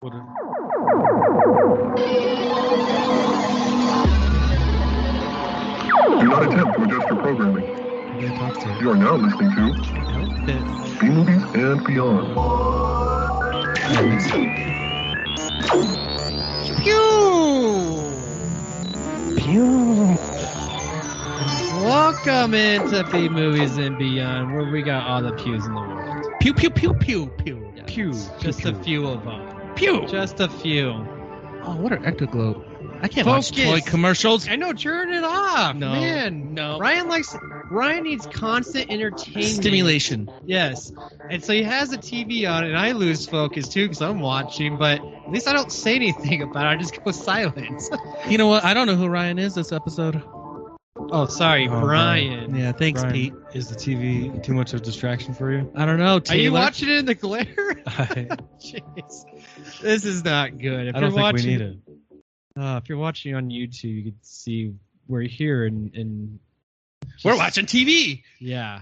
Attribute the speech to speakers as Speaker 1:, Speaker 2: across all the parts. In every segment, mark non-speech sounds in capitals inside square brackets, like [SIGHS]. Speaker 1: What-
Speaker 2: Do not attempt to adjust your programming.
Speaker 1: Who do I talk to?
Speaker 2: You are now listening to
Speaker 1: Outfit.
Speaker 2: B Movies and Beyond.
Speaker 1: Welcome into B Movies and Beyond, where we got all the pews in the world.
Speaker 3: Pew pew pew pew pew.
Speaker 1: Pew. Just a few of them.
Speaker 3: Pew.
Speaker 1: Just a few.
Speaker 3: Oh, what an ectoglobe. I can't watch toy
Speaker 1: Focus.
Speaker 3: commercials.
Speaker 1: I know, turn it off,
Speaker 3: No.
Speaker 1: man.
Speaker 3: No.
Speaker 1: Ryan likes. Ryan needs constant entertainment.
Speaker 3: Stimulation.
Speaker 1: Yes, and so he has a TV on, and I lose focus too because I'm watching. But at least I don't say anything about it. I just go [LAUGHS] silent.
Speaker 3: You know what? I don't know who Ryan is this episode.
Speaker 1: oh, sorry,
Speaker 4: Oh,
Speaker 1: Brian.
Speaker 3: Yeah, thanks,
Speaker 4: Brian,
Speaker 3: Pete.
Speaker 4: Is the TV too much of a distraction for you?
Speaker 3: I don't know.
Speaker 1: Are you
Speaker 3: Taylor.
Speaker 1: watching it in the glare?
Speaker 4: [LAUGHS] I,
Speaker 1: [LAUGHS] Jeez, this is not good. If
Speaker 4: I
Speaker 1: you're
Speaker 4: don't think
Speaker 1: watching,
Speaker 4: we need it.
Speaker 1: Uh, if you're watching on YouTube, you can see we're here and and
Speaker 3: We're
Speaker 1: just-
Speaker 3: watching TV.
Speaker 1: Yeah,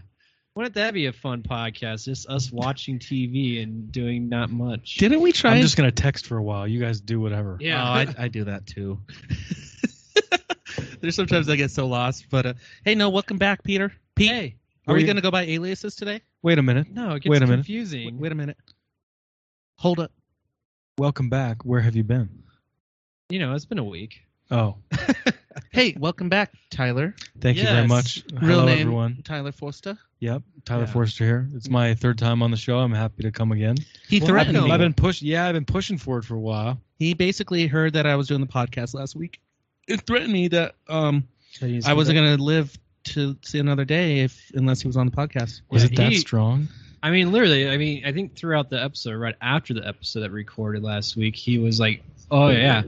Speaker 1: wouldn't that be a fun podcast? Just us watching TV and doing not much. Uh,
Speaker 3: Didn't we try?
Speaker 4: I'm
Speaker 3: and-
Speaker 4: just gonna text for a while. You guys do whatever.
Speaker 1: Yeah.
Speaker 3: Oh, I, I do that too. [LAUGHS] There's sometimes I get so lost. But uh, hey, no, welcome back, Peter. Pete,
Speaker 1: hey,
Speaker 3: are we
Speaker 4: we-
Speaker 3: gonna go by aliases today?
Speaker 4: Wait a minute.
Speaker 1: no, it gets
Speaker 4: Wait a minute.
Speaker 1: confusing.
Speaker 3: Wait a minute. Hold up.
Speaker 4: Welcome back. Where have you been?
Speaker 1: You know, it's been a week.
Speaker 4: Oh,
Speaker 3: Hey, welcome back, Tyler.
Speaker 4: thank you very
Speaker 1: Yes.
Speaker 4: much.
Speaker 3: Real
Speaker 4: Hello,
Speaker 3: name
Speaker 4: everyone.
Speaker 3: Tyler Forster.
Speaker 4: Yep, Tyler
Speaker 1: Yeah.
Speaker 4: Forster here. It's my third time on the show. I'm happy to come again.
Speaker 3: He
Speaker 1: Well,
Speaker 3: threatened
Speaker 1: I've
Speaker 3: me.
Speaker 4: I've been pushing. Yeah, I've been pushing for it for a while.
Speaker 3: He basically heard that I was doing the podcast last week. It threatened me that um, I wasn't going to live to see another day if unless he was on the podcast.
Speaker 4: Was
Speaker 1: Yeah,
Speaker 4: it that
Speaker 1: he-
Speaker 4: strong?
Speaker 1: I mean, literally. I mean, I think throughout the episode, right after the episode that we recorded last week, he was like, "Oh yeah,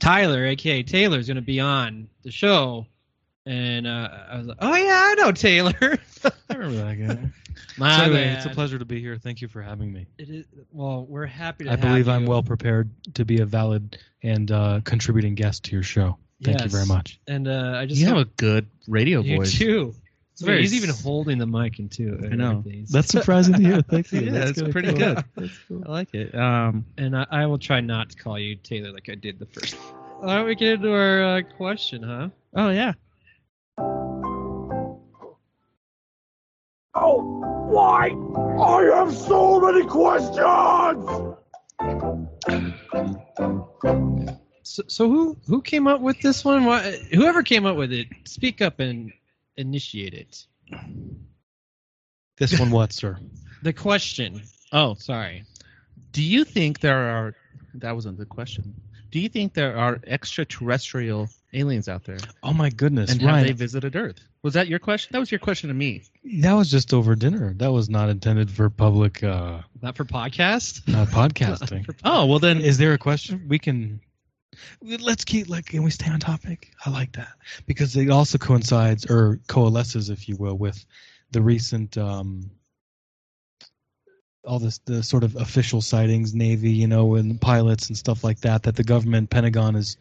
Speaker 1: Tyler, aka Taylor, is gonna be on the show," and uh, I was like, "Oh yeah, I know Taylor." [LAUGHS]
Speaker 4: I remember that [LAUGHS] guy.
Speaker 1: My
Speaker 4: so anyway,
Speaker 1: bad.
Speaker 4: it's a pleasure to be here. Thank you for having me.
Speaker 1: It is, well, we're happy to.
Speaker 4: I
Speaker 1: have
Speaker 4: believe I'm
Speaker 1: you.
Speaker 4: well prepared to be a valid and uh, contributing guest to your show. Thank you
Speaker 1: Yes.
Speaker 4: very much.
Speaker 1: And uh, I just
Speaker 3: You have a good radio
Speaker 1: you
Speaker 3: voice.
Speaker 1: too.
Speaker 3: It's
Speaker 1: Dude,
Speaker 3: very
Speaker 1: he's even
Speaker 3: s-
Speaker 1: holding the mic and too. and
Speaker 3: I know.
Speaker 1: everything.
Speaker 4: That's surprising to hear. Thank you.
Speaker 3: [LAUGHS] Yeah,
Speaker 4: That's
Speaker 3: it's
Speaker 4: kinda
Speaker 3: pretty
Speaker 4: cool.
Speaker 3: good.
Speaker 4: That's cool.
Speaker 3: I like it. Um,
Speaker 1: and I, I will try not to call you Taylor like I did the first. Why don't we get into our uh, question, huh?
Speaker 3: oh yeah.
Speaker 5: Oh, why? I have so many questions!
Speaker 1: So, so who who came up with this one? Why, whoever came up with it, speak up and initiate it.
Speaker 4: This one, what, sir?
Speaker 1: The question.
Speaker 3: Oh,
Speaker 1: Sorry.
Speaker 3: do you think there are? That wasn't the question. Do you think there are extraterrestrial aliens out there,
Speaker 4: [LAUGHS] Oh my goodness,
Speaker 3: and have
Speaker 4: Ryan!
Speaker 3: they visited Earth? Was that your question? That was your question to me.
Speaker 4: That was just over dinner. That was not intended for public uh,
Speaker 1: Not for podcast.
Speaker 4: uh, [LAUGHS] podcasting.
Speaker 3: Oh well, then
Speaker 4: Is there a question we can? Let's keep like can we stay on topic? I like that because it also coincides or coalesces, if you will, with the recent um, all this the sort of official sightings, Navy, you know, and pilots and stuff like that. That the government Pentagon is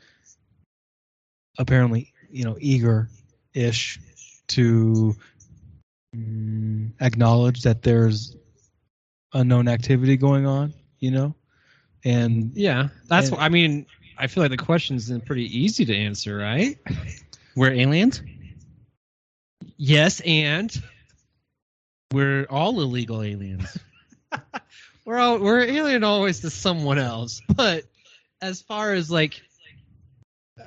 Speaker 4: apparently you know eager ish to mm, acknowledge that there's unknown activity going on. You know. And
Speaker 1: Yeah, that's.
Speaker 4: And-
Speaker 1: wh- I mean, I feel like the question's been pretty easy to answer, right?
Speaker 3: we're aliens.
Speaker 1: Yes, and
Speaker 3: We're all illegal aliens.
Speaker 1: we're all we're alien always to someone else. But as far as like,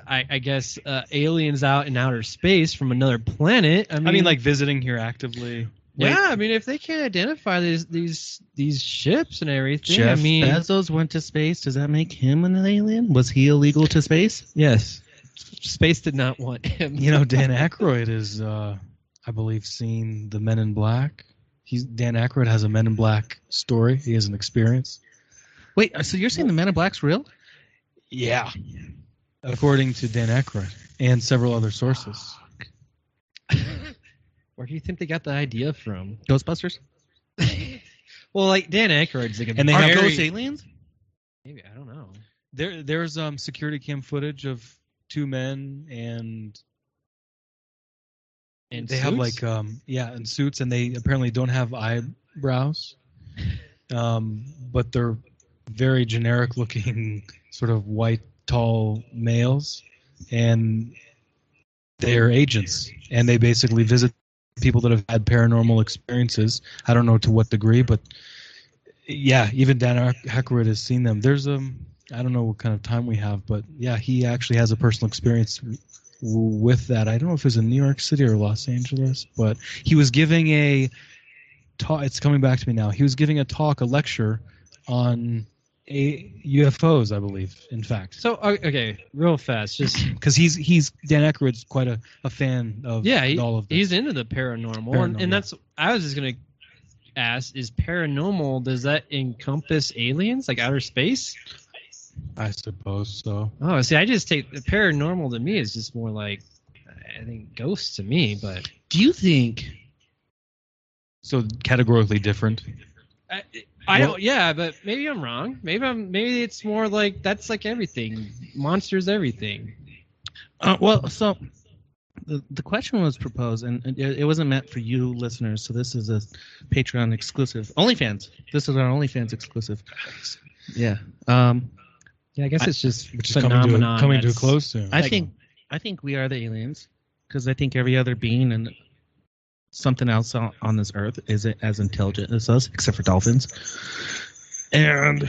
Speaker 1: I, I guess uh, aliens out in outer space from another planet. I mean,
Speaker 4: I mean, like visiting here actively.
Speaker 1: yeah. I mean, if they can't identify these these these ships and everything,
Speaker 4: Jeff
Speaker 1: I mean,
Speaker 3: Bezos went to space. Does that make him an alien? Was he illegal to space?
Speaker 4: Yes.
Speaker 1: space did not want him.
Speaker 4: You know, Dan Aykroyd is, uh, I believe, seen the Men in Black. He's Dan Aykroyd has a Men in Black story. He has an experience.
Speaker 3: Wait, uh, so you're saying the Men in Black's real?
Speaker 4: Yeah. According to Dan Aykroyd and several other sources.
Speaker 1: [LAUGHS] Where do you think they got the idea from?
Speaker 3: Ghostbusters?
Speaker 1: well, like Dan Aykroyd's like a
Speaker 4: And they
Speaker 3: Are
Speaker 4: have-
Speaker 3: ghosts aliens?
Speaker 1: maybe I don't know.
Speaker 4: There, there's um, security cam footage of two men and
Speaker 1: And
Speaker 4: they have like um yeah in suits and they apparently don't have eyebrows um but they're very generic looking [LAUGHS] sort of white tall males and they're agents and they basically visit people that have had paranormal experiences i don't know to what degree but yeah even dan Hack- Hackwood has seen them there's um i don't know what kind of time we have but yeah he actually has a personal experience w- with that i don't know if it was in new york city or los angeles but he was giving a talk it's coming back to me now he was giving a talk a lecture on a UFOs, I believe. In fact,
Speaker 1: So o- okay, real fast, just
Speaker 4: because he's he's Dan Aykroyd's quite a, a fan of
Speaker 1: Yeah, he-
Speaker 4: all of this.
Speaker 1: he's into the paranormal, and,
Speaker 4: Paranormal.
Speaker 1: and that's I was just gonna ask: Is paranormal does that encompass aliens like outer space?
Speaker 4: I suppose so.
Speaker 1: Oh, see, I just take the paranormal to me is just more like I think ghosts to me, but
Speaker 3: Do you think
Speaker 4: So categorically different.
Speaker 1: I, I
Speaker 4: Well-
Speaker 1: don't. Yeah, but maybe I'm wrong. Maybe I'm. Maybe it's more like that's like everything. Monsters, everything.
Speaker 3: Uh, well, so the, the question was proposed, and it, it wasn't meant for you listeners. So this is a Patreon exclusive, OnlyFans. This is our OnlyFans exclusive. Yeah. Um,
Speaker 1: Yeah, I guess it's just
Speaker 4: Which is coming to
Speaker 1: phenomenon.
Speaker 4: a, coming to a
Speaker 1: that's-
Speaker 4: close soon.
Speaker 3: I think I think we are the aliens because I think every other being and something else on on this earth is as intelligent as us, except for dolphins. And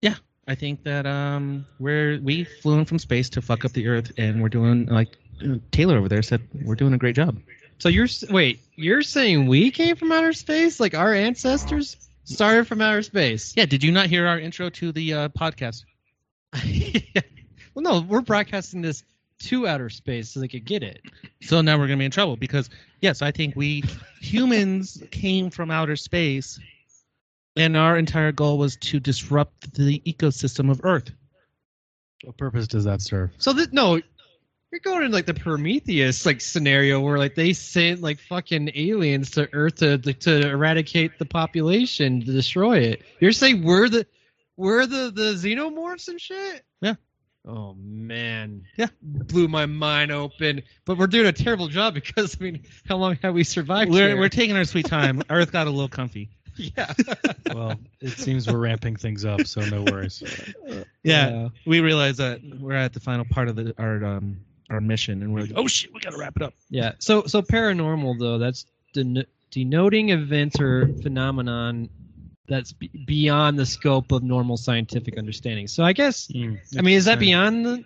Speaker 3: yeah, I think that um, we're we flew in from space to fuck up the earth, and we're doing like uh, Taylor over there said, we're doing a great job.
Speaker 1: So you're s- wait, you're saying we came from outer space? Like our ancestors started from outer space?
Speaker 3: Yeah, did you not hear our intro to the uh, podcast?
Speaker 1: [LAUGHS] well, no, we're broadcasting this to outer space so they could get it.
Speaker 3: So now we're gonna be in trouble because yes, I think we humans came from outer space, and our entire goal was to disrupt the ecosystem of Earth.
Speaker 4: What purpose does that serve?
Speaker 1: So that no, you're going in like the Prometheus like scenario where like they sent like fucking aliens to Earth to to eradicate the population to destroy it. You're saying we're the we're the the xenomorphs and shit.
Speaker 3: Yeah.
Speaker 1: Oh man.
Speaker 3: Yeah.
Speaker 1: Blew my mind open. But we're doing a terrible job because I mean, how long have we survived?
Speaker 3: We're
Speaker 1: here?
Speaker 3: we're taking our sweet [LAUGHS] time. Earth got a little comfy.
Speaker 1: [LAUGHS] yeah.
Speaker 4: [LAUGHS] Well, it seems we're ramping things up, so no worries.
Speaker 3: Yeah, we realize that we're at the final part of the, our um our mission, and we're like, oh shit, we gotta wrap it up.
Speaker 1: Yeah. So so paranormal though that's den- denoting events or phenomenon that's b- beyond the scope of normal scientific understanding. So I guess
Speaker 4: Hmm.
Speaker 1: I mean is that beyond the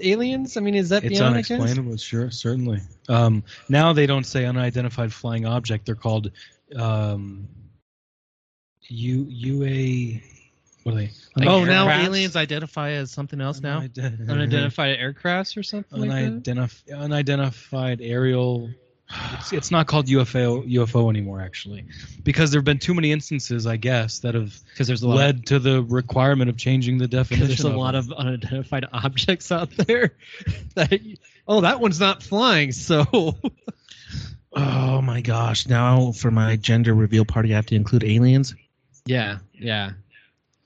Speaker 1: aliens? I mean is that
Speaker 4: uh, It's
Speaker 1: beyond aliens?
Speaker 4: unexplainable, sure, certainly. Um, now they don't say unidentified flying object; they're called um, U UA. What are they?
Speaker 1: Like
Speaker 3: oh, now
Speaker 1: aircrafts?
Speaker 3: aliens identify as something else now.
Speaker 4: Unidentified-
Speaker 1: Unidentified aircrafts or something like that?
Speaker 4: Unidentif- unidentified aerial. It's, it's not called UFO UFO anymore, actually, because there have been too many instances, I guess, that have
Speaker 1: Because there's a lot of,
Speaker 4: led to the requirement of changing the definition.
Speaker 1: there's a
Speaker 4: of
Speaker 1: lot
Speaker 4: it.
Speaker 1: of unidentified [LAUGHS] objects out there. [LAUGHS] that, oh, that one's not flying, so [LAUGHS]
Speaker 3: Oh my gosh! Now for my gender reveal party, I have to include aliens.
Speaker 1: Yeah, yeah.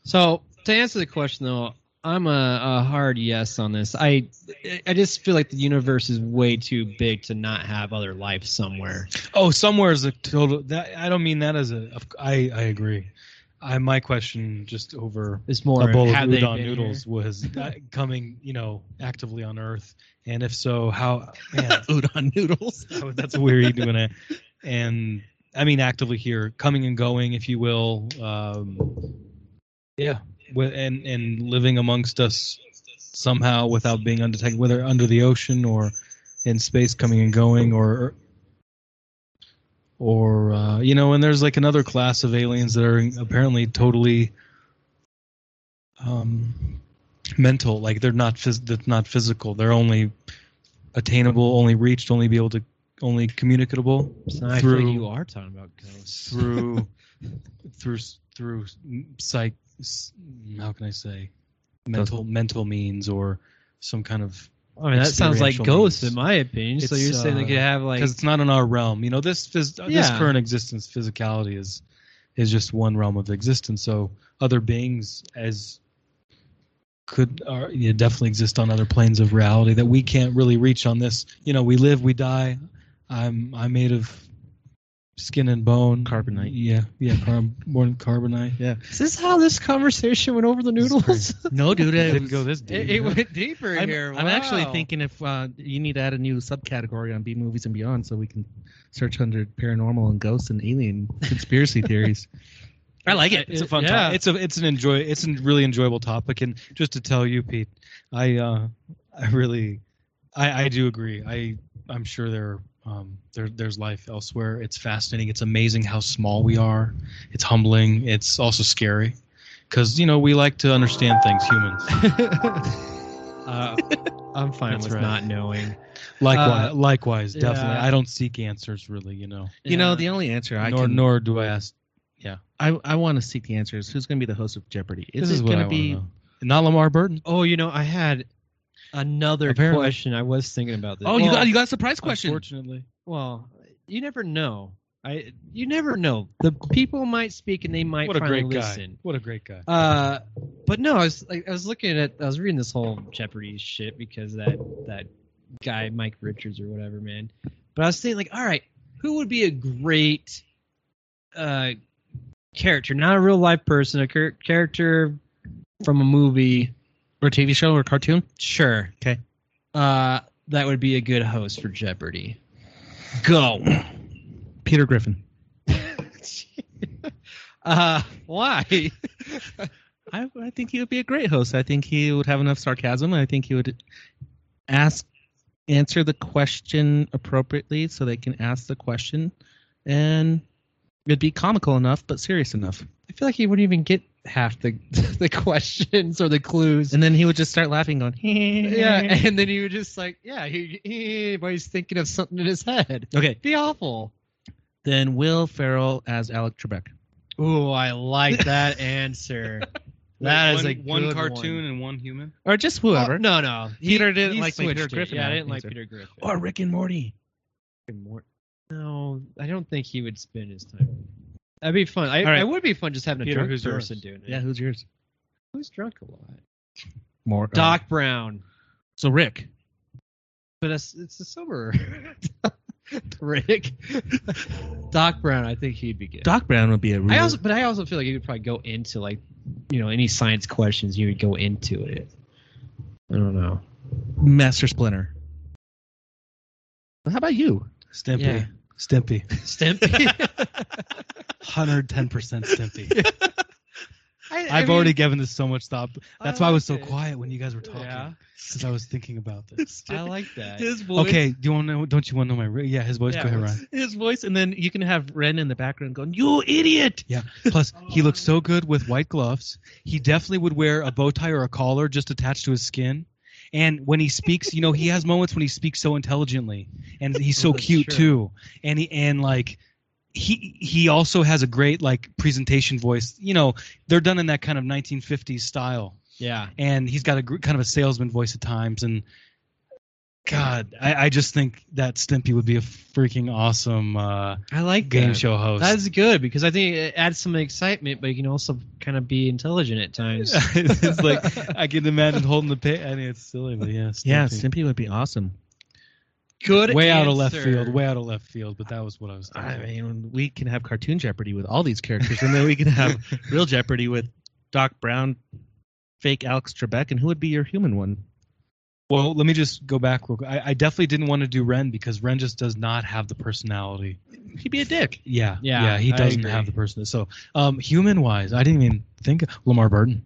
Speaker 1: So to answer the question though, I'm a, a hard yes on this. I I just feel like the universe is way too big to not have other life somewhere.
Speaker 4: Oh, somewhere is a total. That I don't mean that as a. of- I I agree. I my question just over
Speaker 1: It's more
Speaker 4: a bowl of
Speaker 1: have they
Speaker 4: udon
Speaker 1: been
Speaker 4: noodles
Speaker 1: here?
Speaker 4: was uh, coming, you know, actively on Earth, and if so, how? Man,
Speaker 3: Udon noodles.
Speaker 4: that was- that's what we were eating when I, and I mean actively here, coming and going, if you will. Um, yeah, wi- and and living amongst us somehow without being undetected, whether under the ocean or in space, coming and going, or or uh, you know, and there's like another class of aliens that are apparently totally. Um, mental like they're not phys- that's not physical they're only attainable only reached only be able to only communicable
Speaker 1: So I feel
Speaker 4: through-
Speaker 1: like you are talking about ghosts.
Speaker 4: through [LAUGHS] through through psych s- how can i say mental mental means or some kind of
Speaker 1: I mean, that sounds like
Speaker 4: experiential
Speaker 1: ghosts,
Speaker 4: means.
Speaker 1: in my opinion. so
Speaker 4: It's,
Speaker 1: you're saying they
Speaker 4: uh,
Speaker 1: could have like
Speaker 4: because it's not in our realm you know this phys- this
Speaker 1: Yeah.
Speaker 4: current existence physicality is is just one realm of existence so other beings as could are yeah, definitely exist on other planes of reality that we can't really reach on this you know we live we die i'm i'm made of skin and bone.
Speaker 3: Carbonite.
Speaker 4: Yeah, yeah, carb- born carbonite. Yeah.
Speaker 1: Is this how this conversation went over the noodles? [LAUGHS]
Speaker 3: No, dude,
Speaker 4: It
Speaker 3: it,
Speaker 4: didn't
Speaker 3: was-
Speaker 4: go this deep.
Speaker 1: it, it went deeper
Speaker 3: I'm,
Speaker 1: here.
Speaker 3: I'm actually
Speaker 1: Wow.
Speaker 3: thinking if uh, you need to add a new subcategory on B movies and beyond, so we can search under paranormal and ghosts and alien
Speaker 1: [LAUGHS]
Speaker 3: conspiracy theories.
Speaker 1: I like it.
Speaker 4: It's a fun.
Speaker 1: Yeah.
Speaker 4: topic. It's a. It's an enjoy. It's a really enjoyable topic. And just to tell you, Pete, I uh, I really, I I do agree. I I'm sure there um there there's life elsewhere. It's fascinating. It's amazing how small we are. It's humbling. It's also scary, because you know we like to understand things.
Speaker 3: [LAUGHS]
Speaker 4: Humans.
Speaker 1: Uh, I'm fine
Speaker 4: That's
Speaker 1: with
Speaker 4: right.
Speaker 1: not knowing.
Speaker 4: Likewise. likewise.
Speaker 1: yeah.
Speaker 4: Definitely. I don't seek answers really. You know.
Speaker 3: You know, the only answer I
Speaker 4: nor
Speaker 3: can
Speaker 4: nor do I ask.
Speaker 3: I, I want to seek the answer is who's going to be the host of Jeopardy. Is
Speaker 4: this
Speaker 3: it
Speaker 4: is what
Speaker 3: going
Speaker 4: I
Speaker 3: to
Speaker 4: wanna
Speaker 3: be?
Speaker 4: know. Not Lamar Burton.
Speaker 1: Oh, you know, I had another
Speaker 4: Apparently.
Speaker 1: question. I was thinking about this.
Speaker 3: Oh, you
Speaker 1: Well,
Speaker 3: got you got a surprise question.
Speaker 4: Unfortunately.
Speaker 1: Well, you never know. I you never know. The people might speak and they might
Speaker 4: What a
Speaker 1: finally
Speaker 4: great guy.
Speaker 1: listen.
Speaker 4: What a great guy.
Speaker 1: Uh, but no, I was like, I was looking at I was reading this whole Jeopardy shit because that that guy Mike Richards or whatever man. But I was thinking like, all right, who would be a great uh character? Not a real life person, a char- character from a movie.
Speaker 3: Or TV show or cartoon?
Speaker 1: Sure.
Speaker 3: Okay.
Speaker 1: Uh, that would be a good host for Jeopardy. Go.
Speaker 3: Peter Griffin.
Speaker 1: [LAUGHS] uh, why?
Speaker 3: I, I think he would be a great host. I think he would have enough sarcasm. I think he would ask, answer the question appropriately so they can ask the question, and it'd be comical enough but serious enough.
Speaker 1: I feel like he wouldn't even get half the [LAUGHS] the questions or the clues.
Speaker 3: And then he would just start laughing, going,
Speaker 1: [LAUGHS] yeah, and then he would just like, yeah, he, he, but he's thinking of something in his head.
Speaker 3: Okay,
Speaker 1: Be awful.
Speaker 3: then Will Ferrell as Alec Trebek.
Speaker 1: Ooh, I like [LAUGHS] that answer. That is a
Speaker 4: one
Speaker 1: good
Speaker 4: cartoon
Speaker 1: one.
Speaker 4: and one human.
Speaker 3: Or just
Speaker 1: Oh,
Speaker 3: whoever.
Speaker 1: no, no,
Speaker 3: Peter didn't
Speaker 1: he
Speaker 3: like my
Speaker 1: switched
Speaker 3: Peter
Speaker 1: it.
Speaker 3: Griffin
Speaker 1: Yeah, I didn't like
Speaker 3: answer.
Speaker 1: Peter Griffin.
Speaker 3: Or Rick and Morty.
Speaker 1: Fucking Mort- No, I don't think he would spend his time. That'd be fun. I,
Speaker 3: All right.
Speaker 1: It would be fun just having a
Speaker 4: Peter,
Speaker 1: drunk
Speaker 4: who's yours?
Speaker 1: person doing it.
Speaker 3: Yeah, who's yours?
Speaker 1: Who's drunk a lot?
Speaker 3: More
Speaker 1: Doc Brown.
Speaker 3: So Rick.
Speaker 1: But it's, it's a [LAUGHS] sober Rick. [LAUGHS] Doc Brown, I think he'd be good.
Speaker 3: Doc Brown would be a real.
Speaker 1: I also, but I also feel like he would probably go into like, you know, any science questions. He would go into it. I don't know.
Speaker 3: Master Splinter. How about you?
Speaker 4: Stimpy.
Speaker 1: Yeah.
Speaker 4: Stimpy.
Speaker 1: Stimpy.
Speaker 4: [LAUGHS]
Speaker 3: [LAUGHS]
Speaker 4: Hundred ten percent Stimpy.
Speaker 1: [LAUGHS] I, I
Speaker 4: [LAUGHS] I've
Speaker 1: mean,
Speaker 4: already given this so much thought.
Speaker 1: I
Speaker 4: That's why I was so
Speaker 1: liked it.
Speaker 4: quiet when you guys were talking.
Speaker 1: Yeah.
Speaker 4: Because I was thinking about [LAUGHS] this.
Speaker 1: I like that.
Speaker 3: His voice.
Speaker 4: okay, do you want to know? Don't you want to know my? re- Yeah, his voice.
Speaker 1: Yeah,
Speaker 4: go ahead,
Speaker 1: what's-
Speaker 4: Ryan.
Speaker 3: His voice, and then you can have Ren in the background going, "You idiot!"
Speaker 4: Plus, he looks so good with white gloves. He definitely would wear a bow tie or a collar just attached to his skin. And when he speaks, you know, he has moments when he speaks so intelligently, and he's so
Speaker 1: That's
Speaker 4: cute
Speaker 1: true.
Speaker 4: too. And he and like. He he also has a great like presentation voice. You know, they're done in that kind of 1950s style.
Speaker 1: Yeah.
Speaker 4: and he's got a gr- kind of a salesman voice at times. And God, I, I just think that Stimpy would be a freaking awesome uh,
Speaker 1: I like
Speaker 4: game
Speaker 1: that.
Speaker 4: show host.
Speaker 1: That's good because I think it adds some excitement, but you can also kind of be intelligent at times.
Speaker 4: [LAUGHS] it's like I can imagine holding the pig. I mean, it's silly, but yeah, Stimpy.
Speaker 3: Yeah, Stimpy would be awesome.
Speaker 1: Good.
Speaker 4: way out
Speaker 1: answer.
Speaker 4: of left field, way out of left field. But that was what I was thinking.
Speaker 3: I mean, we can have cartoon Jeopardy with all these characters, and then we can [LAUGHS] have real Jeopardy with Doc Brown, fake Alex Trebek, and who would be your human one?
Speaker 4: well, let me just go back real quick. I, I definitely didn't want to do Ren because Ren just does not have the personality.
Speaker 3: He'd be a dick.
Speaker 4: Yeah,
Speaker 1: Yeah,
Speaker 4: yeah, he
Speaker 1: I
Speaker 4: doesn't
Speaker 1: agree.
Speaker 4: have the person. So, um, human wise, I didn't even think Lamar Burton.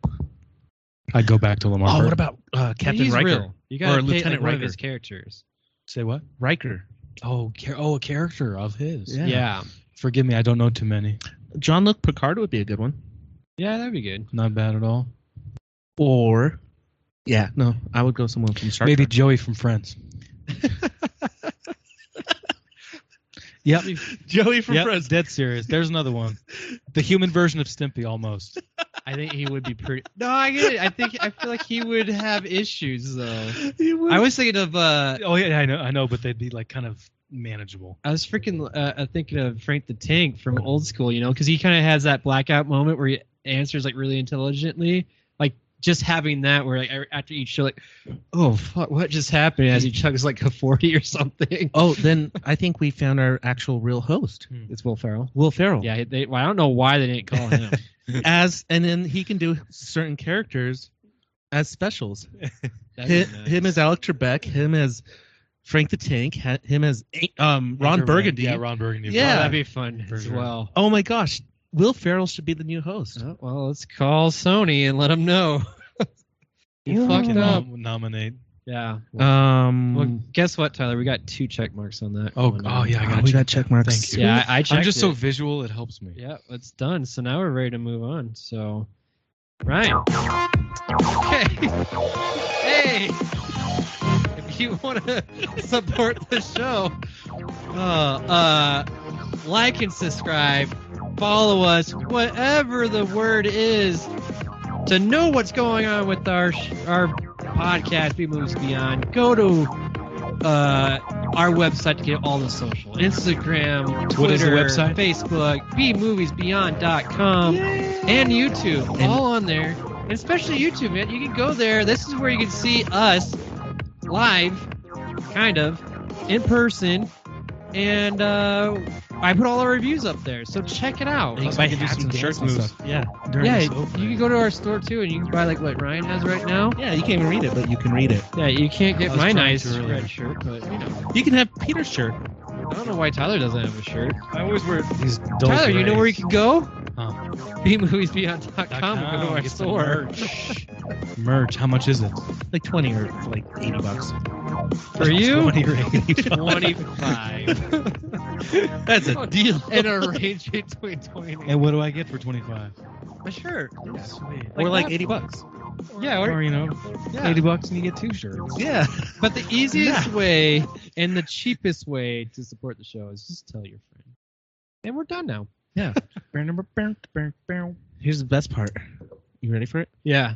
Speaker 4: I'd go back to Lamar.
Speaker 3: Oh,
Speaker 4: Burton.
Speaker 3: what about uh, Captain
Speaker 1: He's
Speaker 3: Riker?
Speaker 1: real. You got
Speaker 3: Or Lieutenant
Speaker 1: one of
Speaker 3: Riker.
Speaker 1: his characters.
Speaker 4: Say what?
Speaker 3: Riker.
Speaker 4: Oh, char- oh, a character of his.
Speaker 1: Yeah.
Speaker 3: Yeah.
Speaker 1: yeah.
Speaker 4: Forgive me, I don't know too many.
Speaker 3: John Luke Picard would be a good one.
Speaker 1: that'd be good.
Speaker 4: Not bad at all.
Speaker 3: Or, yeah, no, I would go someone from Star
Speaker 4: Maybe
Speaker 3: Trek.
Speaker 4: Joey from [LAUGHS] Friends. yep.
Speaker 3: Joey from
Speaker 4: yep. Dead serious. There's another one. The human version of Stimpy, almost.
Speaker 1: I think he would be pretty. [LAUGHS] No, I get it. I think I feel like he would have issues though.
Speaker 3: He would.
Speaker 1: I was thinking of uh,
Speaker 4: Oh yeah, I know, I know, but they'd be like kind of manageable.
Speaker 1: I was freaking uh, uh, thinking of Frank the Tank from Old School, you know, because he kind of has that blackout moment where he answers like really intelligently, like just having that, where like I- after each show, like, oh fuck, what just happened? As he chugs like a forty or something.
Speaker 3: Oh, then I think we found our actual real host,
Speaker 1: It's Will Ferrell.
Speaker 3: Will Ferrell.
Speaker 1: Yeah, they, well, I don't know why they didn't call him.
Speaker 3: As and then he can do certain characters as specials.
Speaker 1: That'd be
Speaker 3: Him,
Speaker 1: nice.
Speaker 3: him as Alec Trebek. Him as Frank the Tank. ha- Him as um, Ron
Speaker 4: Anchorman.
Speaker 3: Burgundy.
Speaker 4: Yeah, Ron Burgundy.
Speaker 1: Oh,
Speaker 3: Yeah.
Speaker 1: that'd be fun
Speaker 4: For
Speaker 1: as
Speaker 4: sure.
Speaker 1: well.
Speaker 3: Oh my gosh, Will Ferrell should be the new host.
Speaker 1: Oh, well, let's call Sony and let them know. [LAUGHS] you fucked
Speaker 4: Fucking
Speaker 1: up.
Speaker 4: nom- nominate.
Speaker 1: Yeah.
Speaker 3: Um.
Speaker 1: Well, guess what, Tyler? We got two check marks on that.
Speaker 4: Oh,
Speaker 1: one.
Speaker 4: oh yeah, I
Speaker 3: oh,
Speaker 4: gotta
Speaker 3: we
Speaker 4: check
Speaker 3: got check marks.
Speaker 4: Thank you.
Speaker 1: Yeah, I, I checked
Speaker 4: I'm just
Speaker 1: it.
Speaker 4: so visual; it helps me.
Speaker 1: Yeah, it's done. So now we're ready to move on. So, right. Okay. [LAUGHS] Hey. If you want to support the show, uh, uh, like and subscribe, follow us, whatever the word is, to know what's going on with our sh- our podcast, B Moves Beyond. Go to uh, our website to get all the social Instagram, Twitter,
Speaker 4: What is the website?
Speaker 1: Facebook, bmoviesbeyond.com, and YouTube. all on there. And especially YouTube, man. You can go there. This is where you can see us live, kind of, in person. And uh, I put all our reviews up there. So check it out.
Speaker 3: Plus,
Speaker 4: Buy
Speaker 3: we can do
Speaker 4: hats
Speaker 3: some
Speaker 4: and
Speaker 3: shirt
Speaker 4: dance and
Speaker 3: moves.
Speaker 4: stuff.
Speaker 3: Yeah. during
Speaker 1: Yeah,
Speaker 3: this
Speaker 1: you
Speaker 3: opening.
Speaker 1: can go to our store too and you can buy like what Ryan has right now.
Speaker 3: Yeah, you can't even read it, but you can read it.
Speaker 1: Yeah, you can't
Speaker 4: I
Speaker 1: get
Speaker 4: was
Speaker 1: my
Speaker 4: trying
Speaker 1: nice
Speaker 4: to earlier.
Speaker 1: red shirt, but you know,
Speaker 3: You can have Peter's shirt.
Speaker 1: I don't know why Tyler doesn't have a shirt.
Speaker 4: I always wear these. dull
Speaker 1: Tyler, you know where you
Speaker 4: grays.
Speaker 1: can go?
Speaker 4: Huh.
Speaker 1: bmoviesbeyond.com.
Speaker 4: .com,
Speaker 1: Go to our
Speaker 4: get some
Speaker 1: store.
Speaker 4: merch. merch. How much is it?
Speaker 3: Like twenty or like eighty bucks.
Speaker 1: For you,
Speaker 3: 20 or
Speaker 1: [LAUGHS]
Speaker 3: 80
Speaker 1: 25.
Speaker 3: That's a deal.
Speaker 1: and a range between 20 and
Speaker 4: And what do I get for 25?
Speaker 1: a shirt.
Speaker 4: Sweet.
Speaker 1: Like
Speaker 3: or like
Speaker 1: that.
Speaker 3: eighty bucks.
Speaker 1: Yeah,
Speaker 4: Or,
Speaker 1: or,
Speaker 4: you know,
Speaker 1: yeah.
Speaker 4: 80 bucks and you get two shirts.
Speaker 3: Yeah.
Speaker 1: But the easiest way and the cheapest way to support the show is just tell your friend. And we're done now.
Speaker 3: Here's the best part. You ready for it?
Speaker 1: Yeah.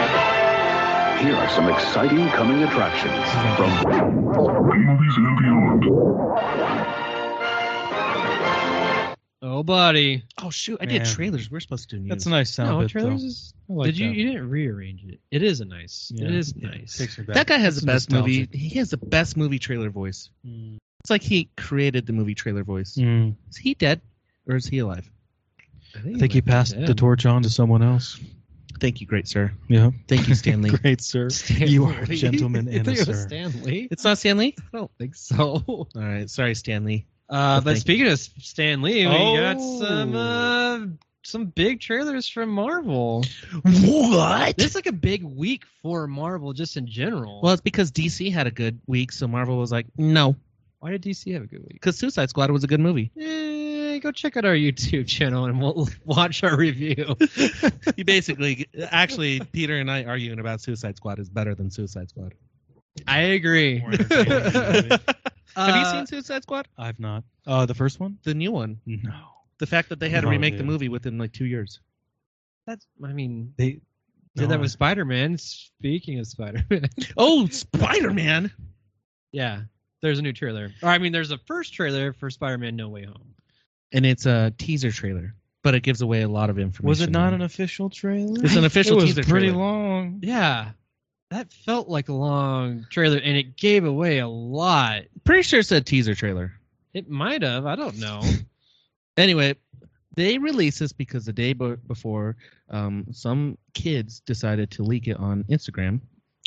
Speaker 5: Here are some exciting coming attractions from
Speaker 2: Movies and Beyond.
Speaker 1: Oh, buddy.
Speaker 3: Oh shoot! I did
Speaker 4: Man.
Speaker 3: trailers. We're supposed to do news.
Speaker 4: That's a nice sound.
Speaker 1: no,
Speaker 4: bit,
Speaker 1: trailers
Speaker 4: though.
Speaker 1: is.
Speaker 4: I like
Speaker 1: did you?
Speaker 4: that.
Speaker 1: You didn't rearrange it. It is a nice. It
Speaker 4: Yeah.
Speaker 1: is
Speaker 4: Yeah.
Speaker 1: nice.
Speaker 4: Takes me back.
Speaker 3: That guy has
Speaker 4: It's
Speaker 3: the best movie.
Speaker 4: nostalgic.
Speaker 3: He has the best movie trailer voice.
Speaker 4: Mm.
Speaker 3: It's like he created the movie trailer voice.
Speaker 4: Mm.
Speaker 3: Is he dead or is he alive?
Speaker 4: I think he passed
Speaker 1: [LAUGHS]
Speaker 4: the torch on to someone else.
Speaker 3: Thank you, great sir.
Speaker 4: [LAUGHS] Yeah.
Speaker 3: Thank you,
Speaker 1: [LAUGHS]
Speaker 3: Stanley.
Speaker 4: Great, sir. You are a gentleman and a sir.
Speaker 1: Stanley.
Speaker 3: it's not Stanley.
Speaker 1: I don't think so.
Speaker 3: [LAUGHS] All right, sorry, Stanley.
Speaker 1: Uh,
Speaker 4: Oh,
Speaker 3: Well,
Speaker 1: but
Speaker 3: thank
Speaker 1: speaking of Stan Lee, we got
Speaker 3: Oh.
Speaker 1: some uh, some big trailers from Marvel.
Speaker 3: What?
Speaker 1: This is like a big week for Marvel just in general.
Speaker 3: Well, it's because DC had a good week, so Marvel was like, no,
Speaker 1: Why did DC have a good week?
Speaker 3: because Suicide Squad was a
Speaker 1: [LAUGHS]
Speaker 3: good movie.
Speaker 1: Eh, go check out our YouTube channel and we'll [LAUGHS] watch our review.
Speaker 3: you basically, actually, Peter and I arguing about Suicide Squad is better than Suicide Squad.
Speaker 1: I agree.
Speaker 4: More entertaining movie.
Speaker 3: Have you
Speaker 1: [LAUGHS] Uh,
Speaker 3: seen Suicide Squad?
Speaker 4: [LAUGHS] I've not. Uh, the first one?
Speaker 3: The new one.
Speaker 4: No.
Speaker 3: The fact that they had to
Speaker 4: No,
Speaker 3: remake the
Speaker 4: dude.
Speaker 3: movie within like two years.
Speaker 1: That's, I mean,
Speaker 4: They
Speaker 1: did
Speaker 4: no,
Speaker 1: that
Speaker 4: I-
Speaker 1: with Spider Man. Speaking of Spider Man,
Speaker 3: Oh, Spider Man.
Speaker 1: [LAUGHS] yeah, there's a new trailer. Or I mean, there's a first trailer for Spider Man No Way Home.
Speaker 3: And it's a teaser trailer, but it gives away a lot of information.
Speaker 4: Was it not an official trailer?
Speaker 3: It's an official
Speaker 4: it was
Speaker 3: teaser
Speaker 4: pretty
Speaker 3: trailer.
Speaker 4: long.
Speaker 1: Yeah, that felt like a long trailer, and it gave away a lot.
Speaker 3: Pretty sure it's a teaser trailer.
Speaker 1: It might have. I don't know.
Speaker 3: Anyway, they released this because the day b- before, um, some kids decided to leak it on Instagram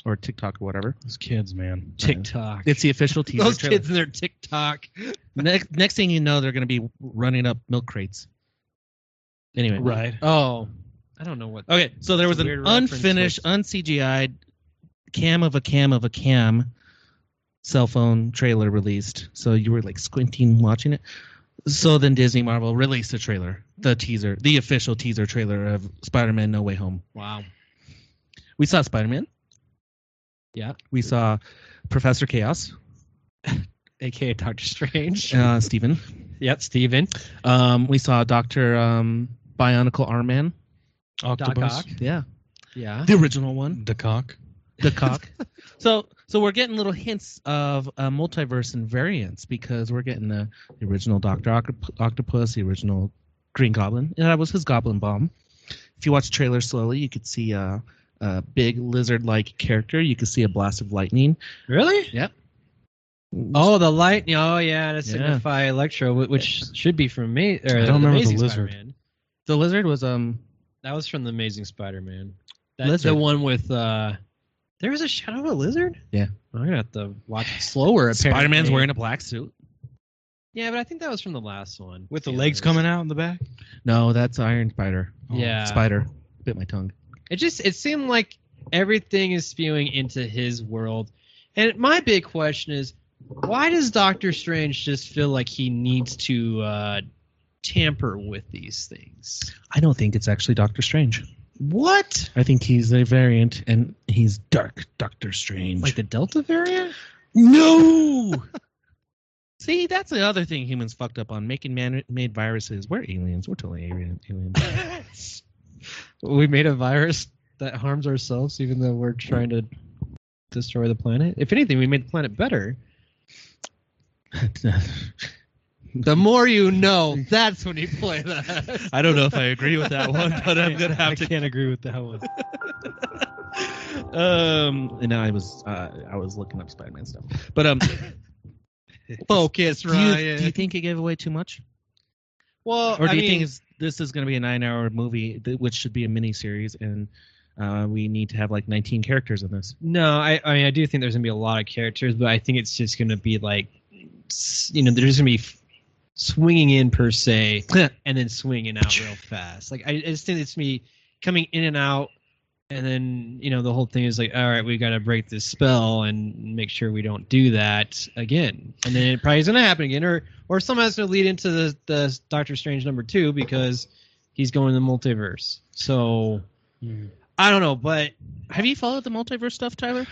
Speaker 3: or TikTok or [LAUGHS] whatever.
Speaker 4: Those kids, man.
Speaker 1: TikTok.
Speaker 3: It's the official teaser
Speaker 1: those
Speaker 3: trailer.
Speaker 1: kids and their TikTok.
Speaker 3: Next, next thing you know, they're going to be running up milk crates. Anyway,
Speaker 4: Right.
Speaker 1: Oh, I don't know what.
Speaker 3: Okay, so there was
Speaker 1: It's a
Speaker 3: an
Speaker 1: weird reference,
Speaker 3: unfinished,
Speaker 1: but-
Speaker 3: un-CGI'd cam of a cam of a cam cell phone trailer released. So you were like squinting watching it. So then Disney Marvel released the trailer, the teaser, the official teaser trailer of Spider-Man No Way Home.
Speaker 1: Wow.
Speaker 3: We saw Spider-Man.
Speaker 1: Yeah.
Speaker 3: We saw Professor Chaos,
Speaker 1: AKA Doctor Strange. [LAUGHS]
Speaker 3: uh, Steven.
Speaker 1: yep, Steven.
Speaker 3: Um, we saw Doctor um, Bionicle Arm Man.
Speaker 4: Octopus.
Speaker 1: Ock.
Speaker 3: Yeah,
Speaker 1: Yeah.
Speaker 3: the original one.
Speaker 4: The cock.
Speaker 3: the cock. so so we're getting little hints of uh, multiverse and variants because we're getting the, the original Doctor Octopus, the original Green Goblin. And that was his Goblin Bomb. If you watch the trailer slowly, you could see a, a big lizard-like character. You could see a blast of lightning.
Speaker 1: Really?
Speaker 3: Yep.
Speaker 1: Oh, the light. Oh, yeah, to signify
Speaker 3: signify
Speaker 1: Electro, which should be from me. Or
Speaker 4: I don't remember the
Speaker 1: the Amazing
Speaker 4: lizard.
Speaker 1: Spider-Man.
Speaker 3: The lizard was um
Speaker 1: That was from the Amazing Spider-Man. That, The
Speaker 3: Lizard.
Speaker 1: one with uh, there was a shadow of a lizard.
Speaker 3: Yeah.
Speaker 1: I'm gonna have to watch it slower. Apparently.
Speaker 3: Spider-Man's wearing a black suit.
Speaker 1: Yeah, but I think that was from the last one.
Speaker 4: With the
Speaker 1: Yeah,
Speaker 4: legs
Speaker 1: there was-
Speaker 4: coming out in the back?
Speaker 3: No, that's Iron Spider.
Speaker 4: Oh,
Speaker 1: Yeah.
Speaker 3: Spider bit my tongue.
Speaker 1: It just it seemed like everything is spewing into his world. And my big question is, why does Doctor Strange just feel like he needs to uh, tamper with these things?
Speaker 3: I don't think it's actually Doctor Strange.
Speaker 1: What?
Speaker 3: I think he's a variant, and he's dark Doctor Strange.
Speaker 1: Like the Delta variant?
Speaker 4: [LAUGHS]
Speaker 3: no. See, that's the other thing humans fucked up on making man-made viruses. We're aliens. We're totally alien. [LAUGHS] aliens.
Speaker 1: we made a virus that harms ourselves, even though we're trying to destroy the planet. If anything, we made the planet better. The more you know, that's when you play [LAUGHS] that.
Speaker 3: I don't know if I agree with that one, but I'm [LAUGHS] gonna
Speaker 4: [LAUGHS]
Speaker 3: have
Speaker 1: I can't agree with that one.
Speaker 3: to. Um, and I was uh, I was looking up Spider-Man stuff, but um, Oh.
Speaker 1: Focus,
Speaker 3: do you-
Speaker 1: Ryan.
Speaker 3: do you think it gave away too much?
Speaker 1: well,
Speaker 3: or
Speaker 1: I
Speaker 3: do you
Speaker 1: mean,
Speaker 3: think it's, this is going to be a nine-hour movie, th- which should be a miniseries, and uh, we need to have like 19 characters in this?
Speaker 1: No, I, I mean I do think there's gonna be a lot of characters, but I think it's just gonna be like, s- you know, they're just gonna be f- swinging in per se, and then swinging out real fast. Like I, I just think it's me coming in and out, and then you know the whole thing is like, all right, we gotta break this spell and make sure we don't do that again. And then it probably is gonna happen again, or or somehow it's gonna lead into the the Doctor Strange number two because he's going to the multiverse. So
Speaker 4: Mm.
Speaker 1: I don't know, but
Speaker 3: Have you followed the multiverse stuff, Tyler?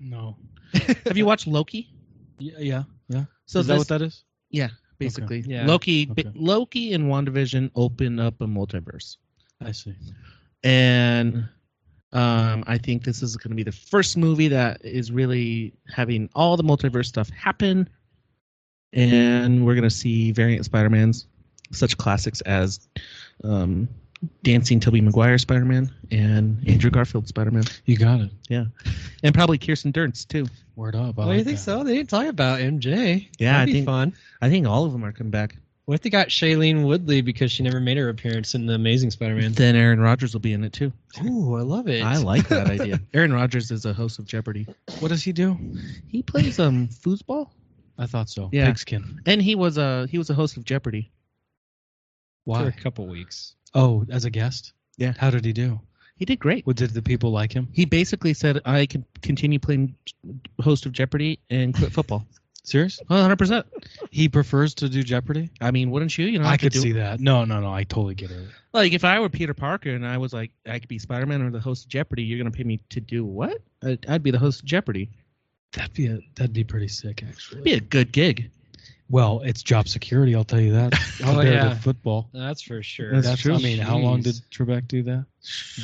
Speaker 4: No.
Speaker 3: have you watched Loki?
Speaker 4: Yeah. Yeah.
Speaker 3: So
Speaker 4: is that
Speaker 3: this-
Speaker 4: what that is?
Speaker 3: basically,
Speaker 1: Yeah.
Speaker 3: Loki,
Speaker 4: Okay.
Speaker 3: Loki, and WandaVision open up a multiverse,
Speaker 4: I see.
Speaker 3: and
Speaker 1: Mm-hmm.
Speaker 3: um, I think this is going to be the first movie that is really having all the multiverse stuff happen, and we're going to see variant Spider-Mans, such classics as. Um, Dancing Toby Maguire Spider Man and Andrew Garfield Spider Man,
Speaker 4: You got it.
Speaker 3: and probably Kirsten Dunst too.
Speaker 4: Word up. I
Speaker 1: Well,
Speaker 4: like
Speaker 1: you think
Speaker 4: that.
Speaker 1: so? They didn't talk about MJ.
Speaker 3: Yeah,
Speaker 1: That'd
Speaker 3: I
Speaker 1: be
Speaker 3: think-
Speaker 1: fun.
Speaker 3: I think all of them are coming back.
Speaker 1: What if they got Shailene Woodley because she never made her appearance in the Amazing
Speaker 3: [LAUGHS]
Speaker 1: Spider-Man?
Speaker 3: Then Aaron Rodgers will be in it too.
Speaker 1: Ooh, I love it.
Speaker 3: I
Speaker 1: [LAUGHS]
Speaker 3: like that idea. Aaron Rodgers is a host of Jeopardy.
Speaker 4: What does he do?
Speaker 3: He plays um foosball,
Speaker 4: I thought so.
Speaker 3: Yeah.
Speaker 4: Pigskin.
Speaker 3: and he was a he was a host of Jeopardy.
Speaker 1: for a
Speaker 4: Why?
Speaker 1: couple weeks.
Speaker 4: Oh, as a guest?
Speaker 3: Yeah.
Speaker 4: How did he do?
Speaker 3: He did great.
Speaker 4: What did the people like him?
Speaker 3: He basically said, "I can continue playing host of Jeopardy and quit football." [LAUGHS]
Speaker 4: Serious?
Speaker 3: One hundred percent.
Speaker 4: He prefers to do Jeopardy?
Speaker 3: I mean, wouldn't you? You know,
Speaker 4: I could
Speaker 3: do,
Speaker 4: see that. No, no, no. I totally get it.
Speaker 3: Like, if I were Peter Parker and I was like, I could be Spider Man or the host of Jeopardy. You're gonna pay me to do what? I'd, I'd be the host of Jeopardy.
Speaker 4: That'd be a, that'd be pretty sick actually.
Speaker 3: Be a good gig.
Speaker 4: Well, it's job security, I'll tell you that. compared to football.
Speaker 1: that's for sure.
Speaker 3: That's
Speaker 4: That's,
Speaker 3: true.
Speaker 4: I mean, how long
Speaker 1: Jeez.
Speaker 4: did Trebek do that?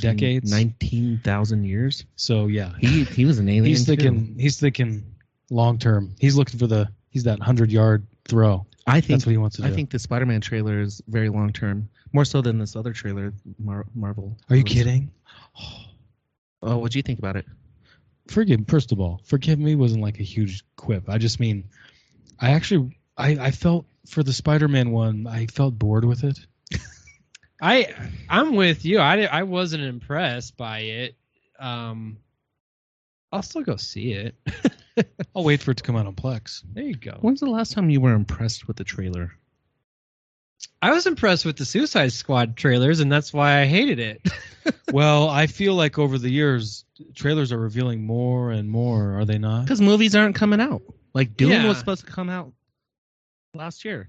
Speaker 4: Decades?
Speaker 3: Nineteen thousand years.
Speaker 4: So yeah.
Speaker 3: He he was an alien.
Speaker 4: He's
Speaker 3: too.
Speaker 4: thinking he's thinking long term. He's looking for the he's that hundred yard throw.
Speaker 3: I think
Speaker 4: That's what he wants to do.
Speaker 3: I think the Spider-Man trailer is very long term, more so than this other trailer, Mar- Marvel.
Speaker 4: Are you
Speaker 3: was.
Speaker 4: kidding?
Speaker 3: Oh, what'd you think about it?
Speaker 4: Forgive first of all, forgive me wasn't like a huge quip. I just mean I actually I, I felt for the Spider Man one, I felt bored with it.
Speaker 1: I I'm with you. I di- I wasn't impressed by it. Um, I'll still go see it.
Speaker 4: [LAUGHS]
Speaker 1: [LAUGHS]
Speaker 4: I'll wait for it to come out on Plex.
Speaker 1: There you go.
Speaker 3: When's the last time you were impressed with the trailer?
Speaker 1: I was impressed with the Suicide Squad trailers, and that's why I hated it.
Speaker 4: well, I feel like over the years trailers are revealing more and more, are they not?
Speaker 3: Because movies aren't coming out. Like Doom
Speaker 1: Yeah.
Speaker 3: was supposed to come out last year,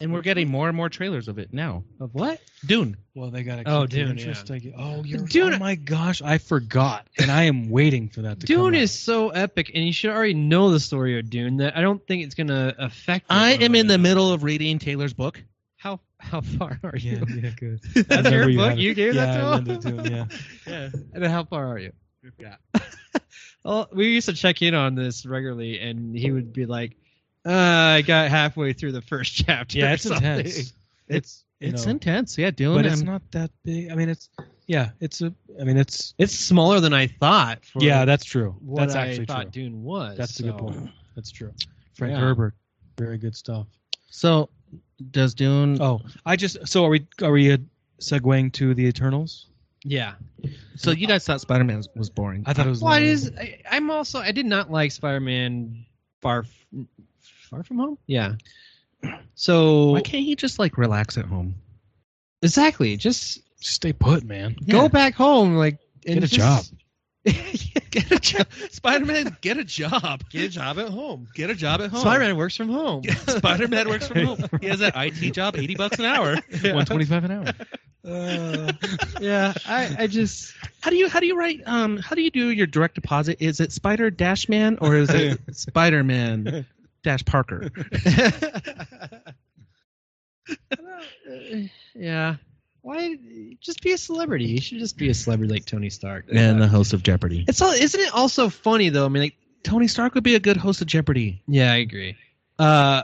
Speaker 3: and we're getting more and more trailers of it now.
Speaker 1: Of what?
Speaker 3: Dune.
Speaker 4: [LAUGHS] Well, they got to
Speaker 1: Oh,
Speaker 4: keep the
Speaker 1: Dune,
Speaker 4: interest.
Speaker 1: yeah.
Speaker 4: I gue- Oh, you're,
Speaker 1: Dune-
Speaker 4: oh my gosh, I forgot, and I am waiting for that to come
Speaker 1: Dune
Speaker 4: out.
Speaker 1: is so epic, and you should already know the story of Dune. That I don't think it's gonna affect. it
Speaker 3: I
Speaker 1: one
Speaker 3: am
Speaker 1: way
Speaker 3: in
Speaker 1: or
Speaker 3: the
Speaker 1: another.
Speaker 3: middle of reading Taylor's book.
Speaker 1: How how far [LAUGHS] are
Speaker 4: [LAUGHS] Yeah, [LAUGHS]
Speaker 1: [LAUGHS] you?
Speaker 4: yeah, good.
Speaker 1: That's
Speaker 4: I
Speaker 1: your
Speaker 4: remember you
Speaker 1: book.
Speaker 4: had it.
Speaker 1: You gave
Speaker 4: yeah, I
Speaker 1: that to
Speaker 4: lent it
Speaker 1: him.
Speaker 4: to him, yeah.
Speaker 1: yeah. And then how far are you? Yeah. well, we used to check in on this regularly, and he would be like, uh, "I got halfway through the first [LAUGHS] chapter."
Speaker 4: Yeah,
Speaker 1: or
Speaker 4: it's
Speaker 1: something."
Speaker 4: intense. It's you
Speaker 3: It's
Speaker 4: know,
Speaker 3: intense. Yeah, Dylan.
Speaker 4: but it's
Speaker 3: and-
Speaker 4: not that big. I mean, it's yeah, it's a. I mean, it's
Speaker 1: It's smaller than I thought. For
Speaker 4: yeah, that's true.
Speaker 1: what
Speaker 4: That's
Speaker 1: I
Speaker 4: actually
Speaker 1: thought
Speaker 4: true.
Speaker 1: Dune was.
Speaker 4: That's a
Speaker 1: so-
Speaker 4: good point. That's true. Frank
Speaker 1: Yeah.
Speaker 4: Herbert, very good stuff.
Speaker 3: so does Dune.
Speaker 4: Oh, I just so are we are we uh, segueing to the Eternals?
Speaker 1: Yeah.
Speaker 3: so you guys thought Spider Man was, was boring.
Speaker 4: I thought it was.
Speaker 1: Well, it
Speaker 4: long.
Speaker 1: is. I, I'm also. I did not like Spider-Man Far F- Far From Home. Yeah. So
Speaker 3: Why can't you just like relax at home?
Speaker 1: exactly, just
Speaker 4: Stay put, man.
Speaker 1: go back home, like and
Speaker 4: Get a
Speaker 1: just-
Speaker 4: job.
Speaker 1: [LAUGHS] get a job.
Speaker 3: Spider Man, get a job.
Speaker 1: Get a job at home.
Speaker 3: Get a job at home.
Speaker 1: Spider-Man works from home. [LAUGHS]
Speaker 3: Spider Man works from home. He has an IT job, eighty bucks an hour.
Speaker 4: One twenty-five an hour.
Speaker 1: Uh, yeah, I, I just
Speaker 3: How do you how do you write um how do you do your direct deposit? Is it Spider Dash Man or is it Spider Man Dash Parker? [LAUGHS]
Speaker 1: yeah. Why just be a celebrity? You should just be a celebrity like Tony Stark.
Speaker 3: And the host of Jeopardy.
Speaker 1: it's all isn't it also funny though? I mean, like
Speaker 3: Tony Stark would be a good host of Jeopardy.
Speaker 1: Yeah, I agree. Uh,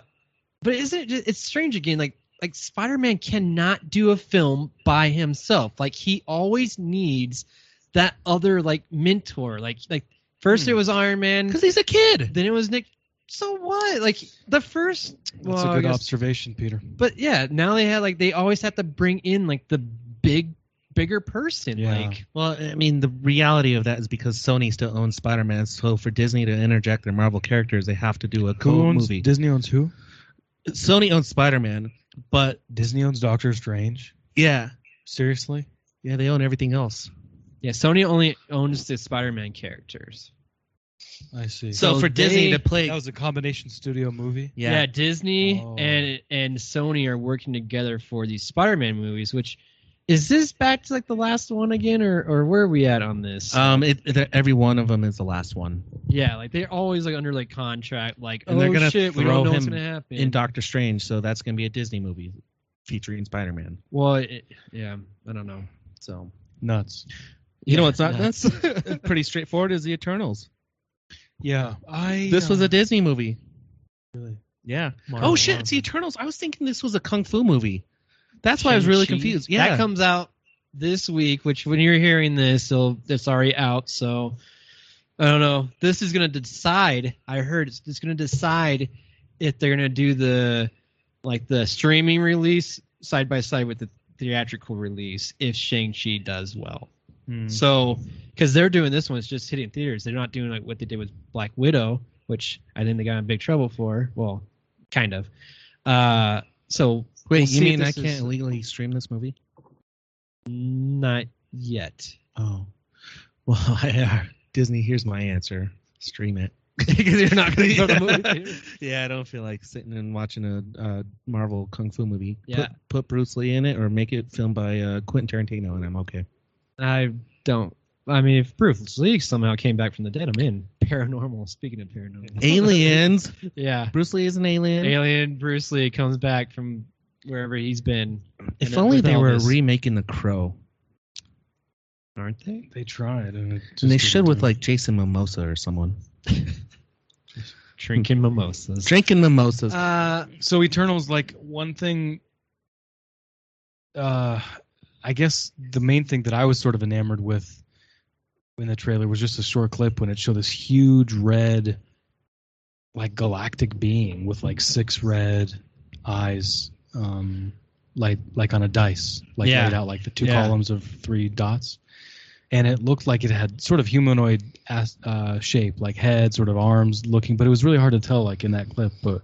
Speaker 1: but isn't it? Just, it's strange again. Like like Spider Man cannot do a film by himself. Like he always needs that other like mentor. Like like first
Speaker 4: Hmm.
Speaker 1: it was Iron Man,
Speaker 3: Because he's a kid.
Speaker 1: then it was Nick. So what? Like the first. Well,
Speaker 4: That's
Speaker 1: I
Speaker 4: a good
Speaker 1: guess-
Speaker 4: observation, Peter.
Speaker 1: but yeah, now they had like they always have to bring in like the big bigger person.
Speaker 4: Yeah.
Speaker 1: Like
Speaker 3: Well, I mean, the reality of that is because Sony still owns Spider Man, so for Disney to interject their Marvel characters, they have to do a
Speaker 4: Who
Speaker 3: cool
Speaker 4: owns
Speaker 3: movie.
Speaker 4: Disney owns who?
Speaker 3: Sony owns Spider Man, but
Speaker 4: Disney owns Doctor Strange.
Speaker 3: yeah,
Speaker 4: Seriously?
Speaker 3: yeah, they own everything else.
Speaker 1: yeah, Sony only owns the Spider Man characters.
Speaker 4: I see.
Speaker 3: So,
Speaker 1: So
Speaker 3: for Disney
Speaker 1: they-
Speaker 3: to play,
Speaker 4: that was a combination studio movie.
Speaker 1: Yeah,
Speaker 3: yeah,
Speaker 1: Disney
Speaker 4: Oh.
Speaker 1: and and Sony are working together for these Spider-Man movies. Which is this back to like the last one again, or or where are we at on this?
Speaker 3: um, it, it- every one of them is the last one.
Speaker 1: yeah, like they're always like under like contract. Like
Speaker 3: And
Speaker 1: oh
Speaker 3: they're gonna
Speaker 1: shit, we
Speaker 3: throw
Speaker 1: don't know what's
Speaker 3: him
Speaker 1: gonna happen.
Speaker 3: in Doctor Strange, so that's going to be a Disney movie featuring Spider Man.
Speaker 1: well, it, yeah, I don't know. So
Speaker 4: Nuts.
Speaker 3: You know, it's not
Speaker 1: yeah.
Speaker 3: that's [LAUGHS] pretty straightforward. Is the Eternals?
Speaker 4: Yeah. I
Speaker 3: This was
Speaker 4: uh,
Speaker 3: a Disney movie.
Speaker 4: Really?
Speaker 3: Yeah.
Speaker 4: Marvel,
Speaker 3: Oh shit!
Speaker 4: Marvel.
Speaker 3: It's the Eternals. I was thinking this was a kung fu movie. That's why I was really
Speaker 1: Shang-Chi.
Speaker 3: confused. Yeah.
Speaker 1: that comes out this week. Which when you're hearing this, it'll, it's already out. So I don't know. This is gonna decide. I heard it's, it's gonna decide if they're gonna do the like the streaming release side by side with the theatrical release if Shang Chi does well.
Speaker 4: Hmm.
Speaker 1: So because they're doing this one, it's just hitting theaters. They're not doing like what they did with Black Widow, which I think they got in big trouble for. Well, kind of. Uh, so
Speaker 3: Wait,
Speaker 1: we'll see
Speaker 3: you
Speaker 1: if
Speaker 3: mean I
Speaker 1: this
Speaker 3: can't
Speaker 1: is-
Speaker 3: illegally stream this movie?
Speaker 1: not yet.
Speaker 3: Oh. Well, [LAUGHS] uh, Disney. Here's my answer. Stream it. [LAUGHS]
Speaker 1: Because you're not going to go to the movie.
Speaker 3: yeah.
Speaker 1: theater.
Speaker 3: I don't feel like sitting and watching a uh, Marvel kung fu movie.
Speaker 1: Yeah.
Speaker 3: Put, put Bruce Lee in it, or make it filmed by uh, Quentin Tarantino, and I'm [LAUGHS] okay.
Speaker 1: I don't. I mean, if Bruce Lee somehow came back from the dead, I'm in. Paranormal. Speaking of paranormal,
Speaker 3: Aliens.
Speaker 1: yeah,
Speaker 3: Bruce Lee is an alien.
Speaker 1: alien Bruce Lee comes back from wherever he's been.
Speaker 3: If
Speaker 1: And
Speaker 3: only
Speaker 1: with
Speaker 3: they were
Speaker 1: Elvis.
Speaker 3: remaking The Crow.
Speaker 1: aren't they?
Speaker 4: They tried, and, it just
Speaker 3: And they
Speaker 4: didn't
Speaker 3: should with
Speaker 4: do it.
Speaker 3: like Jason Mimosa or someone.
Speaker 1: Drinking mimosas.
Speaker 3: Drinking mimosas.
Speaker 1: Uh,
Speaker 4: So Eternals, like one thing. Uh, I guess the main thing that I was sort of enamored with in the trailer was just a short clip when it showed this huge red, like galactic being with like six red eyes, um, like like on a dice, like
Speaker 1: Yeah.
Speaker 4: laid out like the two
Speaker 1: Yeah.
Speaker 4: columns of three dots, and it looked like it had sort of humanoid as, uh, shape, like head, sort of arms looking, but it was really hard to tell like in that clip, but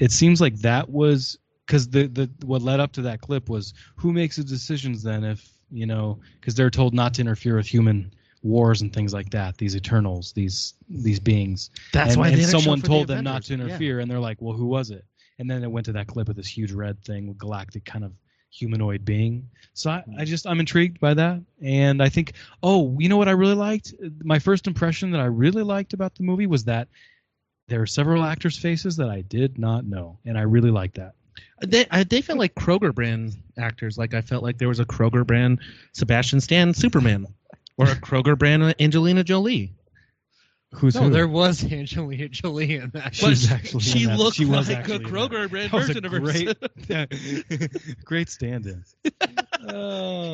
Speaker 4: it seems like that was because the, the what led up to that clip was who makes the decisions then if you know because they're told not to interfere with human wars and things like that these eternals these these beings
Speaker 3: That's
Speaker 4: and,
Speaker 3: why
Speaker 4: and
Speaker 3: they didn't show
Speaker 4: someone
Speaker 3: for the
Speaker 4: told them not
Speaker 3: Avengers.
Speaker 4: to interfere and they're like well who was it and then it went to that clip of this huge red thing with galactic kind of humanoid being so I, I just i'm intrigued by that and i think oh you know what i really liked my first impression that i really liked about the movie was that there are several actors faces that i did not know and i really like that
Speaker 3: Yeah. They, I, they felt like Kroger brand actors. Like I felt like there was a Kroger brand Sebastian Stan Superman, or a Kroger brand Angelina Jolie.
Speaker 4: Who's
Speaker 1: No,
Speaker 4: who?
Speaker 1: there was [LAUGHS] Angelina Jolie in
Speaker 4: [LAUGHS]
Speaker 1: that.
Speaker 4: She's
Speaker 3: But
Speaker 4: actually
Speaker 3: she
Speaker 4: in that.
Speaker 3: looked
Speaker 4: She was
Speaker 3: like a
Speaker 4: actually in that.
Speaker 3: Kroger red
Speaker 4: That was a
Speaker 3: version of herself. [LAUGHS]
Speaker 4: great, yeah. great [LAUGHS] stand-in.
Speaker 3: She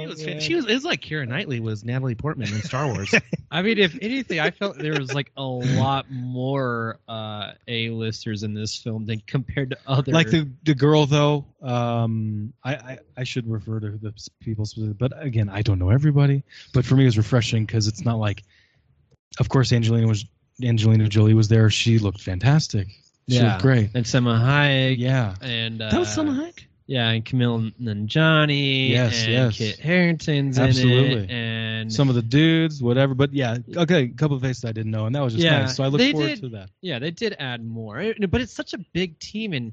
Speaker 3: was, fan- she was. It was like Kira Knightley was Natalie Portman in
Speaker 4: [LAUGHS]
Speaker 3: Star Wars.
Speaker 1: I mean, if anything, I felt there was like a lot more uh, A-listers in this film than compared to other.
Speaker 4: Like the the girl though, um, I, I I should refer to the s- people, specifically, but again, I don't know everybody. But for me, it was refreshing because it's not like, of course, Angelina was Angelina Jolie was there. She looked fantastic. She
Speaker 1: Yeah.
Speaker 4: looked great.
Speaker 1: and Selma Hayek
Speaker 4: Yeah,
Speaker 1: and uh,
Speaker 3: that was Selma Hayek.
Speaker 1: Yeah, and Camille and Johnny.
Speaker 4: Yes,
Speaker 1: and
Speaker 4: yes.
Speaker 1: Kit Harrington's in it.
Speaker 4: Absolutely.
Speaker 1: And
Speaker 4: Uh, some of the dudes, whatever. But yeah, okay, a couple of faces I didn't know, and that was just
Speaker 1: Yeah,
Speaker 4: nice. So I look
Speaker 1: they
Speaker 4: forward
Speaker 1: did-
Speaker 4: to that.
Speaker 1: yeah, they did add more. It- But it's such a big team, and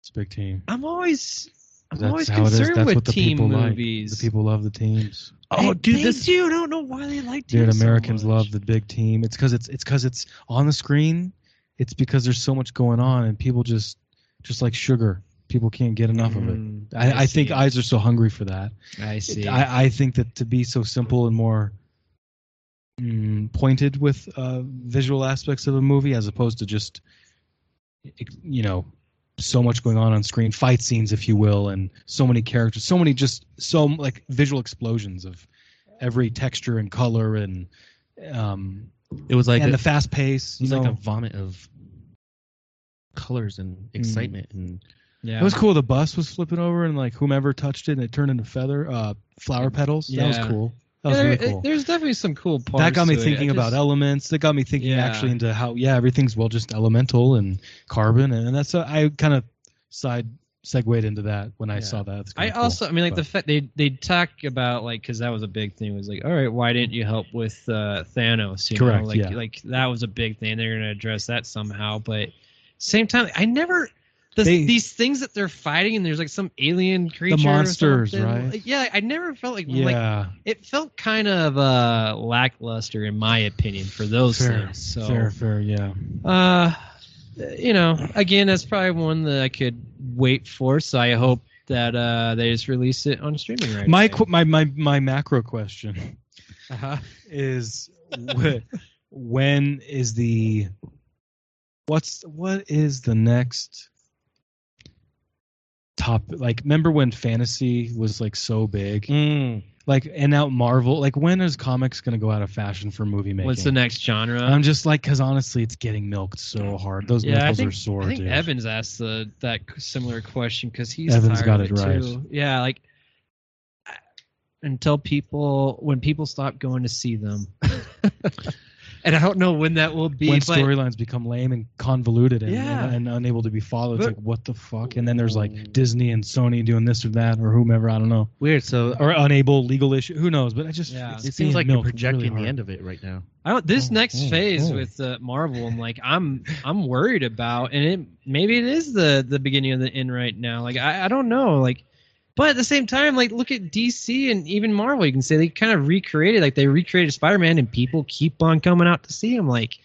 Speaker 4: It's a big team.
Speaker 1: I'm always I'm
Speaker 4: That's
Speaker 1: always
Speaker 4: how it is.
Speaker 1: concerned
Speaker 4: That's
Speaker 1: with
Speaker 4: what the
Speaker 1: team
Speaker 4: people like.
Speaker 1: movies.
Speaker 4: The people love the teams.
Speaker 1: They-
Speaker 3: Oh, dude,
Speaker 1: they
Speaker 3: this
Speaker 1: do. I don't know why they like
Speaker 4: Dude,
Speaker 1: teams so
Speaker 4: Americans
Speaker 1: much.
Speaker 4: love the big team. It's because it's it's because it's on the screen. It's because there's so much going on, and people just just like sugar. People can't get enough of it.
Speaker 1: Mm,
Speaker 4: I, I think
Speaker 1: see.
Speaker 4: eyes are so hungry for that.
Speaker 1: I see.
Speaker 4: I, I think that to be so simple and more mm, pointed with uh, visual aspects of a movie, as opposed to just you know so much going on on screen, fight scenes, if you will, and so many characters, so many just so like visual explosions of every texture and color and um
Speaker 3: It was like
Speaker 4: and
Speaker 3: a,
Speaker 4: the fast pace.
Speaker 3: it was
Speaker 4: You know,
Speaker 3: like a vomit of colors
Speaker 4: Mm.
Speaker 3: and excitement and
Speaker 1: yeah.
Speaker 4: it was cool. The bus was flipping over, and like whomever touched it, and it turned into feather uh, flower petals. That
Speaker 1: Yeah.
Speaker 4: was cool. That was
Speaker 1: Yeah,
Speaker 4: really
Speaker 1: there-
Speaker 4: cool.
Speaker 1: There's definitely some cool parts.
Speaker 4: that got me
Speaker 1: to it.
Speaker 4: thinking
Speaker 1: I
Speaker 4: about
Speaker 1: just-
Speaker 4: elements. That got me thinking
Speaker 1: Yeah.
Speaker 4: actually into how yeah everything's well just elemental and carbon and, and that's a, I kind of side segued into that when I
Speaker 1: Yeah.
Speaker 4: saw that. It's
Speaker 1: I
Speaker 4: kinda cool.
Speaker 1: also, I mean, like the
Speaker 4: but-
Speaker 1: fact they they talk about like because that was a big thing was like, all right, why didn't you help with uh, Thanos? You
Speaker 4: Correct,
Speaker 1: Know? Like,
Speaker 4: yeah.
Speaker 1: like that was a big thing. They're gonna address that somehow, but same time, I never. The,
Speaker 4: They-
Speaker 1: these things that they're fighting and there's like some alien creature, or
Speaker 4: monsters,
Speaker 1: something,
Speaker 4: right?
Speaker 1: like, yeah, I never felt like like
Speaker 4: yeah
Speaker 1: it felt kind of uh, lackluster in my opinion for those
Speaker 4: Fair,
Speaker 1: things. So
Speaker 4: fair fair yeah
Speaker 1: uh, you know, again, that's probably one that I could wait for. So I hope that uh, they just release it on streaming right
Speaker 4: my
Speaker 1: away.
Speaker 4: qu- my my my macro question
Speaker 1: [LAUGHS] Uh-huh.
Speaker 4: is wh- when is the what's what is the next top like remember when fantasy was like so big Mm. like and out Marvel. Like when is comics gonna go out of fashion for movie making?
Speaker 1: What's the next genre?
Speaker 4: I'm just like, cause honestly, it's getting milked so hard. Those
Speaker 1: Yeah, I
Speaker 4: nipples
Speaker 1: think-
Speaker 4: are sore,
Speaker 1: I think
Speaker 4: dude.
Speaker 1: Evans asked the, that similar question because he's
Speaker 4: Evans
Speaker 1: tired
Speaker 4: got
Speaker 1: of
Speaker 4: it right.
Speaker 1: too. Yeah, like I- until people when people stop going to see them,
Speaker 4: [LAUGHS]
Speaker 1: and I don't know when that will be.
Speaker 4: when
Speaker 1: but-
Speaker 4: storylines become lame and convoluted and,
Speaker 1: Yeah.
Speaker 4: and, and unable to be followed, it's
Speaker 1: But-
Speaker 4: like what the fuck? And then there's like Disney and Sony doing this or that or whomever, I don't know,
Speaker 3: weird. So
Speaker 4: or unable legal issue, who knows? But I just
Speaker 1: Yeah.
Speaker 4: it's
Speaker 3: it
Speaker 4: being
Speaker 3: seems like you're
Speaker 4: milked really
Speaker 3: projecting
Speaker 4: hard.
Speaker 3: the end of it right now.
Speaker 1: I don't, this
Speaker 4: Oh,
Speaker 1: next
Speaker 4: oh,
Speaker 1: phase
Speaker 4: oh.
Speaker 1: with uh, Marvel, I'm like, I'm I'm worried about, and it maybe it is the the beginning of the end right now. Like, I, I don't know, like, but at the same time, like, look at DC and even Marvel. You can say they kind of recreated, like, they recreated Spider Man, and people keep on coming out to see him. Like,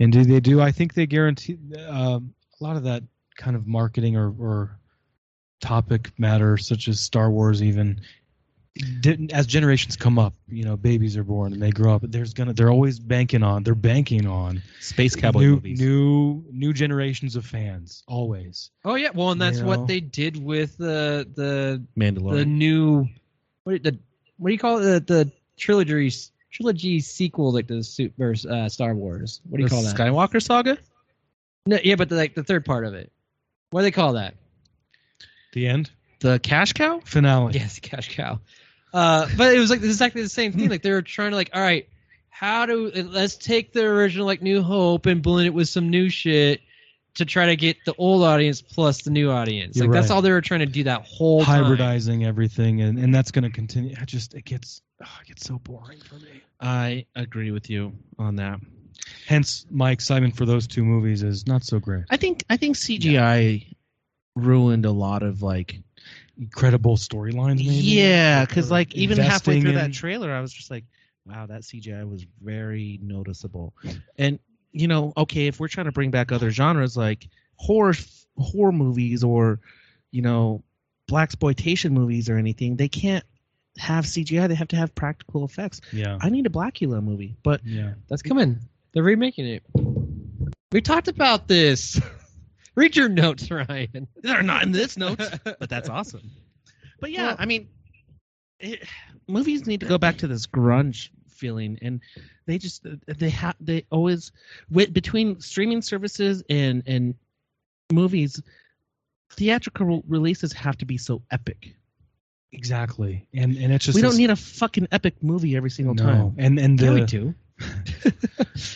Speaker 4: And do they do? I think they guarantee um a lot of that kind of marketing or, or topic matter, such as Star Wars, even didn't- as generations come up. You know, babies are born and they grow up. There's gonna they're always banking on they're banking on
Speaker 3: Space
Speaker 4: new new new generations of fans always.
Speaker 1: oh yeah, well, and that's
Speaker 4: You know?
Speaker 1: what they did with the the the
Speaker 3: Mandalorian.
Speaker 1: new what the what do you call it the, the trilogy trilogy sequel like the super uh, Star Wars. What do you call that?
Speaker 3: Skywalker saga?
Speaker 1: No, yeah, but the, like the third part of it. What do they call that? [LAUGHS]
Speaker 4: The end
Speaker 3: The cash cow?
Speaker 4: finale.
Speaker 1: Yes, cash cow. Uh, but it was like this is exactly the same thing. Like they were trying to like, all right, how do let's take the original like New Hope and blend it with some new shit to try to get the old audience plus the new audience.
Speaker 4: You're
Speaker 1: like that's
Speaker 4: right.
Speaker 1: all they were trying to do that whole time.
Speaker 4: Hybridizing everything, and, and that's going to continue. I just it gets oh, it gets so boring for me.
Speaker 3: I agree with you on that.
Speaker 4: Hence, my excitement for those two movies is not so great.
Speaker 3: I think I think CGI ruined a lot of like
Speaker 4: Credible storylines, maybe.
Speaker 3: yeah, because
Speaker 4: Or
Speaker 3: like even halfway
Speaker 4: investing
Speaker 3: through
Speaker 4: in-
Speaker 3: that trailer, I was just like, wow, that CGI was very noticeable. And you know, okay, if we're trying to bring back other genres like horror horror movies or you know black exploitation movies or anything, they can't have CGI. They have to have practical effects.
Speaker 4: Yeah.
Speaker 3: I need a Blackula movie, but
Speaker 4: Yeah.
Speaker 1: That's coming. They're remaking it. We talked about this. [LAUGHS] Read your notes, Ryan.
Speaker 3: They're not in
Speaker 1: [LAUGHS]
Speaker 3: this notes, but that's awesome. But yeah,
Speaker 1: Well-
Speaker 3: I mean, it, movies need to go back to this grunge feeling, and they just they have they always with, between streaming services and and movies, theatrical releases have to be so epic.
Speaker 4: Exactly. And and it's just
Speaker 3: we don't
Speaker 4: this-
Speaker 3: need a fucking epic movie every single
Speaker 4: no.
Speaker 3: time.
Speaker 4: And and
Speaker 1: Yeah, we
Speaker 4: the
Speaker 1: do.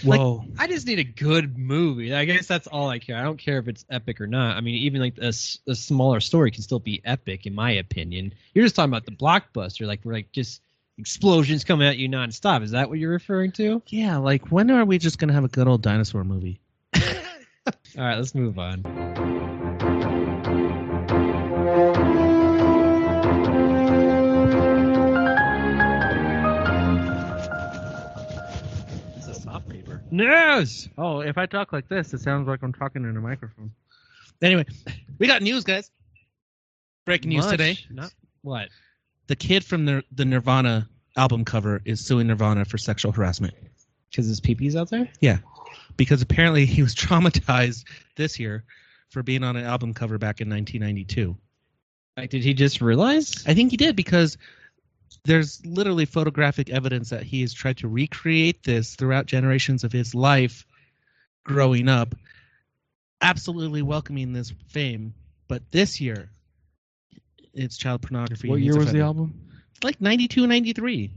Speaker 4: well,
Speaker 1: I just need a good movie. I guess that's all I care. I don't care if it's epic or not. I mean, even like a, s- a smaller story can still be epic, in my opinion. You're just talking about the blockbuster, like we're like just explosions coming at you nonstop. Is that what you're referring to?
Speaker 3: Yeah, like when are we just gonna have a good old dinosaur movie?
Speaker 1: All right, let's move on. It's a soft paper. News.
Speaker 3: Oh, if I talk like this, it sounds like I'm talking in a microphone. Anyway, we got news, guys. Breaking news
Speaker 1: Much,
Speaker 3: today.
Speaker 1: Not what?
Speaker 3: The kid from the, the Nirvana album cover is suing Nirvana for sexual harassment
Speaker 1: Because there's peepees out there.
Speaker 3: because apparently he was [LAUGHS] traumatized this year for being on an album cover back in 1992.
Speaker 1: Like, did he just realize?
Speaker 3: I think he did because there's literally photographic evidence that he has tried to recreate this throughout generations of his life growing up, absolutely welcoming this fame. But this year, it's child pornography.
Speaker 4: what
Speaker 3: and he's
Speaker 4: year was the
Speaker 3: offended.
Speaker 4: album?
Speaker 3: It's like 92, 93.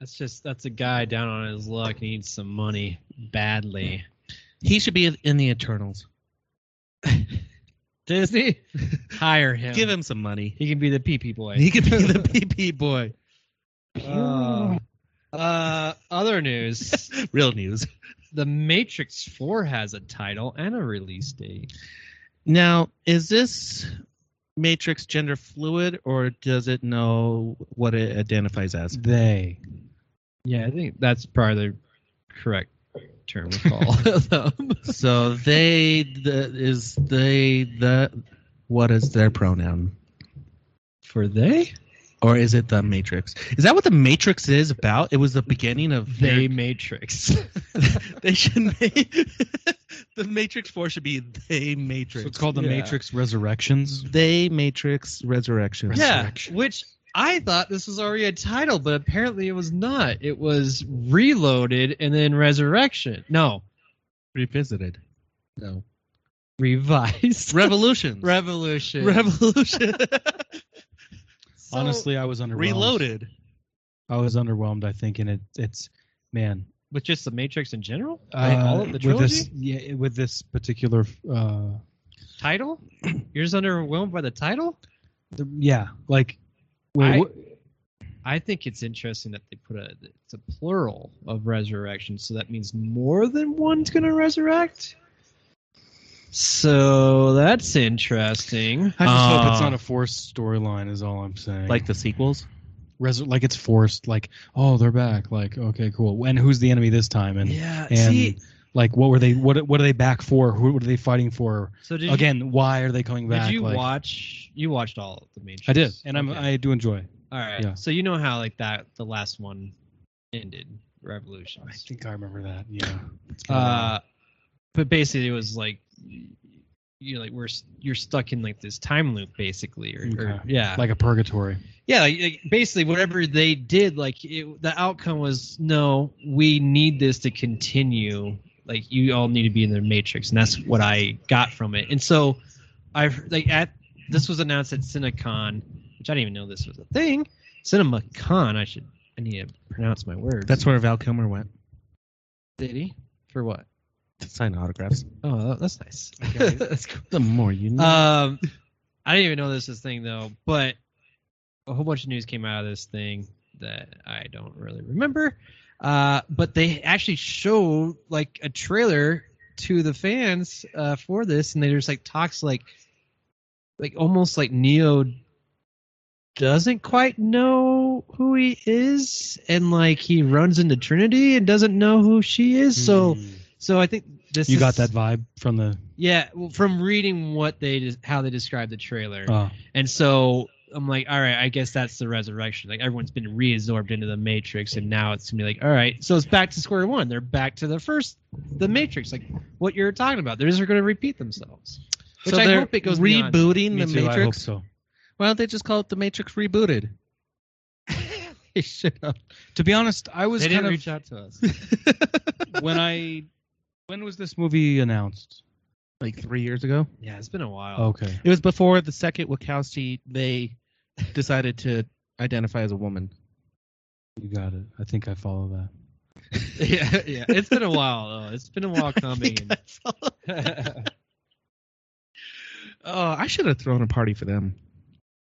Speaker 1: That's just that's a guy down on his luck needs some money badly.
Speaker 3: He should be in the Eternals.
Speaker 1: Disney, [LAUGHS] hire him.
Speaker 3: Give him some money.
Speaker 1: He can be the pee pee boy.
Speaker 3: He could be
Speaker 4: [LAUGHS]
Speaker 3: the PP boy.
Speaker 1: Uh, uh, other news:
Speaker 3: Real news.
Speaker 1: [LAUGHS] The Matrix Four has a title and a release date.
Speaker 3: Now, is this matrix gender fluid or does it know what it identifies as?
Speaker 4: They.
Speaker 1: Yeah, I think that's probably the correct term to [LAUGHS] call them.
Speaker 3: so they the, is they the what is their pronoun
Speaker 1: For they,
Speaker 3: or is it the matrix is that what the matrix is about it was the beginning of
Speaker 1: they Matrix.
Speaker 3: [LAUGHS] they should make [LAUGHS] the matrix 4 should be they
Speaker 4: So
Speaker 3: matrix
Speaker 4: it's called the
Speaker 1: Yeah.
Speaker 4: Matrix Resurrections.
Speaker 3: they matrix resurrection
Speaker 1: Yeah, which I thought this was already a title, but apparently it was not. It was Reloaded and then Resurrection. No,
Speaker 3: revisited no
Speaker 1: Revised
Speaker 3: revolutions
Speaker 1: Revolution.
Speaker 3: [LAUGHS] revolution So,
Speaker 4: Honestly, I was underwhelmed.
Speaker 3: reloaded
Speaker 4: I was underwhelmed. I think, and it, it's man.
Speaker 1: With just the Matrix in general,
Speaker 4: uh,
Speaker 1: Like all of the trilogy
Speaker 4: With this, yeah, with this particular, uh,
Speaker 1: title. You're just underwhelmed by the title.
Speaker 4: the, yeah, like, wait,
Speaker 1: I-
Speaker 4: what-
Speaker 1: I think it's interesting that they put a it's a plural of resurrection, so that means more than one's gonna resurrect. So that's interesting.
Speaker 4: I just hope it's
Speaker 3: Uh,
Speaker 4: not a forced storyline. Is all I'm saying.
Speaker 3: like the sequels
Speaker 4: Res- like it's forced. Like, oh, they're back. Like, okay, cool. And who's the enemy this time? And
Speaker 1: Yeah.
Speaker 4: and like, what were they? What what are they back for? Who what are they fighting for?
Speaker 1: so did
Speaker 4: Again, why are they coming
Speaker 1: You,
Speaker 4: back?
Speaker 1: did you
Speaker 4: like,
Speaker 1: watch? You watched all of the Matrix.
Speaker 4: I did, and I'm
Speaker 1: Okay.
Speaker 4: I do enjoy.
Speaker 1: All right.
Speaker 4: yeah.
Speaker 1: So you know how like that the last one ended, Revolutions.
Speaker 4: I think I remember that. Yeah. It's been a while.
Speaker 1: Uh, but basically, it was like you know, like we're s- you're stuck in like this time loop, basically, or, or-
Speaker 4: Okay.
Speaker 1: yeah,
Speaker 4: like a purgatory.
Speaker 1: yeah, like, like, basically whatever they did, like it, the outcome was no, we need this to continue. Like you all need to be in the matrix, and that's what I got from it. And so I've like at this was announced at CineCon, which I didn't even know this was a thing. CinemaCon, I should I need to pronounce my words.
Speaker 3: that's where val kilmer went
Speaker 1: did he for what?
Speaker 3: to sign autographs
Speaker 1: Oh, that- that's nice. that's cool.
Speaker 3: the more you know
Speaker 1: Um, I didn't even know this was a thing though, but a whole bunch of news came out of this thing that I don't really remember. Uh, but they actually showed like a trailer to the fans uh, for this, and they just like talks like, like almost like Neo doesn't quite know who he is, and like he runs into Trinity and doesn't know who she is. So,
Speaker 4: Mm.
Speaker 1: so I think this
Speaker 4: you got
Speaker 1: is-
Speaker 4: that vibe from the
Speaker 3: Oh.
Speaker 1: yeah, well, from reading what they de- how they described the trailer,
Speaker 4: uh,
Speaker 1: and so I'm like, all right, I guess that's the resurrection. Like everyone's been reabsorbed into the Matrix, and now it's gonna be like, all right, so it's back to square one. They're back to the first, the Matrix. Like what you're talking about, they're just gonna repeat themselves. Which
Speaker 3: so
Speaker 1: I
Speaker 3: they're
Speaker 1: hope it goes beyond.
Speaker 3: rebooting
Speaker 4: Me
Speaker 3: the
Speaker 4: too, I hope
Speaker 3: Matrix.
Speaker 4: so.
Speaker 3: Why don't they just call it the
Speaker 1: [LAUGHS]
Speaker 3: Matrix rebooted? they should have.
Speaker 4: To be honest, I was
Speaker 1: They
Speaker 4: kind
Speaker 1: didn't
Speaker 4: of
Speaker 1: reach out to
Speaker 3: [LAUGHS]
Speaker 1: us.
Speaker 4: when I when was this movie announced?
Speaker 3: like three years ago.
Speaker 1: Yeah, it's been a while.
Speaker 3: Oh.
Speaker 4: Okay.
Speaker 3: It was before the second Wachowski they decided to identify as a woman.
Speaker 4: You got it. I think I follow that.
Speaker 1: [LAUGHS] yeah, yeah, it's been a while though. It's been a while coming.
Speaker 3: That's all.
Speaker 4: [LAUGHS]
Speaker 3: Oh, I should have thrown a party for them.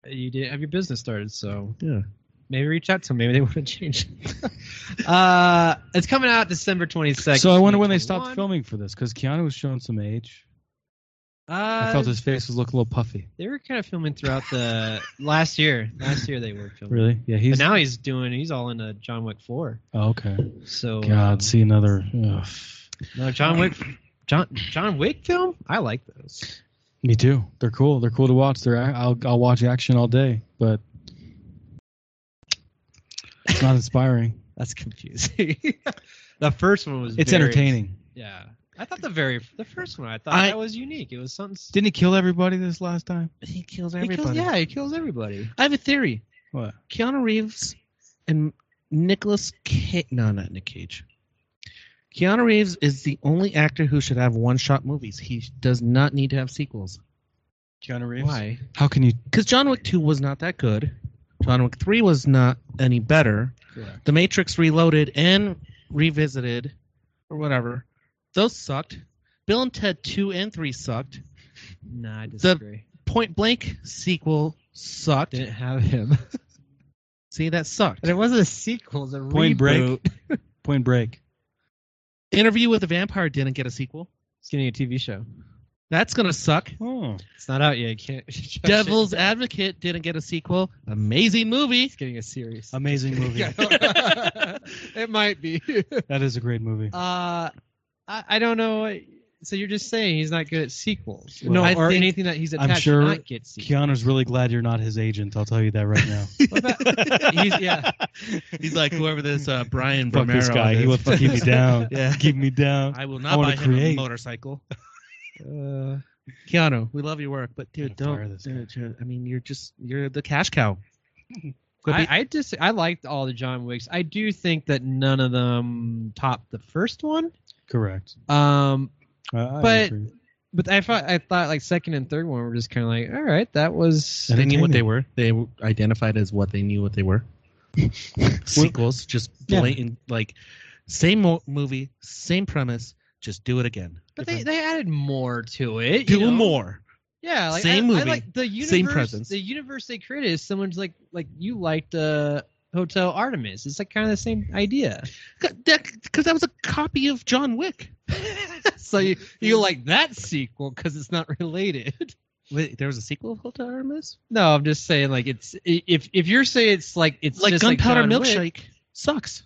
Speaker 1: you didn't have your business started, so
Speaker 3: Yeah.
Speaker 1: maybe reach out to them. Maybe they [LAUGHS] want to change. it. uh, it's coming out December 22nd.
Speaker 4: so I wonder when they stopped
Speaker 1: 2021.
Speaker 4: filming for this because Keanu was showing some age.
Speaker 1: Uh,
Speaker 4: I felt his face was looking a little puffy.
Speaker 1: They were kind of filming throughout the [LAUGHS] last year. Last year they were filming.
Speaker 4: Really? Yeah. He's
Speaker 1: But now he's doing. He's all in a John Wick four.
Speaker 4: oh, okay.
Speaker 1: So uh,
Speaker 4: God, see another. Ugh.
Speaker 1: no John Wick. John John Wick film. I like those.
Speaker 4: Me too. They're cool. They're cool to watch. They're a- I'll I'll watch action all day, but it's not inspiring.
Speaker 1: That's confusing. [LAUGHS] the first one
Speaker 4: [LAUGHS]
Speaker 1: was.
Speaker 4: it's
Speaker 1: very-
Speaker 4: entertaining.
Speaker 1: Yeah, I thought the very the first one. I thought
Speaker 3: I-
Speaker 1: that was unique. It was something.
Speaker 4: Didn't he kill everybody this last time?
Speaker 3: He kills
Speaker 1: He kills-
Speaker 3: everybody.
Speaker 1: yeah, he kills everybody.
Speaker 3: I have a theory.
Speaker 4: What?
Speaker 3: Keanu Reeves and Nicholas Cage. No, not Nick Cage. Keanu Reeves is the only actor who should have one-shot movies. He does not need to have sequels.
Speaker 4: Keanu
Speaker 3: Why?
Speaker 4: How can you?
Speaker 3: Because John Wick 2 was not that good. John Wick 3 was not any better. The Matrix Reloaded and Revisited, or whatever, those sucked. Bill and Ted 2 and 3 sucked.
Speaker 1: Nah, I disagree.
Speaker 3: Point Blank sequel sucked.
Speaker 1: Didn't have him.
Speaker 3: See, that
Speaker 1: [LAUGHS]
Speaker 3: sucked.
Speaker 1: And it wasn't a sequel. It's a
Speaker 4: Point
Speaker 1: reboot.
Speaker 4: Break. [LAUGHS] Point Break.
Speaker 3: Interview with the Vampire didn't get a sequel.
Speaker 1: It's getting a TV show.
Speaker 3: That's gonna suck.
Speaker 4: Oh.
Speaker 1: It's not out yet. You can't. [LAUGHS]
Speaker 3: Devil's Advocate didn't get a sequel. Amazing movie.
Speaker 1: It's getting a [LAUGHS] series.
Speaker 4: Amazing [LAUGHS] movie.
Speaker 1: it might be. [LAUGHS]
Speaker 4: that is a great movie.
Speaker 1: Uh, I, I don't know. what- So you're just saying he's not good at sequels,
Speaker 4: No,
Speaker 1: or
Speaker 4: I
Speaker 1: or
Speaker 4: think-
Speaker 1: anything that he's
Speaker 4: I'm
Speaker 1: attached
Speaker 4: sure
Speaker 1: to not get sequels.
Speaker 4: Keanu's really glad you're not his agent. I'll tell you that right now.
Speaker 1: What [LAUGHS] about- he's, yeah,
Speaker 3: He's like whoever this uh,
Speaker 4: [LAUGHS]
Speaker 3: Brian
Speaker 4: Fuck this
Speaker 3: Romero
Speaker 4: guy. He
Speaker 3: is.
Speaker 4: will keep [LAUGHS] me down.
Speaker 3: Yeah.
Speaker 4: Keep me down.
Speaker 3: I will
Speaker 4: I
Speaker 3: not
Speaker 4: wanna
Speaker 3: buy him a
Speaker 4: create.
Speaker 3: motorcycle.
Speaker 1: uh,
Speaker 3: Keanu, we love your work, but dude,
Speaker 4: I'm gonna fire
Speaker 3: don't.
Speaker 4: this
Speaker 3: dude, dude, I mean, you're just you're the cash cow. Could
Speaker 1: I,
Speaker 3: be-
Speaker 1: I just I liked all the John Wicks. I do think that none of them topped the first one.
Speaker 4: Correct.
Speaker 1: Um,
Speaker 4: I, I
Speaker 1: But-
Speaker 4: agree.
Speaker 1: but I thought I thought like second and third one were just kind of like, all right, that was
Speaker 3: they knew what
Speaker 4: entertainment.
Speaker 3: they were. They were identified as what they knew what they were. Sequels, just
Speaker 4: Yeah.
Speaker 3: blatant, like same mo- movie, same premise. Just do it again.
Speaker 1: But they, they added more to it.
Speaker 3: do
Speaker 1: you know?
Speaker 3: more.
Speaker 1: Yeah, like
Speaker 3: Same
Speaker 1: I, I
Speaker 3: movie,
Speaker 1: like the universe.
Speaker 3: presence.
Speaker 1: The universe they created is someone's like like you liked uh, Hotel Artemis. It's like kind of the same [LAUGHS] idea.
Speaker 3: Because that, was a copy of John Wick.
Speaker 1: so [LAUGHS] you, you like that sequel because it's not related. [LAUGHS]
Speaker 3: Wait, there was a sequel of Hotel Artemis?
Speaker 1: No, I'm just saying like it's i- if if you're saying it's like it's
Speaker 3: Like
Speaker 1: just
Speaker 3: Gunpowder
Speaker 1: John
Speaker 3: Milkshake
Speaker 1: Wick,
Speaker 3: sucks.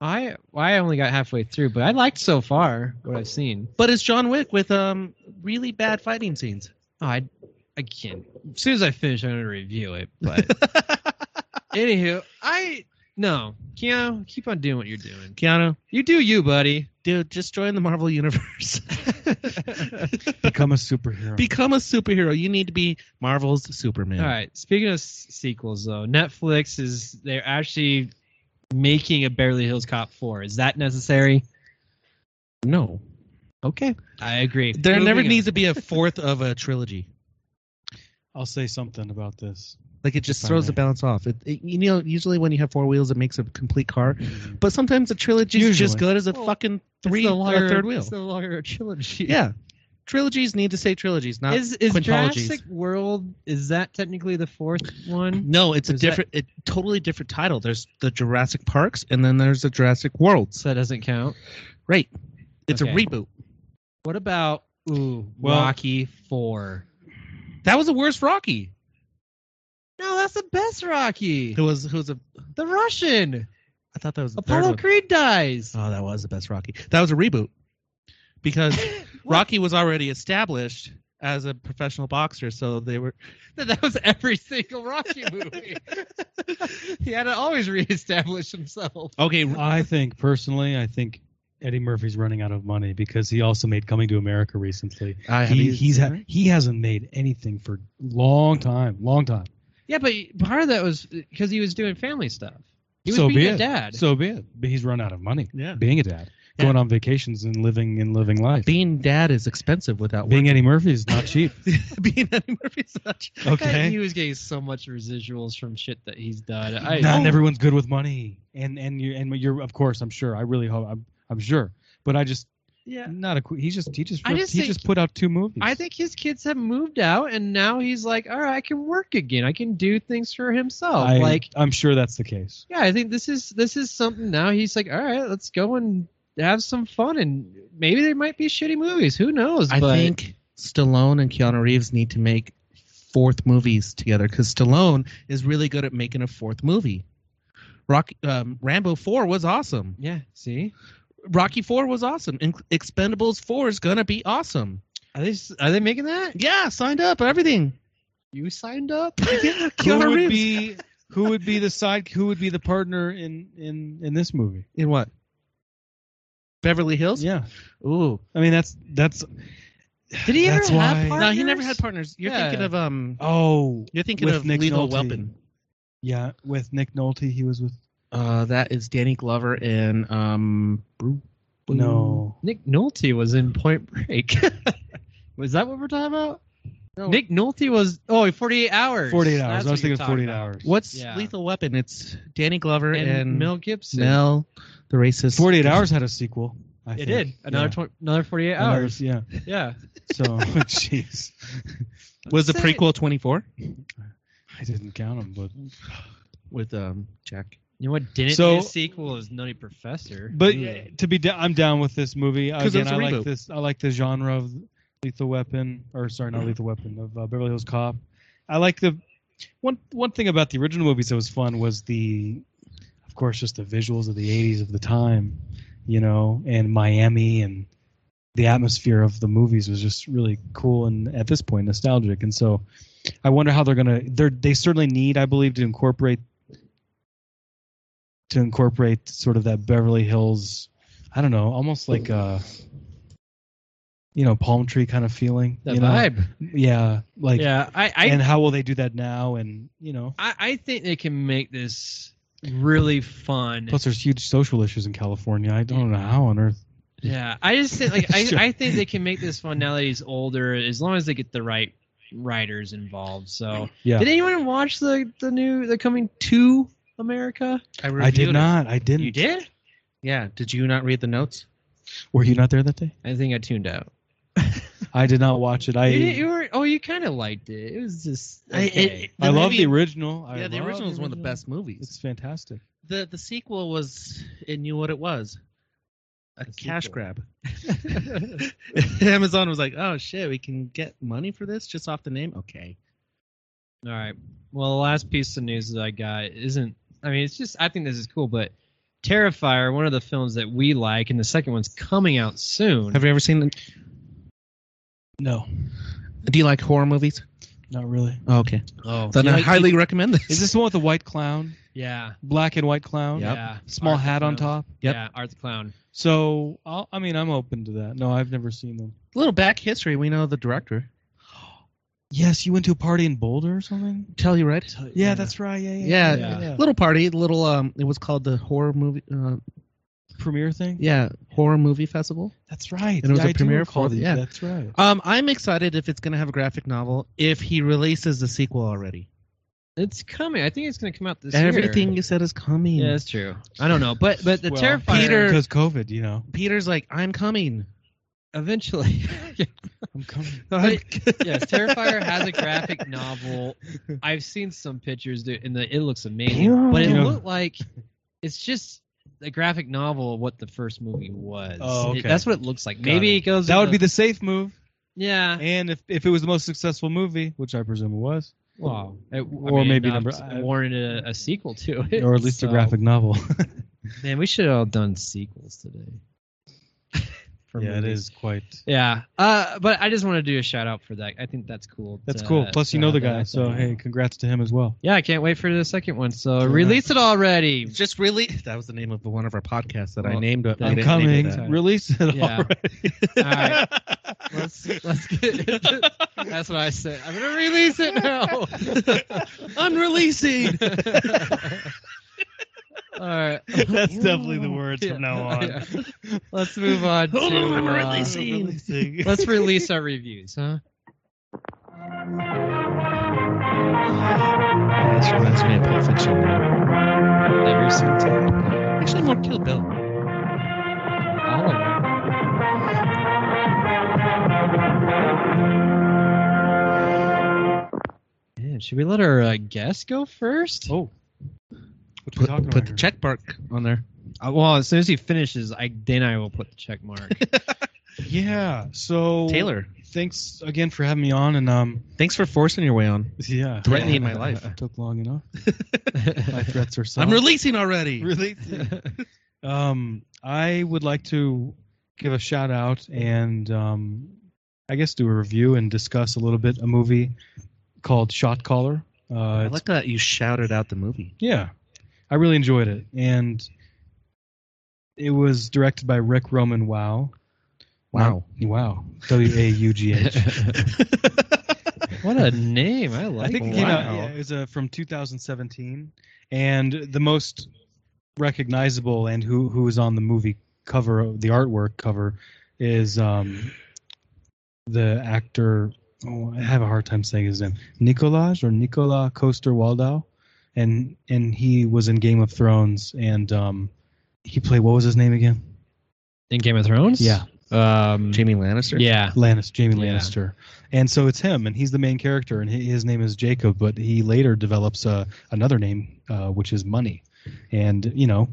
Speaker 1: I I only got halfway through, but I liked so far what I've seen.
Speaker 3: But it's John Wick with um really bad fighting scenes.
Speaker 1: Oh, I I can't. As soon as I finish, I'm gonna review it.
Speaker 3: [LAUGHS]
Speaker 1: But anywho, I no Keanu, keep on doing what you're doing.
Speaker 3: Keanu,
Speaker 1: You do you, buddy.
Speaker 3: dude, just join the Marvel
Speaker 1: [LAUGHS]
Speaker 3: universe.
Speaker 4: Become a superhero.
Speaker 3: Become a superhero. You need to be Marvel's Superman.
Speaker 1: All right. Speaking of s- sequels, though, Netflix is they're actually making a Beverly Hills Cop four. Is that necessary?
Speaker 3: No.
Speaker 1: Okay, I agree.
Speaker 3: There
Speaker 1: Moving
Speaker 3: never
Speaker 1: on.
Speaker 3: needs to be a fourth of a trilogy.
Speaker 4: I'll say something about [LAUGHS] this.
Speaker 3: Like it just
Speaker 4: If I
Speaker 3: throws
Speaker 4: may.
Speaker 3: the balance off. It, it- you know, usually when you have four wheels, it makes a complete car. But sometimes a trilogy is just
Speaker 4: Usually.
Speaker 3: good as a
Speaker 1: Well,
Speaker 3: fucking
Speaker 1: It's
Speaker 3: three
Speaker 1: no
Speaker 3: or
Speaker 1: longer-
Speaker 3: third wheel.
Speaker 1: It's no longer a trilogy.
Speaker 3: Yeah. Trilogies need to say trilogies,
Speaker 1: [LAUGHS]
Speaker 3: not
Speaker 1: Is is
Speaker 3: quintologies.
Speaker 1: Jurassic World is that technically the fourth one?
Speaker 3: No, it's a
Speaker 1: Is that-
Speaker 3: different, it, totally different title. There's the Jurassic Parks, and then there's the Jurassic Worlds.
Speaker 1: So that doesn't count.
Speaker 3: Right. It's
Speaker 1: Okay.
Speaker 3: a reboot.
Speaker 1: What about ooh
Speaker 4: Well-
Speaker 1: Rocky four?
Speaker 3: That was the worst Rocky.
Speaker 1: No, that's the best Rocky.
Speaker 3: Who was who's a?
Speaker 1: The Russian
Speaker 3: I thought that was the third
Speaker 1: Apollo
Speaker 3: one.
Speaker 1: Creed dies. [LAUGHS]
Speaker 3: Oh, that [LAUGHS] was the best Rocky. That was a reboot because Rocky was already established as a professional boxer, so they were.
Speaker 1: That was every single Rocky [LAUGHS] movie. he had to always reestablish himself.
Speaker 4: Oh.
Speaker 3: Okay,
Speaker 4: I think personally, I think Eddie Murphy's running out of money because he also made Coming to America recently.
Speaker 3: I have
Speaker 4: He,
Speaker 3: used
Speaker 4: he's ha-
Speaker 3: it.
Speaker 4: he hasn't made anything for long time, long time.
Speaker 1: Yeah, but part of that was because he was doing family stuff. He was
Speaker 4: so
Speaker 1: being
Speaker 4: be
Speaker 1: a
Speaker 4: it.
Speaker 1: dad.
Speaker 4: So be it. But he's run out of money.
Speaker 3: Yeah.
Speaker 4: Being a dad,
Speaker 3: Yeah.
Speaker 4: going on vacations and living and living life.
Speaker 3: being dad is expensive without
Speaker 4: Being Eddie Murphy is not
Speaker 1: [LAUGHS]
Speaker 4: cheap.
Speaker 3: working. [LAUGHS] being Eddie Murphy's such.
Speaker 4: Okay.
Speaker 1: he was getting so much residuals from shit that he's done. I,
Speaker 4: not everyone's good with money, and and you and you're of course I'm sure I really hope I'm I'm sure, but I just
Speaker 1: yeah.
Speaker 4: not a qu- he just he just,
Speaker 1: I just
Speaker 4: he
Speaker 1: think-
Speaker 4: just put out two movies.
Speaker 1: I think his kids have moved out, and now he's like, all right, I can work again. I can do things for himself.
Speaker 4: I,
Speaker 1: oh, like,
Speaker 4: I'm sure that's the case.
Speaker 1: yeah, I think this is this is something. Now he's like, all right, let's go and have some fun, and maybe there might be shitty movies. Who knows?
Speaker 3: I
Speaker 1: but
Speaker 3: think Stallone and Keanu Reeves need to make fourth movies together because Stallone is really good at making a fourth movie. Rock, um, Rambo Four was awesome.
Speaker 1: yeah, see,
Speaker 3: Rocky Four was awesome. In- Expendables Four is gonna be awesome.
Speaker 1: are they s- are they making that?
Speaker 3: Yeah, signed up everything.
Speaker 1: You signed
Speaker 4: [LAUGHS]
Speaker 1: [LAUGHS] up?
Speaker 3: yeah,
Speaker 4: who
Speaker 3: Keanu
Speaker 4: would
Speaker 3: Reeves.
Speaker 4: be who would be the side who would be the partner in in in this movie?
Speaker 3: in what? Beverly Hills.
Speaker 4: Yeah,
Speaker 3: Ooh.
Speaker 4: I mean that's that's
Speaker 1: Did he ever
Speaker 4: That's
Speaker 1: have
Speaker 4: why-
Speaker 1: partners?
Speaker 3: No, he never had partners. You're
Speaker 1: Yeah.
Speaker 3: thinking of um.
Speaker 4: oh
Speaker 3: You're thinking
Speaker 4: With
Speaker 3: of
Speaker 4: Nick
Speaker 3: Lethal
Speaker 4: Nolte.
Speaker 3: Weapon.
Speaker 4: yeah with Nick Nolte he was with
Speaker 3: Uh, that is Danny Glover and um. Bru-
Speaker 4: no
Speaker 1: Nick Nolte was in Point Break. [LAUGHS] was that what we're talking about?
Speaker 3: No.
Speaker 1: Nick Nolte was oh 48 hours.
Speaker 4: forty eight
Speaker 1: That's
Speaker 4: hours I
Speaker 1: what
Speaker 4: was
Speaker 1: you're
Speaker 4: thinking
Speaker 1: talking
Speaker 4: forty eight
Speaker 1: about.
Speaker 4: hours
Speaker 3: What's
Speaker 1: Yeah.
Speaker 3: Lethal Weapon? It's Danny Glover and,
Speaker 1: And, Mel Gibson.
Speaker 3: Mel, the racist.
Speaker 4: forty eight hours had a sequel I
Speaker 1: it
Speaker 4: think.
Speaker 1: did another
Speaker 4: yeah.
Speaker 1: twen- another 48
Speaker 4: Another-
Speaker 1: hours.
Speaker 4: yeah
Speaker 1: Yeah.
Speaker 4: so [LAUGHS] jeez [LAUGHS]
Speaker 3: was the
Speaker 1: Say-
Speaker 3: prequel 24
Speaker 4: I didn't count them but
Speaker 3: with um Jack.
Speaker 1: You know what didn't
Speaker 4: So-
Speaker 1: get a sequel is Nutty Professor.
Speaker 4: but
Speaker 1: Ooh.
Speaker 4: to be down I'm down with this movie
Speaker 3: 'Cause
Speaker 4: again
Speaker 3: it's a
Speaker 4: I like
Speaker 3: reboot.
Speaker 4: this I like the genre of Lethal Weapon or sorry not Lethal Weapon of uh, Beverly Hills Cop I like the one one thing about the original movies that was fun was the of course just the visuals of the 80s of the time you know and Miami and the atmosphere of the movies was just really cool and at this point nostalgic and so I wonder how they're gonna they're they certainly need I believe to incorporate to incorporate sort of that Beverly Hills I don't know almost like a you know palm tree kind of feeling
Speaker 1: the
Speaker 4: you know?
Speaker 1: vibe.
Speaker 4: yeah like
Speaker 1: yeah, I I,
Speaker 4: and how will they do that now? And you know,
Speaker 1: I I think they can make this really fun.
Speaker 4: plus there's huge social issues in California. I don't know how on earth.
Speaker 1: Yeah, I just
Speaker 4: [LAUGHS]
Speaker 1: think like I,
Speaker 4: Sure.
Speaker 1: I think they can make this fun now that he's older, as long as they get the right writers involved. So,
Speaker 4: Yeah.
Speaker 1: did anyone watch the the new the coming to America?
Speaker 4: I did
Speaker 3: reviewed it.
Speaker 4: not. I didn't.
Speaker 1: You did?
Speaker 3: Yeah. Did you not read the notes?
Speaker 4: Were you not there that day?
Speaker 1: I think I tuned out.
Speaker 4: I did not watch it. I
Speaker 1: you, did, you were oh you kind of liked it. It was just
Speaker 3: I- it-
Speaker 1: okay.
Speaker 3: it-
Speaker 4: I love
Speaker 3: movie-
Speaker 4: the original. I
Speaker 3: yeah, the
Speaker 4: love
Speaker 3: original is one of the
Speaker 4: original.
Speaker 3: best movies.
Speaker 4: It's fantastic.
Speaker 3: the the sequel was it knew what it was a cash
Speaker 1: sequel.
Speaker 3: [LAUGHS] grab amazon was like oh shit we can get money for this just off the name okay
Speaker 1: All right. Well, the last piece of news that I got isn't. I mean, it's just. I think this is cool, but Terrifier, one of the films that we like, and the second one's coming out soon.
Speaker 3: have you ever seen
Speaker 4: No,
Speaker 3: do you like horror movies
Speaker 4: not really.
Speaker 3: oh, okay
Speaker 1: oh,
Speaker 3: then
Speaker 1: you
Speaker 3: i
Speaker 1: like-
Speaker 3: highly recommend this
Speaker 4: Is this the one with the white clown,
Speaker 1: Yeah.
Speaker 4: black and white clown?
Speaker 3: Yep.
Speaker 1: Yeah.
Speaker 4: Small
Speaker 1: Art the
Speaker 4: hat on
Speaker 1: Clown.
Speaker 4: top.
Speaker 3: Yep.
Speaker 1: Yeah, Art the Clown.
Speaker 4: So I'll, I mean, I'm open to that. No, I've never seen them.
Speaker 3: little back history we know the director
Speaker 4: Yes, you went to a party in Boulder or something.
Speaker 3: tell you right
Speaker 4: Uh, Yeah, that's right. Yeah, yeah,
Speaker 3: Yeah.
Speaker 1: Yeah.
Speaker 3: little party little um it was called the horror movie uh,
Speaker 4: Premiere thing.
Speaker 3: yeah horror movie festival
Speaker 4: That's right.
Speaker 3: And it was
Speaker 4: Yeah,
Speaker 3: a
Speaker 4: I do
Speaker 3: premiere
Speaker 4: recall
Speaker 3: for-
Speaker 4: the-
Speaker 3: yeah.
Speaker 4: That's right.
Speaker 3: um i'm excited if it's gonna have a graphic novel if he releases the sequel already
Speaker 1: It's coming. I think it's going to come out this year.
Speaker 3: everything you said is coming
Speaker 1: Yeah, that's true. I don't know, but but the
Speaker 4: Well,
Speaker 1: Terrifier
Speaker 3: Peter-
Speaker 4: because COVID, you know.
Speaker 3: Peter's like, I'm coming.
Speaker 4: [LAUGHS]
Speaker 3: [LAUGHS]
Speaker 1: eventually.
Speaker 4: I'm coming.
Speaker 1: [LAUGHS] But- yes, Terrifier has a graphic novel. I've seen some pictures, dude, and the, it looks amazing. But it
Speaker 4: Yeah.
Speaker 1: looked like it's just a graphic novel of what the first movie was.
Speaker 4: Oh,
Speaker 1: It-
Speaker 4: okay.
Speaker 1: that's what it looks like. Maybe
Speaker 4: it.
Speaker 1: it
Speaker 4: [LAUGHS]
Speaker 1: goes.
Speaker 4: That
Speaker 1: in
Speaker 4: would be the safe move.
Speaker 1: yeah.
Speaker 4: And if, if it was the most successful movie, which I presume it was,
Speaker 1: Wow. It,
Speaker 4: Or maybe number-
Speaker 1: I warranted a, a sequel to it,
Speaker 4: or at least a
Speaker 1: so-
Speaker 4: graphic novel.
Speaker 1: Man, we should have all done sequels today. [LAUGHS] for
Speaker 4: yeah,
Speaker 1: movies.
Speaker 4: it is quite.
Speaker 1: Yeah. Uh, but I just want to do a shout out for that. I think that's cool.
Speaker 4: That's
Speaker 1: to-
Speaker 4: cool. Plus,
Speaker 1: to
Speaker 4: you know
Speaker 1: have
Speaker 4: the
Speaker 1: that
Speaker 4: guy,
Speaker 1: out
Speaker 4: so
Speaker 1: there.
Speaker 4: hey, congrats to him as well.
Speaker 1: Yeah, I can't wait for the second one. So
Speaker 4: Yeah.
Speaker 1: release it already.
Speaker 3: Just really, that was the name of the, one of our podcasts that I
Speaker 1: Well,
Speaker 3: named. it- I
Speaker 4: I'm
Speaker 3: didn't
Speaker 4: coming.
Speaker 3: name it that.
Speaker 4: Release it
Speaker 1: Yeah.
Speaker 4: already.
Speaker 1: All right. Let's let's get. [LAUGHS] That's what I said. I'm gonna release it now. [LAUGHS]
Speaker 4: [LAUGHS]
Speaker 3: Unreleasing.
Speaker 1: All right.
Speaker 3: That's
Speaker 1: [LAUGHS]
Speaker 3: definitely the words from now on.
Speaker 1: Yeah. Let's
Speaker 4: [LAUGHS]
Speaker 1: move on.
Speaker 3: Hold
Speaker 1: to,
Speaker 3: on, we're
Speaker 1: uh,
Speaker 3: releasing.
Speaker 1: [LAUGHS] Let's release our reviews, huh?
Speaker 3: This reminds me of Pulp Fiction.
Speaker 1: Every single time.
Speaker 3: Actually, more Kill Bill.
Speaker 1: All of them. Man, should we let our uh, guest go first?
Speaker 4: oh. What you
Speaker 3: Put,
Speaker 4: talking
Speaker 3: put
Speaker 4: about
Speaker 3: the
Speaker 4: here?
Speaker 3: check mark on there.
Speaker 1: Uh, well, as soon as he finishes, I then I will put the check mark.
Speaker 4: Yeah.
Speaker 1: Oh.
Speaker 4: So
Speaker 3: Taylor,
Speaker 4: thanks again for having me on, and um,
Speaker 3: thanks for forcing your way on.
Speaker 4: yeah,
Speaker 3: Threatening my life.
Speaker 4: [LAUGHS]
Speaker 1: [LAUGHS]
Speaker 4: took long enough. My threats are solid.
Speaker 3: I'm
Speaker 4: [LAUGHS]
Speaker 3: releasing already.
Speaker 4: Um, I would like to give a shout out and um, I guess do a review and discuss a little bit a movie called Shot Caller. Uh,
Speaker 3: I
Speaker 4: it's-
Speaker 3: like that you shouted out the movie.
Speaker 1: [LAUGHS]
Speaker 4: yeah, I really enjoyed it, and it was directed by Rick Roman. Wow,
Speaker 3: Wow.
Speaker 4: wow, W A U G H.
Speaker 1: [LAUGHS] what a name! I like.
Speaker 4: I think it
Speaker 1: it.
Speaker 4: came out.
Speaker 3: Wow.
Speaker 4: Yeah, it was uh, from 2017, and the most recognizable and who who is on the movie cover, the artwork cover, is um, the actor. Oh, I have a hard time saying his name, Nicolaj or Nicola Coaster Waldau, and and he was in Game of Thrones, and um, he played what was his name again?
Speaker 1: in Game of Thrones.
Speaker 4: Yeah,
Speaker 1: Um.
Speaker 3: Jamie Lannister?
Speaker 1: Yeah.
Speaker 4: Lannister, Jamie
Speaker 1: Yeah.
Speaker 4: Lannister, and so it's him, and he's the main character, and hi- his name is Jacob, but he later develops uh, another name, uh, which is Money, and you know,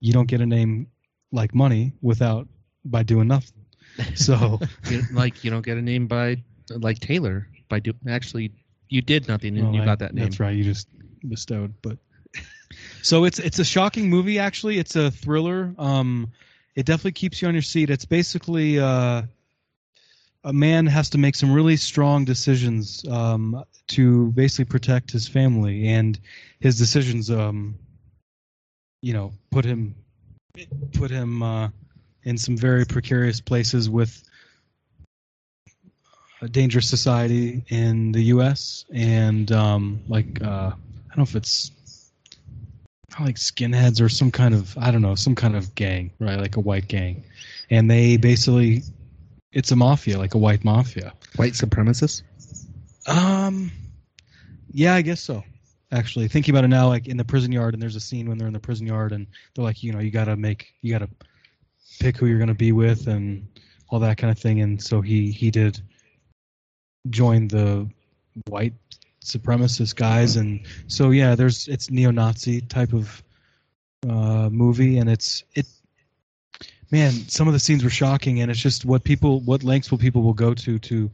Speaker 4: you don't get a name like Money without by doing nothing.
Speaker 1: [LAUGHS]
Speaker 4: So
Speaker 3: You- like, you don't get a name by, like Taylor, by do, actually, you did nothing and
Speaker 4: Well,
Speaker 3: you
Speaker 4: I-
Speaker 3: got that name.
Speaker 4: That's right, you just bestowed, but [LAUGHS] so it's it's a shocking movie. Actually, it's a thriller. Um, it definitely keeps you on your seat. It's basically uh, a man has to make some really strong decisions um, to basically protect his family, and his decisions, um, you know, put him put him uh, in some very precarious places with a dangerous society in the U.S. and um, like uh, I don't know if it's I like skinheads or some kind of I don't know some kind of gang, right? Like a white gang, and they basically it's a mafia, like a white mafia.
Speaker 3: White supremacist?
Speaker 4: Um, yeah, I guess so. Actually, thinking about it now, like in the prison yard, and there's a scene when they're in the prison yard, and they're like, you know, you gotta make, you gotta pick who you're gonna be with, and all that kind of thing. And so he he did join the white supremacist guys, and so yeah, there's it's neo-Nazi type of uh, movie, and it's it. Man, some of the scenes were shocking, and it's just what people, what lengths will people will go to to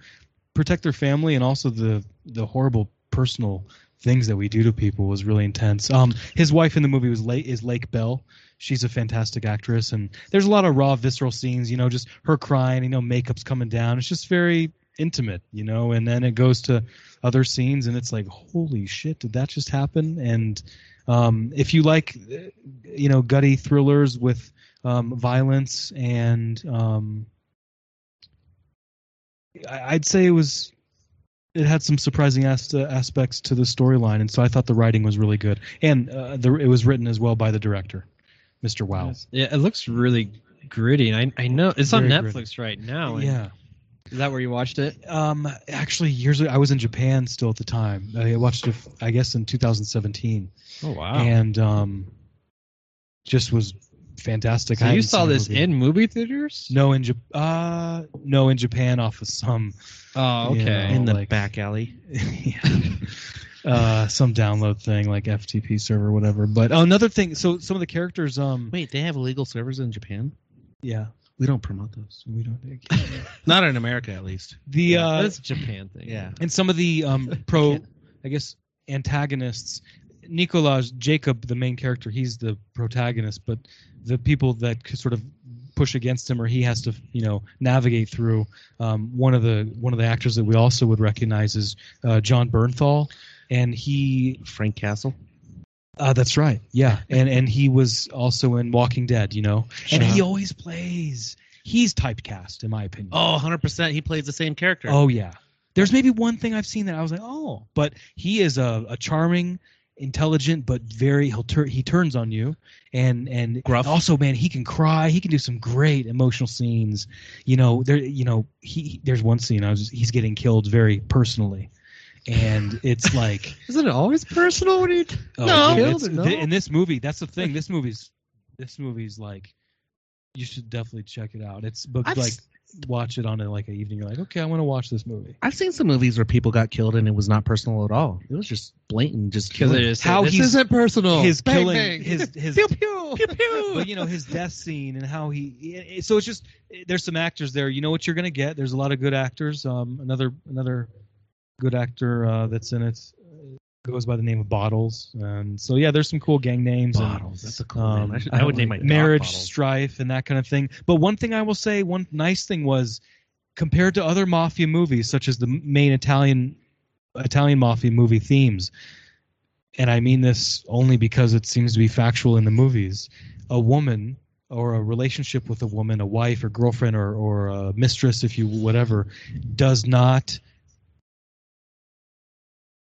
Speaker 4: protect their family and also the the horrible personal things that we do to people was really intense. Um, his wife in the movie was late is Lake Bell. She's a fantastic actress, and there's a lot of raw, visceral scenes. You know, just her crying. You know, makeup's coming down. It's just very intimate. You know, and then it goes to other scenes, and it's like, holy shit, did that just happen? And um, if you like, uh, you know, gutty thrillers with um, violence and um, I- I'd say it was it had some surprising as- aspects to the storyline, and so I thought the writing was really good, and uh, the, it was written as well by the director, Mr. Wow.
Speaker 1: Yeah, it looks really gritty, and I, I know it's on
Speaker 4: Very
Speaker 1: Netflix right now. and-
Speaker 4: Yeah.
Speaker 1: Is that where you watched it?
Speaker 4: Um. Actually, years ago, I was in Japan still at the time. I watched it, I guess, in 2017,
Speaker 1: Oh wow.
Speaker 4: and um, just was fantastic. I
Speaker 1: so you
Speaker 4: hadn't
Speaker 1: saw
Speaker 4: seen the
Speaker 1: this
Speaker 4: movie.
Speaker 1: in movie theaters?
Speaker 4: no in Japan. Uh, no in Japan off of some
Speaker 1: Oh,
Speaker 4: Yeah.
Speaker 1: okay.
Speaker 3: In the
Speaker 4: like-
Speaker 3: back alley.
Speaker 4: [LAUGHS] uh, some download thing like FTP server, whatever. But oh, another thing. So some of the characters. Um,
Speaker 3: Wait, they have illegal servers in Japan?
Speaker 4: yeah,
Speaker 3: We don't promote those.
Speaker 4: we don't.
Speaker 3: Not in America, at least.
Speaker 4: The uh,
Speaker 1: That's a Japan thing.
Speaker 3: Yeah.
Speaker 4: and some of the [LAUGHS] um pro, I guess antagonists. Nicolas Jacob, the main character, he's the protagonist, but the people that c- sort of push against him, or he has to you know navigate through. Um, one of the one of the actors that we also would recognize is uh, John Bernthal, and he
Speaker 3: Frank Castle.
Speaker 4: uh, that's right, yeah, and and he was also in Walking Dead, you know, and
Speaker 3: Sure.
Speaker 4: he always plays. He's typecast, in my opinion.
Speaker 3: Oh, 100%. He plays the same character.
Speaker 4: Oh yeah. There's maybe one thing I've seen that I was like, oh, but he is a, a charming, intelligent, but very he'll tur- he turns on you and and
Speaker 3: Gruff.
Speaker 4: also man he can cry he can do some great emotional scenes you know there you know he there's one scene I was just, he's getting killed very personally and it's like
Speaker 1: Isn't it always
Speaker 4: [LAUGHS]
Speaker 1: personal when you?
Speaker 4: oh,
Speaker 3: No.
Speaker 4: dude,
Speaker 1: Killed
Speaker 4: it's-
Speaker 1: or no?
Speaker 4: thi- in this movie that's the thing this movie's this movie's like you should definitely check it out it's but
Speaker 3: I've
Speaker 4: like
Speaker 3: s-
Speaker 4: watch it on a, like an evening you're like okay I want to watch this movie
Speaker 3: I've seen some movies where people got killed and it was not personal at all. It was just blatant, just
Speaker 1: Because it
Speaker 3: killing.
Speaker 1: is
Speaker 4: How
Speaker 1: how this
Speaker 4: he's-
Speaker 1: isn't personal.
Speaker 4: his
Speaker 1: Oh, Bang,
Speaker 4: killing
Speaker 1: bang.
Speaker 4: his his
Speaker 1: [LAUGHS] pew pew pew pew.
Speaker 4: [LAUGHS] but you know his death scene and how he i- i- so it's just eh, there's some actors there you know what you're gonna get there's a lot of good actors um another another good actor uh that's in it uh, goes by the name of bottles and so yeah there's some cool gang names and
Speaker 3: bottles. That's a cool name. I, should,
Speaker 4: um,
Speaker 3: I would name my dog
Speaker 4: marriage
Speaker 3: Bottles.
Speaker 4: strife and that kind of thing but one thing i will say one nice thing was compared to other mafia movies such as the main italian italian mafia movie themes and i mean this only because it seems to be factual in the movies a woman or a relationship with a woman a wife or girlfriend or, or a mistress if you whatever does not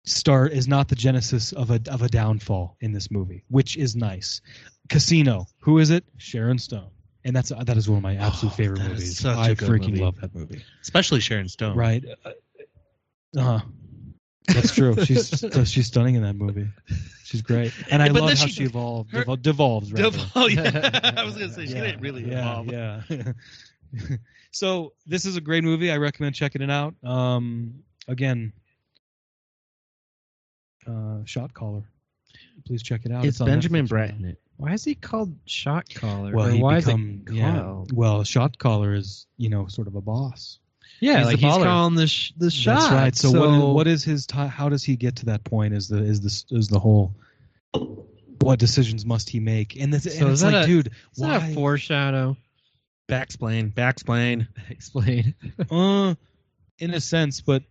Speaker 4: start is not the genesis of a of a downfall in this movie which is nice Casino. Who is it? Sharon Stone. And that's that is one of my absolute
Speaker 3: Oh,
Speaker 4: favorite
Speaker 3: that is
Speaker 4: movies.
Speaker 3: such a
Speaker 4: I
Speaker 3: good
Speaker 4: freaking
Speaker 3: movie. Oh.
Speaker 4: love that movie.
Speaker 3: Especially Sharon Stone.
Speaker 4: Right? Uh huh. That's true.
Speaker 3: [LAUGHS]
Speaker 4: she's she's stunning in that movie. She's great, and I
Speaker 3: But
Speaker 4: love
Speaker 3: then
Speaker 4: how
Speaker 3: she-
Speaker 4: she, evolved,
Speaker 3: her-
Speaker 4: devol- devolves. Rather.
Speaker 1: [LAUGHS] Oh,
Speaker 3: Devol- yeah, I was gonna say she
Speaker 4: Yeah,
Speaker 3: didn't really
Speaker 4: yeah,
Speaker 3: evolve.
Speaker 4: Yeah. [LAUGHS] so this is a great movie. I recommend checking it out. Um, again, uh, Shot Caller. Please check it out.
Speaker 3: It's
Speaker 4: on
Speaker 3: Benjamin
Speaker 4: Netflix right now.
Speaker 3: Bratton. It.
Speaker 1: Why is he called shot caller?
Speaker 4: Well,
Speaker 1: Or
Speaker 4: he
Speaker 1: why
Speaker 4: become,
Speaker 1: is it
Speaker 4: yeah.
Speaker 1: called?
Speaker 4: Well, shot caller is you know sort of a boss.
Speaker 1: Yeah,
Speaker 3: He's
Speaker 1: like
Speaker 3: the
Speaker 1: he's
Speaker 3: baller.
Speaker 1: calling the sh- the shot.
Speaker 4: That's right. So, what is, what is his? T- how does he get to that point? Is the is this is the whole what decisions must he make? And, this,
Speaker 1: So
Speaker 4: and it's
Speaker 1: is that
Speaker 4: like,
Speaker 1: a-
Speaker 4: dude,
Speaker 1: Is that
Speaker 4: why?
Speaker 1: a foreshadow?
Speaker 3: Backsplain. [LAUGHS] Backsplain.
Speaker 1: Explain.
Speaker 4: uh, in a sense, but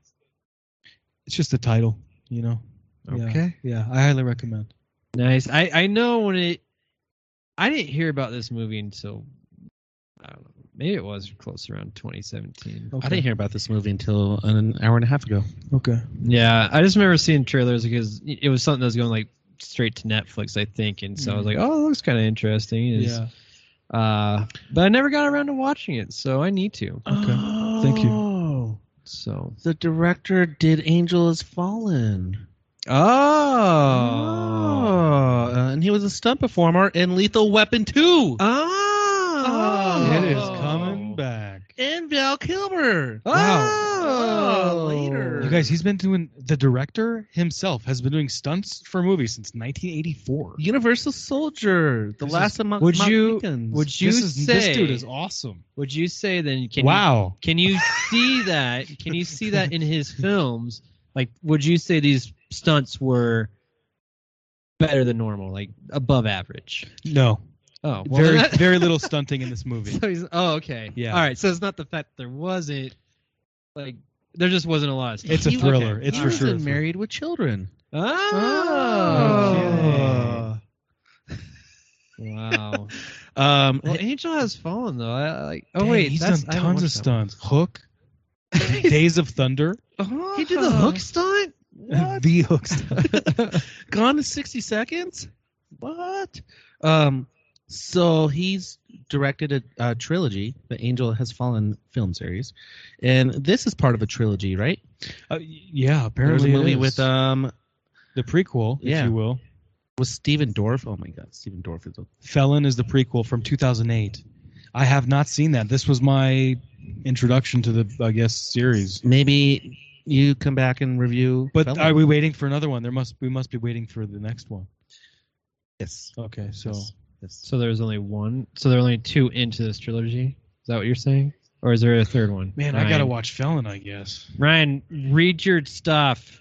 Speaker 4: it's just a title, you know. Yeah. Yeah, I highly recommend.
Speaker 1: Nice. I I know when it. I didn't hear about this movie until I don't know. Maybe it was close around 2017.
Speaker 4: Okay.
Speaker 3: I didn't hear about this movie until an hour and a half ago.
Speaker 4: Okay.
Speaker 1: Yeah, I just remember seeing trailers because it was something that was going like straight to Netflix, I think, and so I was like, "Oh, it looks kind of interesting." It's-
Speaker 4: Mm-hmm. Yeah.
Speaker 1: Uh, but I never got around to watching it, so I need to.
Speaker 4: Okay. Thank you.
Speaker 3: you.
Speaker 1: So.
Speaker 3: Oh, The director did Angel Has Fallen.
Speaker 1: Oh.
Speaker 3: Oh, uh, and he was a stunt performer in Lethal Weapon
Speaker 4: Uh.
Speaker 3: 2.
Speaker 1: Oh.
Speaker 4: It is coming back.
Speaker 3: and Val Kilmer.
Speaker 4: Oh.
Speaker 1: Wow.
Speaker 3: Oh, later.
Speaker 4: You guys, he's been doing the director himself has been doing stunts for movies since 1984.
Speaker 3: Universal Soldier. The
Speaker 4: This
Speaker 3: last
Speaker 4: is-
Speaker 3: of my
Speaker 1: would
Speaker 3: my
Speaker 1: you-
Speaker 3: Weekends.
Speaker 1: Would you
Speaker 4: this is,
Speaker 1: say?
Speaker 4: this dude is awesome?
Speaker 1: would you say then? Can You,
Speaker 4: wow.
Speaker 1: can you [LAUGHS] see that? Can you see that in his films? Like, would you say these stunts were better than normal, like above average?
Speaker 4: no,
Speaker 1: Oh,
Speaker 4: very
Speaker 1: that-
Speaker 4: very little stunting in this movie.
Speaker 1: [LAUGHS] So he's oh okay.
Speaker 4: Yeah.
Speaker 1: All right. So it's not the fact there wasn't like there just wasn't a lot of stuff.
Speaker 4: It's a
Speaker 3: He was-
Speaker 4: thriller.
Speaker 1: okay.
Speaker 4: It's
Speaker 3: he
Speaker 4: for
Speaker 3: was
Speaker 4: sure.
Speaker 3: in Married with Children.
Speaker 1: Oh. [LAUGHS] Wow.
Speaker 3: Um,
Speaker 1: Well, Angel has fallen though. I, I like. [LAUGHS] Oh
Speaker 4: Dang,
Speaker 1: wait,
Speaker 4: he's
Speaker 1: that's,
Speaker 4: done
Speaker 1: I haven't
Speaker 4: tons of
Speaker 1: watched that one.
Speaker 4: stunts. Hook,
Speaker 1: [LAUGHS]
Speaker 4: Days of Thunder,
Speaker 1: he did the hook [LAUGHS] stunt.
Speaker 4: [LAUGHS] the Hook stunt. [LAUGHS]
Speaker 3: Gone in 60 Seconds? What? Um, so he's directed a, a trilogy, the Angel Has Fallen film series. And this is part of a trilogy, right?
Speaker 4: Uh, yeah,
Speaker 3: There was a
Speaker 4: apparently it
Speaker 3: movie
Speaker 4: is.
Speaker 3: with um
Speaker 4: the prequel,
Speaker 3: yeah.
Speaker 4: if you will.
Speaker 3: with Steven Dorff. Oh my god, Steven Dorff is a
Speaker 4: Felon is the prequel from 2008. I have not seen that. This was my introduction to the, I guess, series.
Speaker 3: Maybe you come back and review.
Speaker 4: But
Speaker 3: Felon.
Speaker 4: are we waiting for another one? There must we must be waiting for the next one.
Speaker 3: yes.
Speaker 4: Okay, so
Speaker 3: Yes. Yes.
Speaker 1: So there's only one. So there are only two into this trilogy. Is that what you're saying? Or is there a third one?
Speaker 4: man,
Speaker 1: Ryan,
Speaker 4: I gotta watch Felon, I guess.
Speaker 1: Ryan, read your stuff.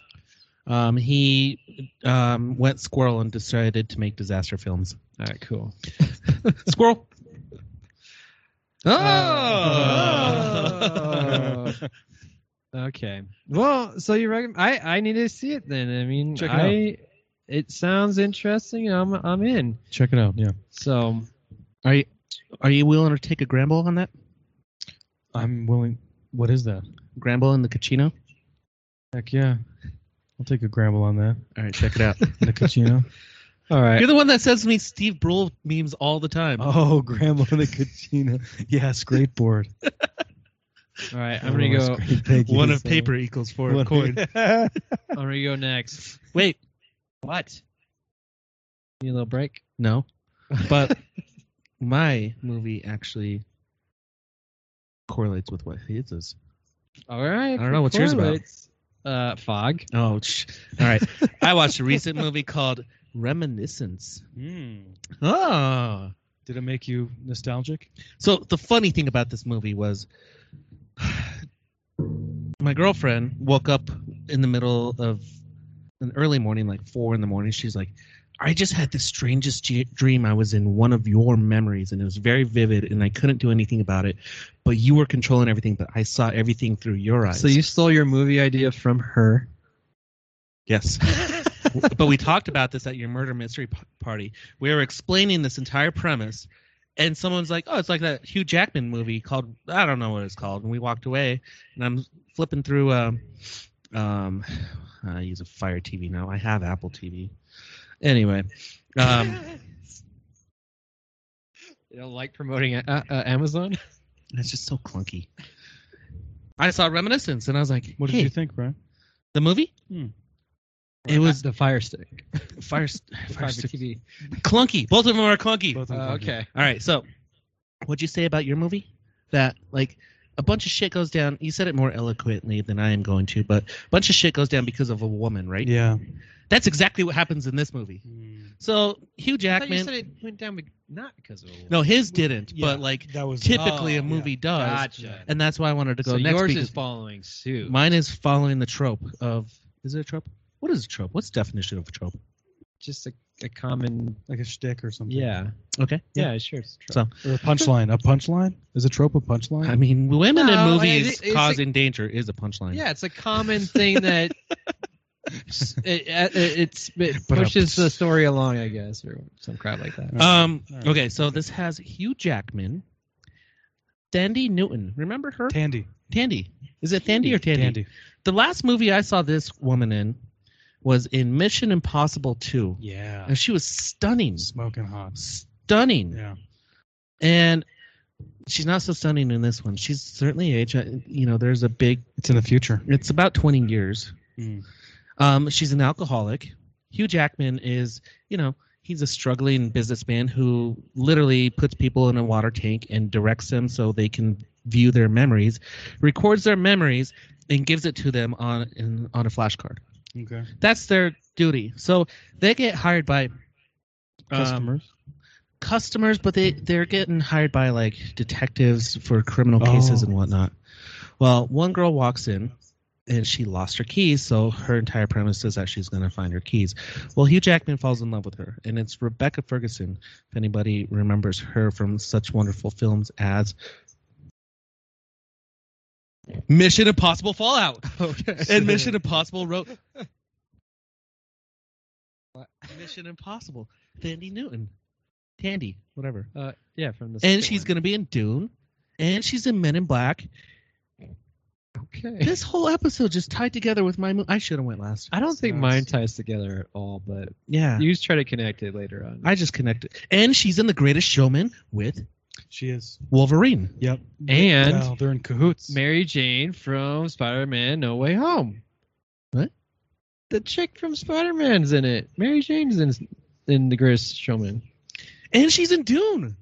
Speaker 3: Um, he um, went squirrel and decided to make disaster films.
Speaker 1: All right, cool.
Speaker 3: Squirrel.
Speaker 1: Oh. [LAUGHS] Okay. Well, so you recommend? I I need to see it then. I mean,
Speaker 4: Check it
Speaker 1: I it sounds interesting. and I'm I'm in.
Speaker 4: Check it out. Yeah,
Speaker 1: So
Speaker 3: Are you are you willing to take a gramble on that?
Speaker 4: I'm willing. What is that?
Speaker 3: Gramble in the Cachino?
Speaker 4: Heck yeah, I'll take a gramble on [LAUGHS] that.
Speaker 3: All right, check it out.
Speaker 4: Nicotino.
Speaker 1: all right.
Speaker 3: You're the one that sends me Steve Brule memes all the time.
Speaker 4: oh, gramble Nicotino. Yeah, [LAUGHS] skateboard.
Speaker 1: All right, I'm gonna go.
Speaker 3: One of paper equals four of coin.
Speaker 4: [LAUGHS]
Speaker 1: I'm gonna go next.
Speaker 3: [LAUGHS] Wait,
Speaker 1: What? Need a little break?
Speaker 3: no, [LAUGHS] but my movie actually correlates with what his is.
Speaker 1: All right.
Speaker 3: I don't know what yours about.
Speaker 1: about. Uh, fog.
Speaker 3: Oh, sh- all [LAUGHS] right. I watched a recent movie called Reminiscence.
Speaker 4: Hmm.
Speaker 3: Oh.
Speaker 4: Did it make you nostalgic?
Speaker 3: So the funny thing about this movie was [SIGHS] my girlfriend woke up in the middle of an early morning, like four in the morning. She's like, I just had the strangest ge- dream. I was in one of your memories, and it was very vivid, and I couldn't do anything about it. But you were controlling everything, but I saw everything through your eyes.
Speaker 1: So you stole your movie idea from her.
Speaker 3: Yes. but we talked about this at your murder mystery p- party. We were explaining this entire premise, and someone's like, "Oh, it's like that Hugh Jackman movie called I don't know what it's called." And we walked away, and I'm flipping through. Um, um, I use a Fire TV now. I have Apple TV. Anyway, um,
Speaker 1: You don't like promoting uh, uh, Amazon?
Speaker 3: it's just so clunky. I saw Reminiscence, and I was like,
Speaker 4: What did
Speaker 3: "Hey,
Speaker 4: you think, Brian?
Speaker 3: The movie?
Speaker 4: Hmm.
Speaker 3: [LAUGHS] It was
Speaker 1: the Fire Stick.
Speaker 3: Fire, Fire
Speaker 1: Fire TV.
Speaker 3: clunky. Both of them are clunky.
Speaker 4: Both of
Speaker 1: Uh,
Speaker 4: them.
Speaker 1: okay.
Speaker 3: All right, so what'd you say about your movie? That like a bunch of shit goes down. You said it more eloquently than I am going to, but a bunch of shit goes down because of a woman, right?
Speaker 4: Yeah.
Speaker 3: That's exactly what happens in this movie.
Speaker 4: Mm.
Speaker 3: So Hugh
Speaker 1: I thought you said
Speaker 3: Jackman,
Speaker 1: it went down, be- not because of. a-
Speaker 3: no, his didn't,
Speaker 4: Yeah,
Speaker 3: but like
Speaker 4: that was
Speaker 3: typically
Speaker 1: Oh,
Speaker 3: a movie does,
Speaker 1: Gotcha.
Speaker 3: and that's why I wanted to go
Speaker 1: so
Speaker 3: next.
Speaker 1: yours
Speaker 3: because
Speaker 1: is following suit.
Speaker 3: mine is following the trope of is it a trope? What is a trope? What's the definition of a trope?
Speaker 1: Just a, a common.
Speaker 4: like a shtick or something.
Speaker 1: Yeah.
Speaker 3: Okay,
Speaker 1: Yeah. Sure. It's true.
Speaker 3: So-
Speaker 4: Or a punchline. A punchline is a trope. A punchline.
Speaker 3: I mean, women
Speaker 1: No, I-
Speaker 3: in movies
Speaker 1: it's like-
Speaker 3: causing danger is a punchline.
Speaker 1: yeah, it's a common thing
Speaker 3: [LAUGHS]
Speaker 1: that s- it, uh, it, it's, it pushes the story along, I guess, or some crap like that.
Speaker 3: Um.
Speaker 4: All right.
Speaker 3: Okay, so this has Hugh Jackman, Dandy Newton. Remember her?
Speaker 4: Tandy.
Speaker 3: Tandy. Is it Tandy or Tandy?
Speaker 4: Tandy.
Speaker 3: The last movie I saw this woman in was in Mission Impossible Two,
Speaker 4: Yeah.
Speaker 3: and she was stunning,
Speaker 4: Smoking hot.
Speaker 3: stunning.
Speaker 4: Yeah.
Speaker 3: And she's not so stunning in this one. She's certainly age. uh, You know, there's a big
Speaker 4: It's in the future.
Speaker 3: it's about 20 years.
Speaker 4: Mm.
Speaker 3: Um, she's an alcoholic. Hugh Jackman is, you know, he's a struggling businessman who literally puts people in a water tank and directs them so they can view their memories, records their memories, and gives it to them on in, on a flashcard.
Speaker 4: Okay.
Speaker 3: That's their duty. So they get hired by um,
Speaker 4: Customers.
Speaker 3: customers, but they they're getting hired by like detectives for criminal cases
Speaker 4: Oh.
Speaker 3: and whatnot. Well, one girl walks in and she lost her keys, so her entire premise is that she's going to find her keys. Well, Hugh Jackman falls in love with her, and it's Rebecca Ferguson. If anybody remembers her from such wonderful films as Mission Impossible Fallout
Speaker 1: Okay.
Speaker 3: [LAUGHS]
Speaker 1: [LAUGHS]
Speaker 3: and Mission Impossible Road. Mission Impossible. Tandy Newton. Tandy, whatever.
Speaker 1: Uh, yeah, from the.
Speaker 3: And she's going to be in Dune. And she's in Men in Black.
Speaker 1: gonna. Okay. [LAUGHS]
Speaker 3: This whole episode just tied together with my movie. I should have went last. Uh,
Speaker 1: I don't think
Speaker 4: Nice.
Speaker 1: mine ties together at all, but
Speaker 3: Yeah.
Speaker 1: you just try to connect it later on.
Speaker 3: I just connected. And she's in The Greatest Showman with
Speaker 4: She is.
Speaker 3: Wolverine.
Speaker 4: Yep.
Speaker 1: And-
Speaker 4: Wow, they're in cahoots.
Speaker 1: Mary Jane from Spider-Man: No Way Home.
Speaker 3: What?
Speaker 1: The chick from Spider-Man's in it. Mary Jane's in in The Greatest Showman.
Speaker 3: And she's in Dune.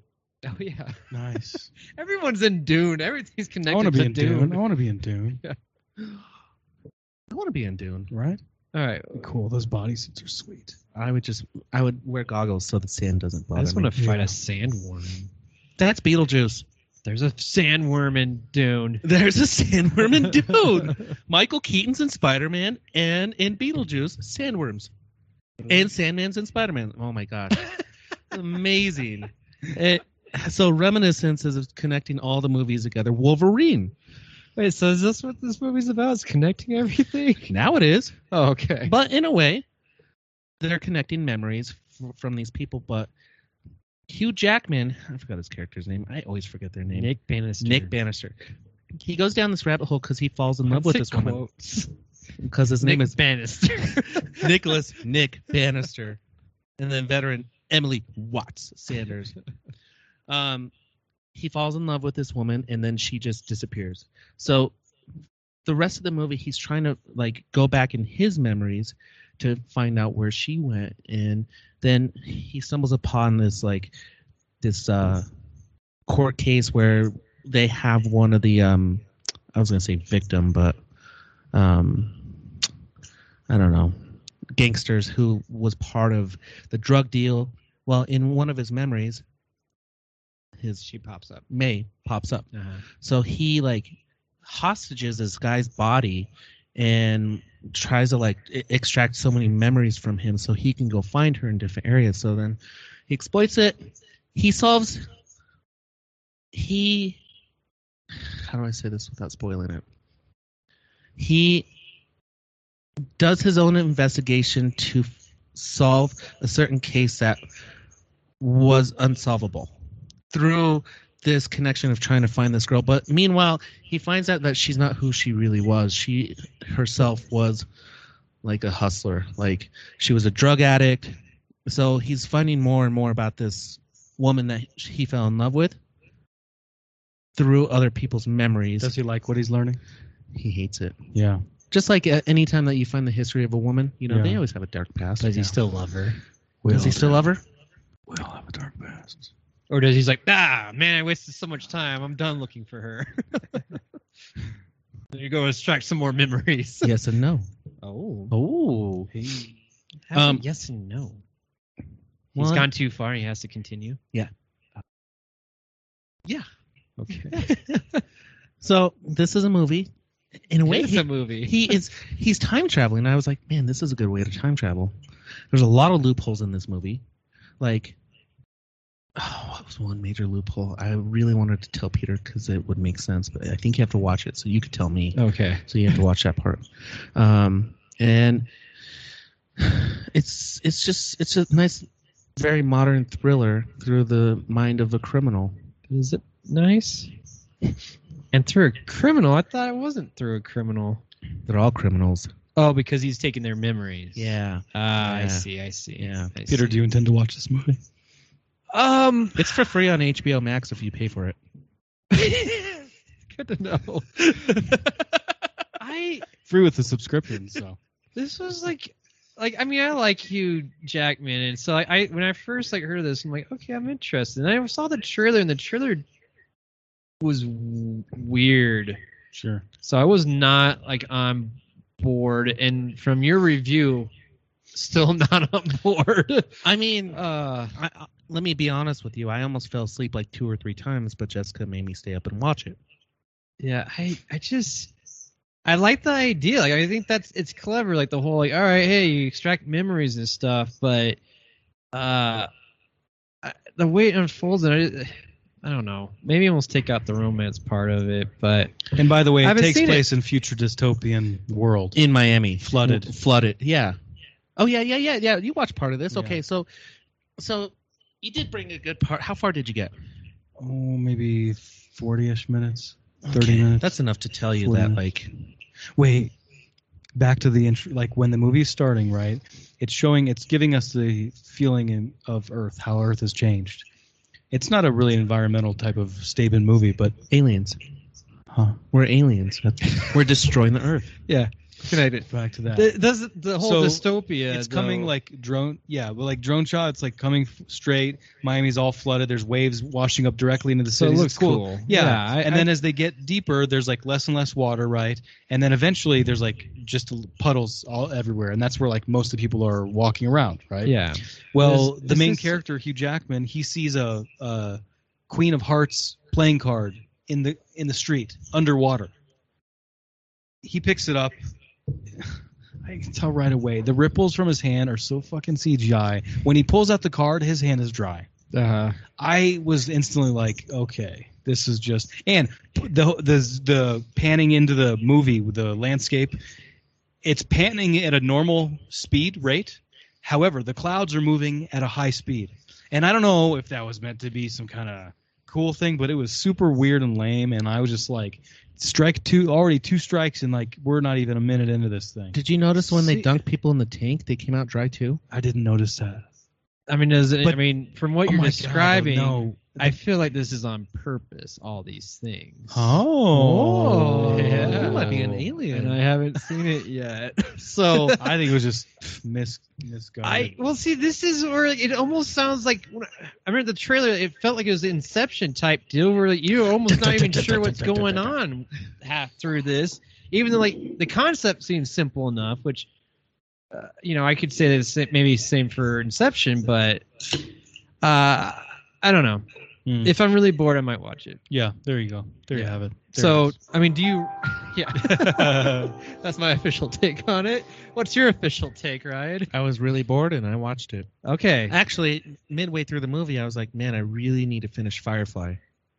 Speaker 1: Oh yeah, [LAUGHS]
Speaker 4: nice.
Speaker 1: everyone's in Dune. Everything's
Speaker 4: I
Speaker 1: connected
Speaker 4: want to
Speaker 1: to,
Speaker 4: be in
Speaker 1: Dune.
Speaker 4: Dune. I want to be in Dune.
Speaker 3: I want to be in Dune.
Speaker 4: Right.
Speaker 1: All right,
Speaker 4: Cool. Those bodysuits are sweet.
Speaker 3: I would just, I would wear goggles so the sand doesn't bother
Speaker 1: I just
Speaker 3: me.
Speaker 1: want to fight
Speaker 4: Yeah.
Speaker 1: a sandworm.
Speaker 3: That's Beetlejuice.
Speaker 1: There's a sandworm in Dune.
Speaker 3: There's a
Speaker 1: [LAUGHS]
Speaker 3: sandworm in Dune. Michael Keaton's in Spider Man and in Beetlejuice, sandworms.
Speaker 1: [LAUGHS]
Speaker 3: And Sandman's in Spider Man. Oh my gosh. Amazing. It, so reminiscences of connecting all the movies together. Wolverine.
Speaker 1: Wait, so is this what this movie's about? Is connecting everything?
Speaker 3: Now it is,
Speaker 1: [LAUGHS] Oh, okay.
Speaker 3: but in a way, they're connecting memories f- from these people. But Hugh Jackman, I forgot his character's name. I always forget their name.
Speaker 1: Nick Bannister.
Speaker 3: Nick Bannister. He goes down this rabbit hole because he falls in love with this woman
Speaker 1: Quotes.
Speaker 3: because his name
Speaker 1: Nick
Speaker 3: is
Speaker 1: Bannister.
Speaker 3: [LAUGHS] Nicholas Nick Bannister, and then veteran Emily Watts Sanders. Um, he falls in love with this woman, and then she just disappears. So, the rest of the movie, he's trying to like go back in his memories to find out where she went, and then he stumbles upon this like this uh, court case where they have one of the um, I was gonna say victim, but um, I don't know, gangsters who was part of the drug deal. Well, in one of his memories, his
Speaker 1: she pops up.
Speaker 3: May pops up.
Speaker 1: Uh-huh.
Speaker 3: So he like hostages this guy's body and tries to like e- extract so many memories from him so he can go find her in different areas. So then he exploits it. He solves. He. How do I say this without spoiling it? He does his own investigation to f- solve a certain case that was unsolvable through this connection of trying to find this girl. But meanwhile, he finds out that she's not who she really was. She herself was like a hustler, like she was a drug addict. So he's finding more and more about this woman that he fell in love with through other people's memories.
Speaker 4: Does he like what he's learning?
Speaker 3: he hates it.
Speaker 4: Yeah.
Speaker 3: Just like at any time that you find the history of a woman, you know,
Speaker 4: Yeah.
Speaker 3: they always have a dark past.
Speaker 1: Does he
Speaker 3: Yeah.
Speaker 1: still love her?
Speaker 3: Does he
Speaker 1: [LAUGHS]
Speaker 3: still love her?
Speaker 4: We all have a dark past.
Speaker 1: Or does he's like, ah, man, I wasted so much time. I'm done looking for her. [LAUGHS] there you go, extract some more memories. [LAUGHS]
Speaker 3: yes and no.
Speaker 1: Oh.
Speaker 3: Oh. Um,
Speaker 1: Um, yes and no. He's
Speaker 3: Well-
Speaker 1: gone too far. He has to continue.
Speaker 3: Yeah. Yeah.
Speaker 1: Okay.
Speaker 3: [LAUGHS] So this is a movie. In a way,
Speaker 1: Wait, it's
Speaker 3: he-
Speaker 1: a movie.
Speaker 3: he is he's time traveling. I was like, man, this is a good way to time travel. There's a lot of loopholes in this movie. Like, oh, what was one major loophole? I really wanted to tell Peter because it would make sense, but I think you have to watch it so you could tell me.
Speaker 1: okay.
Speaker 3: So you have to watch that part. Um, and it's it's just it's a nice, very modern thriller through the mind of a criminal.
Speaker 1: Is it nice? And through a criminal, I thought it wasn't through a criminal.
Speaker 3: They're all criminals.
Speaker 1: Oh, because he's taking their memories.
Speaker 3: Yeah,
Speaker 1: Ah, I
Speaker 3: Yeah.
Speaker 1: see. I see.
Speaker 3: Yeah.
Speaker 1: I
Speaker 4: Peter,
Speaker 1: see.
Speaker 4: do you intend to watch this movie?
Speaker 1: Um.
Speaker 3: it's for free on HBO Max if you pay for it.
Speaker 1: [LAUGHS] Good to [LAUGHS] know. I
Speaker 4: Free with the subscription, so.
Speaker 1: this was like like I mean I like Hugh Jackman and so I, I when I first like heard of this I'm like okay I'm interested and I saw the trailer and the trailer was w- weird
Speaker 4: [LAUGHS] Sure.
Speaker 1: so I was not like on board and from your review still [LAUGHS] not on board [LAUGHS]
Speaker 3: I mean,
Speaker 1: uh
Speaker 3: I, I- let me be honest with you. I almost fell asleep like two or three times, but Jessica made me stay up and watch it.
Speaker 1: Yeah, I I just I like the idea. Like I think that's it's clever. Like the whole like all right, hey, you extract memories and stuff, but uh, I, the way it unfolds, and I just- I don't know. Maybe almost take out the romance part of it, but
Speaker 4: And by the way,
Speaker 1: I
Speaker 4: it
Speaker 1: haven't
Speaker 4: takes
Speaker 1: seen it.
Speaker 4: place in future dystopian world.
Speaker 3: In Miami,
Speaker 4: Flooded.
Speaker 3: flooded. Yeah. Oh yeah, yeah, yeah, yeah. You watched part of this.
Speaker 4: Yeah.
Speaker 3: Okay, so, so you did bring a good part. How far did you get?
Speaker 4: oh, maybe 40-ish minutes. 30
Speaker 3: Okay,
Speaker 4: minutes.
Speaker 3: That's enough to tell you
Speaker 4: 40
Speaker 3: that,
Speaker 4: minutes.
Speaker 3: like,
Speaker 4: Wait, back to the intro. Like when the movie's starting, right? It's showing, it's giving us the feeling in, of Earth, how Earth has changed. It's not a really environmental type of statement movie, but
Speaker 3: aliens.
Speaker 4: huh?
Speaker 3: We're aliens. [LAUGHS] We're destroying the Earth.
Speaker 4: Yeah, connected back to that.
Speaker 1: the, does the whole
Speaker 4: So,
Speaker 1: dystopia.
Speaker 4: it's coming
Speaker 1: though-
Speaker 4: like drone, yeah, well, like drone shot. It's like coming f- straight. Miami's all flooded. There's waves washing up directly into the
Speaker 1: so
Speaker 4: city.
Speaker 1: it looks cool.
Speaker 4: Yeah,
Speaker 1: I,
Speaker 4: and then as they get deeper, there's like less and less water, right? And then eventually there's like just l- puddles all everywhere, and that's where like most of the people are walking around,
Speaker 1: I,
Speaker 4: right?
Speaker 1: yeah,
Speaker 4: Well,
Speaker 1: This-
Speaker 4: the
Speaker 1: this
Speaker 4: main
Speaker 1: is-
Speaker 4: character Hugh Jackman, he sees a, a Queen of Hearts playing card in the in the street underwater. He picks it up. [LAUGHS] I can tell right away. The ripples from his hand are so fucking CGI. When he pulls out the card, his hand is dry.
Speaker 1: Uh,
Speaker 4: I was instantly like, okay, this is just and the the the panning into the movie with the landscape, it's panning at a normal speed rate. However, the clouds are moving at a high speed, and I don't know if that was meant to be some kind of cool thing, but it was super weird and lame. And I was just like, strike two, already two strikes, and like we're not even a minute into this thing.
Speaker 3: Did you notice when they
Speaker 1: See-
Speaker 3: dunked people in the tank, they came out dry too?
Speaker 4: I didn't notice that.
Speaker 1: I mean, is it, I
Speaker 4: But-
Speaker 1: mean, from what
Speaker 4: Oh
Speaker 1: you're
Speaker 4: my God,
Speaker 1: describing,
Speaker 4: no.
Speaker 1: I feel like this is on purpose. All these things.
Speaker 4: Oh,
Speaker 1: yeah.
Speaker 3: You might be an
Speaker 1: And
Speaker 3: alien.
Speaker 1: I haven't seen it yet,
Speaker 3: [LAUGHS]
Speaker 1: so
Speaker 4: [LAUGHS] I think it was just mis misguided.
Speaker 1: I well see this is where it almost sounds like when I I remember the trailer. It felt like it was the Inception type deal where like, you're almost not even sure what's
Speaker 3: [LAUGHS]
Speaker 1: going on half through this. Even though like the concept seems simple enough, which uh, you know I could say that it's maybe same for Inception, but uh, I don't know.
Speaker 4: Hmm.
Speaker 1: If I'm really bored, I might watch it.
Speaker 4: yeah, there you go. There you
Speaker 1: Yeah.
Speaker 4: have it.
Speaker 1: so I mean, do you? [LAUGHS] Yeah,
Speaker 3: [LAUGHS]
Speaker 1: that's my official take on it. What's your official take, Ryan?
Speaker 3: I was really bored and I watched it.
Speaker 1: Okay.
Speaker 3: Actually, midway through the movie, I was like, man, I really need to finish Firefly.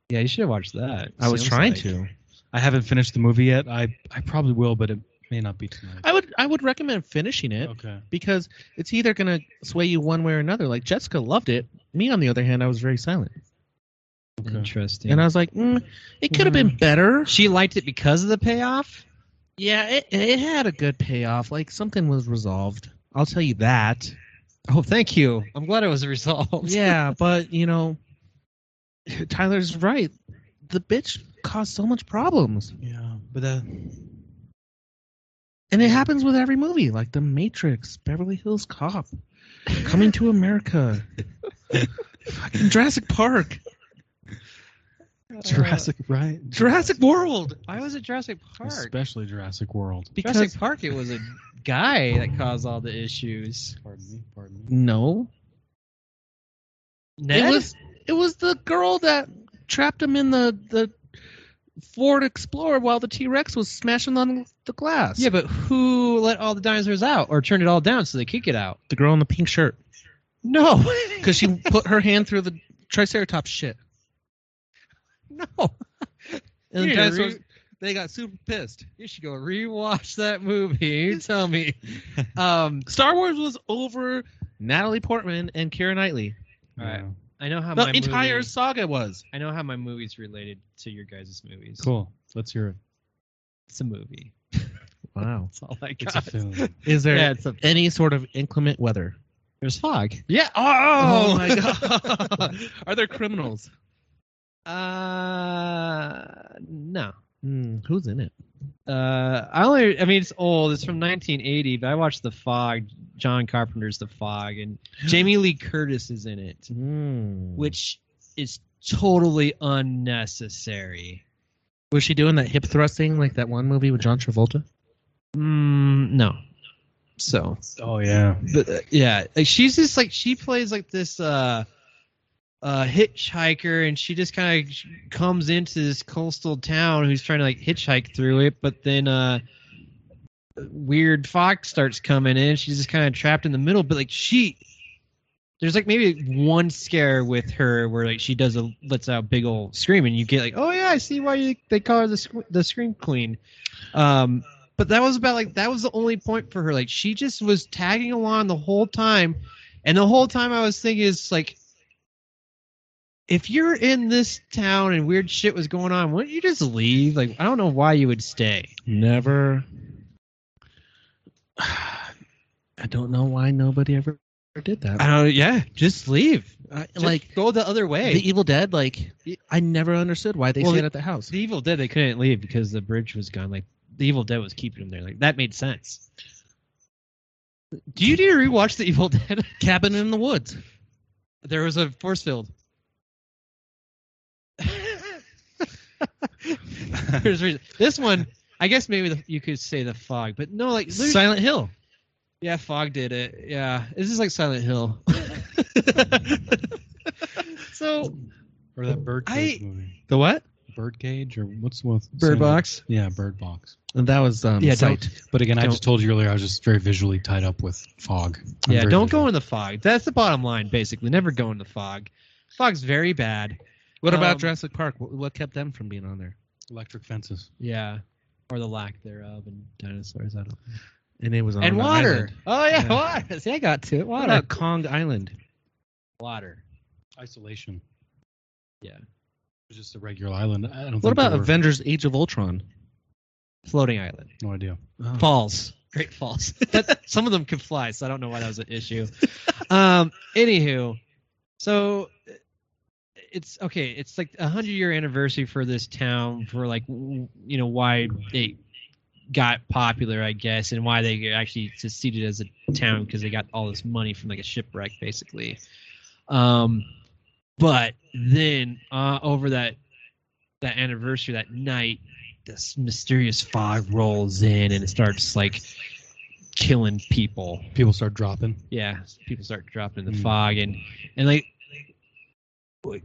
Speaker 1: Yeah, you should have watched that.
Speaker 3: I was
Speaker 1: Sounds
Speaker 3: trying
Speaker 1: like-
Speaker 3: to.
Speaker 4: [LAUGHS] I haven't finished the movie yet. I I probably will, but it may not be tonight.
Speaker 3: I would I would recommend finishing
Speaker 1: Oh.
Speaker 3: it
Speaker 4: okay.
Speaker 3: because it's either gonna sway you one way or another. Like Jessica loved it. Me on the other hand, I was very silent.
Speaker 4: okay.
Speaker 1: Interesting.
Speaker 3: And I was like, mm, it could have been better.
Speaker 1: she liked it because of the payoff.
Speaker 3: Yeah, it, it had a good payoff. Like something was resolved. I'll tell you that.
Speaker 1: Oh, thank you. I'm glad it was resolved.
Speaker 3: [LAUGHS] yeah, but you know, Tyler's right. The bitch caused so much problems,
Speaker 4: Yeah, but that
Speaker 3: and it happens with every movie, like The Matrix, Beverly Hills Cop, Coming to America, fucking Jurassic Park, [LAUGHS]
Speaker 1: Uh,
Speaker 4: Jurassic right?
Speaker 3: Jurassic World.
Speaker 1: Why was it Jurassic Park?
Speaker 4: especially Jurassic World.
Speaker 1: Jurassic Park, it was a guy that caused all the issues.
Speaker 4: Pardon me. Pardon me.
Speaker 3: No,
Speaker 1: Ned?
Speaker 3: it was it was the girl that trapped him in the the Ford Explorer while the T Rex was smashing on the glass.
Speaker 1: yeah, but who let all the dinosaurs out or turned it all down so they could get out?
Speaker 3: the girl in the pink shirt
Speaker 1: No, [LAUGHS]
Speaker 3: because she put her hand through the Triceratops [LAUGHS] shit.
Speaker 1: no.
Speaker 3: And
Speaker 1: You
Speaker 3: the
Speaker 1: need to
Speaker 3: dinosaurs,
Speaker 1: re-
Speaker 3: they got super pissed.
Speaker 1: You should go rewatch that movie. You tell me. Um,
Speaker 3: Star Wars was over Natalie Portman and Kira Knightley.
Speaker 1: All right. I know how
Speaker 3: The
Speaker 1: my
Speaker 3: entire
Speaker 1: movie-
Speaker 3: saga was.
Speaker 1: I know how my movie's related to your guys' movies.
Speaker 4: Cool. Let's hear it.
Speaker 1: It's a movie.
Speaker 3: Wow.
Speaker 1: That's all I got.
Speaker 4: It's a film.
Speaker 1: [LAUGHS]
Speaker 3: Is there
Speaker 1: Yeah, it's a,
Speaker 3: any sort of inclement weather?
Speaker 1: there's fog.
Speaker 3: Yeah. Oh, my
Speaker 4: [LAUGHS]
Speaker 3: [LAUGHS] god. Are there criminals?
Speaker 1: Uh, no.
Speaker 3: Hmm, who's in it?
Speaker 1: Uh, I only. I mean, it's old. It's from 1980, but I watched The Fog. John Carpenter's The Fog, and Jamie Lee Curtis is in it,
Speaker 3: Hmm.
Speaker 1: which is totally unnecessary.
Speaker 3: was she doing that hip thrusting like that one movie with John Travolta?
Speaker 1: Mm, no. So
Speaker 4: Oh yeah.
Speaker 1: but uh, yeah, like she's just like she plays like this uh uh hitchhiker and she just kind of comes into this coastal town who's trying to like hitchhike through it, but then uh weird fox starts coming in. She's just kind of trapped in the middle, but like she there's like maybe one scare with her where like she does a lets out a big old scream and you get like, "Oh yeah, I see why you, they call her the squ- the scream queen." Um but that was about like that was the only point for her. Like she just was tagging along the whole time, and the whole time I was thinking is like, if you're in this town and weird shit was going on, wouldn't you just leave? Like I don't know why you would stay.
Speaker 3: Never. [SIGHS] I don't know why nobody ever did that.
Speaker 1: I don't. Yeah, just leave.
Speaker 3: I-
Speaker 1: Just
Speaker 3: like
Speaker 1: go Uh, the other way.
Speaker 3: the Evil Dead, like I never understood why they
Speaker 1: Well,
Speaker 3: stayed
Speaker 1: the-
Speaker 3: at the house.
Speaker 1: The Evil Dead they couldn't leave because the bridge was gone. Like the Evil Dead was keeping them there. Like that made sense. Do you need to rewatch the Evil Dead? [LAUGHS]
Speaker 3: Cabin in the woods.
Speaker 1: there was a force field. [LAUGHS] There's reason. This one, I guess maybe the, you could say the fog, but no, like literally-
Speaker 3: Silent Hill.
Speaker 1: yeah, fog did it. Yeah, this is like Silent Hill. [LAUGHS] so
Speaker 4: [LAUGHS] Or that birdcage movie.
Speaker 3: The what?
Speaker 4: Birdcage or what's the one with
Speaker 1: Bird Box.
Speaker 4: Yeah, Bird Box.
Speaker 3: That was um,
Speaker 1: Yeah,
Speaker 3: Sight.
Speaker 4: But again, I
Speaker 1: Don't-
Speaker 4: just told you earlier I was just very visually tied up with fog. I'm
Speaker 1: yeah,
Speaker 4: very
Speaker 1: don't
Speaker 4: visual.
Speaker 1: go in the fog. That's the bottom line, basically. Never go in the fog. Fog's very bad.
Speaker 3: What about
Speaker 1: Um,
Speaker 3: Jurassic Park? What, what kept them from being on there?
Speaker 4: Electric fences.
Speaker 1: Yeah. Or the lack thereof and dinosaurs. I don't
Speaker 3: And it was on
Speaker 1: And
Speaker 3: an
Speaker 1: water.
Speaker 3: island.
Speaker 1: Oh yeah,
Speaker 3: Yeah.
Speaker 1: water. See I got to it.
Speaker 3: What
Speaker 1: Water.
Speaker 3: about Kong Island?
Speaker 1: Water.
Speaker 4: Isolation.
Speaker 1: Yeah.
Speaker 4: It was just a regular island. I don't think
Speaker 3: What about
Speaker 4: there were-
Speaker 3: Avengers: Age of Ultron?
Speaker 1: Floating island.
Speaker 4: No idea.
Speaker 1: Falls. Great falls. [LAUGHS] That- some of them could fly, so I don't know why that was an issue. um anywho. So it's okay, it's like a hundred year anniversary for this town for like w- you know, why they got popular, I guess, and why they actually succeeded as a town because they got all this money from like a shipwreck, basically. Um, but then uh, over that that anniversary, that night, this mysterious fog rolls in and it starts like killing people. Hmm.
Speaker 4: People start dropping.
Speaker 1: Yeah, people start dropping in the
Speaker 4: Mm.
Speaker 1: fog, and and like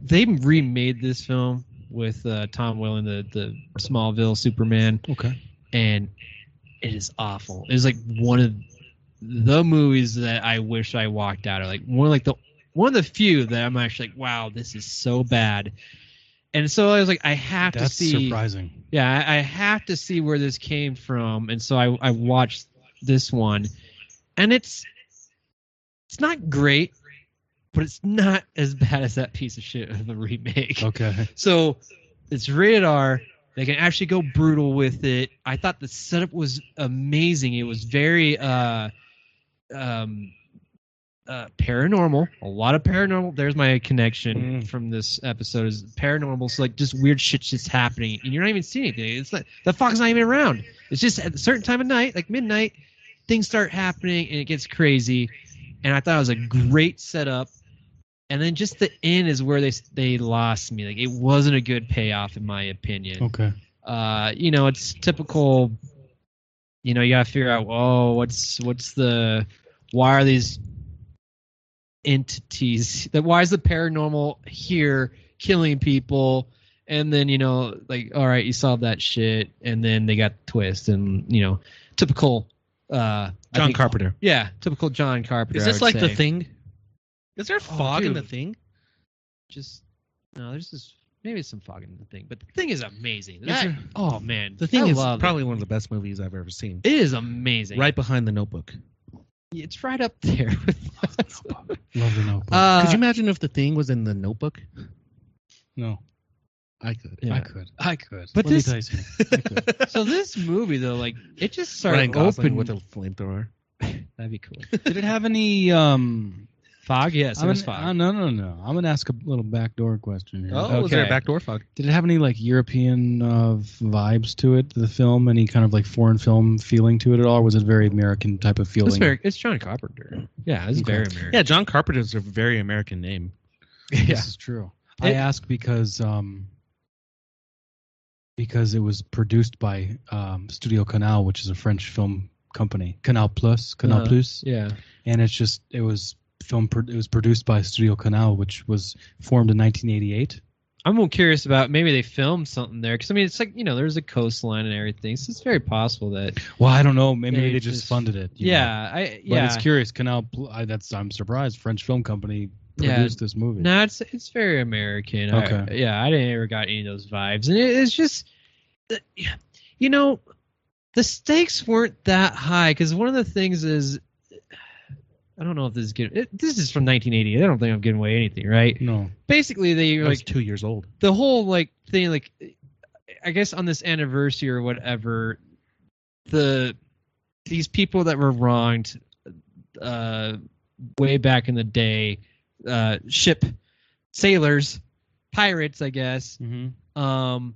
Speaker 1: they remade this film with uh, Tom Welling, the the Smallville Superman
Speaker 4: Okay.
Speaker 1: and it is awful. It is like one of the movies that I wish I walked out of. Like one of like the one of the few that I'm actually like, wow, this is so bad. And so I was like, I have
Speaker 4: That's
Speaker 1: to see.
Speaker 4: surprising.
Speaker 1: Yeah, I, I have to see where this came from, and so I I watched this one, and it's it's not great, but it's not as bad as that piece of shit of a remake.
Speaker 4: Okay. [LAUGHS]
Speaker 1: So it's rated R. They can actually go brutal with it. I thought the setup was amazing. It was very uh, um, uh, paranormal. A lot of paranormal. There's my connection from this episode is paranormal. So like just weird shit just happening, and you're not even seeing anything. It's not the fog's not even around. It's just at a certain time of night, like midnight, things start happening and it gets crazy. And I thought it was a great setup and then just the end is where they they lost me. Like it wasn't a good payoff in my opinion.
Speaker 4: Okay.
Speaker 1: Uh, you know, it's typical. You know, you gotta figure out. Oh, what's what's the why are these entities? That why is the paranormal here killing people? And then you know, like all right, you solved that shit, and then they got the twist, and you know, typical. Uh, I
Speaker 3: John
Speaker 1: think-
Speaker 3: Carpenter.
Speaker 1: Yeah, typical John Carpenter.
Speaker 3: Is
Speaker 1: I
Speaker 3: this
Speaker 1: would
Speaker 3: like the
Speaker 1: say.
Speaker 3: thing? Is there fog in the
Speaker 1: dude.
Speaker 3: thing?
Speaker 1: just no. There's this maybe some fog in the thing, but the thing is amazing.
Speaker 3: Is
Speaker 1: That-
Speaker 3: there-
Speaker 1: oh man,
Speaker 3: The thing
Speaker 1: I
Speaker 3: is
Speaker 1: love it.
Speaker 3: probably one of the best movies I've ever seen.
Speaker 1: it is amazing.
Speaker 3: Right behind The Notebook.
Speaker 1: it's right up there. [LAUGHS]
Speaker 4: Love the notebook.
Speaker 1: uh,
Speaker 3: could you imagine if the thing was in The Notebook?
Speaker 4: no.
Speaker 3: I could.
Speaker 1: Yeah.
Speaker 4: I could. I could. Let
Speaker 1: But
Speaker 4: me
Speaker 1: this-
Speaker 4: tell you something. I could.
Speaker 1: [LAUGHS] so this movie though, like it just
Speaker 3: Ryan
Speaker 1: started
Speaker 3: Gosling
Speaker 1: open
Speaker 3: with a flamethrower.
Speaker 1: That'd be cool.
Speaker 4: [LAUGHS] Did it have any um
Speaker 1: Fog, yes,
Speaker 4: I'm
Speaker 1: it was
Speaker 4: gonna-
Speaker 1: fog.
Speaker 4: uh, no, no, no. I'm gonna ask a little backdoor question here.
Speaker 1: Oh, was there a
Speaker 3: backdoor fog?
Speaker 4: Did it have any like European uh, vibes to it? The film, any kind of like foreign film feeling to it at all? Or was it very American type of feeling?
Speaker 1: it's, very, it's John Carpenter. Yeah, it's
Speaker 4: Okay.
Speaker 1: very American.
Speaker 3: Yeah, John Carpenter's a very American name.
Speaker 4: This is true. I
Speaker 1: It-
Speaker 4: ask because um because it was produced by um, Studio Canal, which is a French film company, Canal Plus, Canal
Speaker 1: Uh-huh.
Speaker 4: Plus,
Speaker 1: yeah.
Speaker 4: and it's just it was film pro- it was produced by Studio Canal, which was formed in 1988.
Speaker 1: I'm more curious about maybe they filmed something there because I mean it's like you know there's a coastline and everything, so it's very possible that
Speaker 4: Well, I don't know. Maybe
Speaker 1: They
Speaker 4: they, just,
Speaker 1: just-
Speaker 4: funded it. you know.
Speaker 1: yeah, I
Speaker 4: But
Speaker 1: yeah
Speaker 4: it's curious. Canal, Pl- I, that's I'm surprised. French film company
Speaker 1: Yeah.
Speaker 4: produced this movie.
Speaker 1: No, it's it's very American. I,
Speaker 4: Okay.
Speaker 1: yeah, I didn't ever got any of those vibes, and it, it's just, you know, the stakes weren't that high because one of the things is, I don't know if this is good. It, this is from 1980. I don't think I'm giving away anything, right?
Speaker 4: No.
Speaker 1: Basically, they
Speaker 3: He
Speaker 1: like
Speaker 3: was two years old.
Speaker 1: the whole like thing like i guess on this anniversary or whatever the these people that were wronged uh way back in the day uh ship sailors pirates i guess
Speaker 4: Mm-hmm.
Speaker 1: um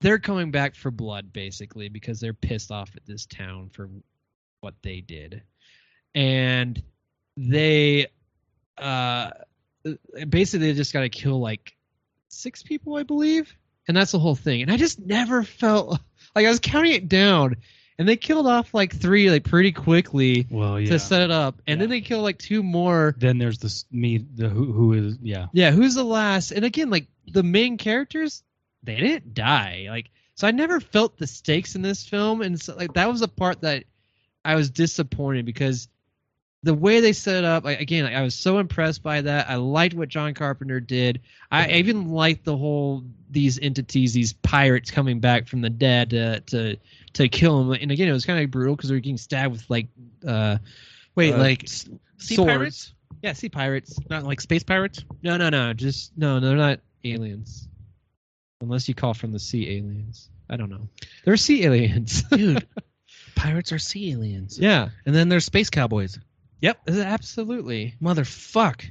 Speaker 1: they're coming back for blood basically because they're pissed off at this town for what they did and they uh basically they just got to kill like six people i believe and that's the whole thing and i just never felt like i was counting it down and they killed off like three like pretty quickly
Speaker 4: Well, yeah.
Speaker 1: to set it up and then
Speaker 4: Yeah.
Speaker 1: they killed like two more
Speaker 4: then there's this me the who who is yeah
Speaker 1: yeah, who's the last? And again, like the main characters, they didn't die. Like so, I never felt the stakes in this film, and so like that was the part that I was disappointed because the way they set it up, like, again, like, I was so impressed by that. I liked what John Carpenter did. I even liked the whole these entities, these pirates coming back from the dead to to, to kill him. And again, it was kind of brutal because they were getting stabbed with like, uh, wait,
Speaker 3: Uh,
Speaker 1: like
Speaker 3: s- sea
Speaker 1: swords.
Speaker 3: pirates,
Speaker 1: Yeah, sea pirates.
Speaker 3: not like space pirates.
Speaker 1: No, no, no. Just no, no, they're not aliens. Unless you call from the sea aliens. I don't know. They're sea [LAUGHS] aliens.
Speaker 3: Dude, pirates are sea aliens.
Speaker 1: yeah.
Speaker 3: And then there's space cowboys.
Speaker 1: Yep. uh, Absolutely.
Speaker 3: Motherfuck.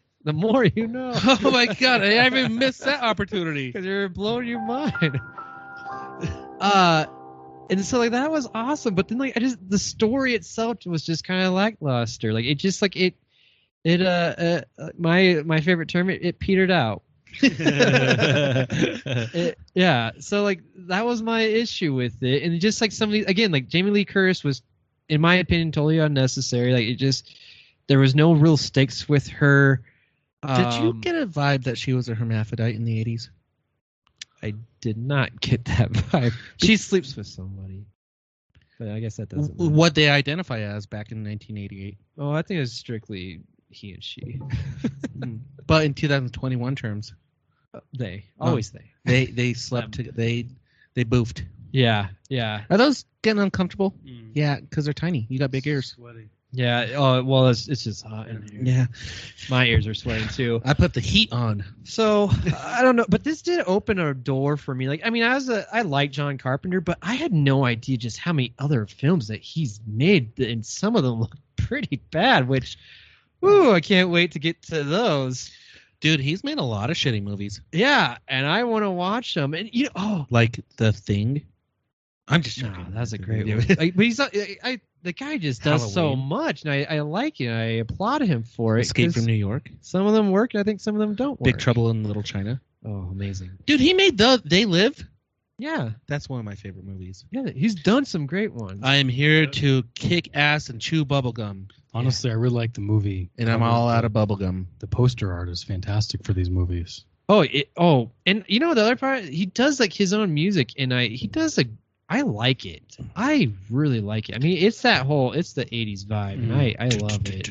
Speaker 3: [LAUGHS]
Speaker 1: the more you know.
Speaker 3: oh my god, I even missed that opportunity.
Speaker 1: because you're blowing your mind. uh, and so like that was awesome, but then like I just the story itself was just kind of lackluster. Like it just like it it uh, uh uh, my my favorite term it, it petered out. It, Eh, yeah, so like that was my issue with it, and just like somebody again like Jamie Lee Curtis was, in my opinion, totally unnecessary. Like it just there was no real stakes with her.
Speaker 3: Did you
Speaker 1: Um,
Speaker 3: get a vibe that she was a hermaphrodite in the 80s?
Speaker 1: I did not get [LAUGHS] that vibe. She sleeps with somebody. But I guess that doesn't. matter.
Speaker 3: What they identify as back in 1988.
Speaker 1: Oh, I think it's strictly he and she.
Speaker 3: but in 2021 terms,
Speaker 1: They
Speaker 3: Oh.
Speaker 1: always they.
Speaker 3: they they slept to, they they boofed.
Speaker 1: Yeah, yeah,
Speaker 3: Are those getting uncomfortable?
Speaker 1: Mm.
Speaker 3: Yeah, because they're tiny. You got big ears.
Speaker 4: Sweaty.
Speaker 1: yeah. Oh, well, it's it's just hot in here.
Speaker 3: Yeah,
Speaker 1: My ears are sweating too.
Speaker 3: I put the heat on.
Speaker 1: So I don't know, but this did open a door for me. Like, I mean, I was a I like John Carpenter, but I had no idea just how many other films that he's made, and some of them [LAUGHS] look pretty bad. Which, woo, I can't wait to get to those.
Speaker 3: Dude, he's made a lot of shitty movies,
Speaker 1: Yeah, and I want to watch them. And you know, oh,
Speaker 3: like The Thing. I'm just
Speaker 1: no,
Speaker 3: joking.
Speaker 1: that's a great one. Like, but he's not, I, I, the guy just does so
Speaker 3: Halloween.
Speaker 1: much, and I, I like it. I applaud him for it.
Speaker 3: [LAUGHS] Escape
Speaker 1: 'cause
Speaker 3: from New York.
Speaker 1: some of them work, and I think some of them don't work.
Speaker 3: Big Trouble in Little China.
Speaker 1: Oh, amazing.
Speaker 3: Dude, he made the They Live.
Speaker 1: Yeah,
Speaker 3: That's one of my favorite movies.
Speaker 1: yeah, he's done some great ones.
Speaker 3: I am here to kick ass and chew bubblegum,
Speaker 4: Honestly, I really like the movie.
Speaker 3: and I'm all out of bubblegum.
Speaker 4: The poster art is fantastic for these movies.
Speaker 1: oh, it, oh, and you know the other part, he does like his own music, and I he does a. I like it. I really like it. I mean, it's that whole it's the '80s vibe,
Speaker 3: Mm.
Speaker 1: and I I love it.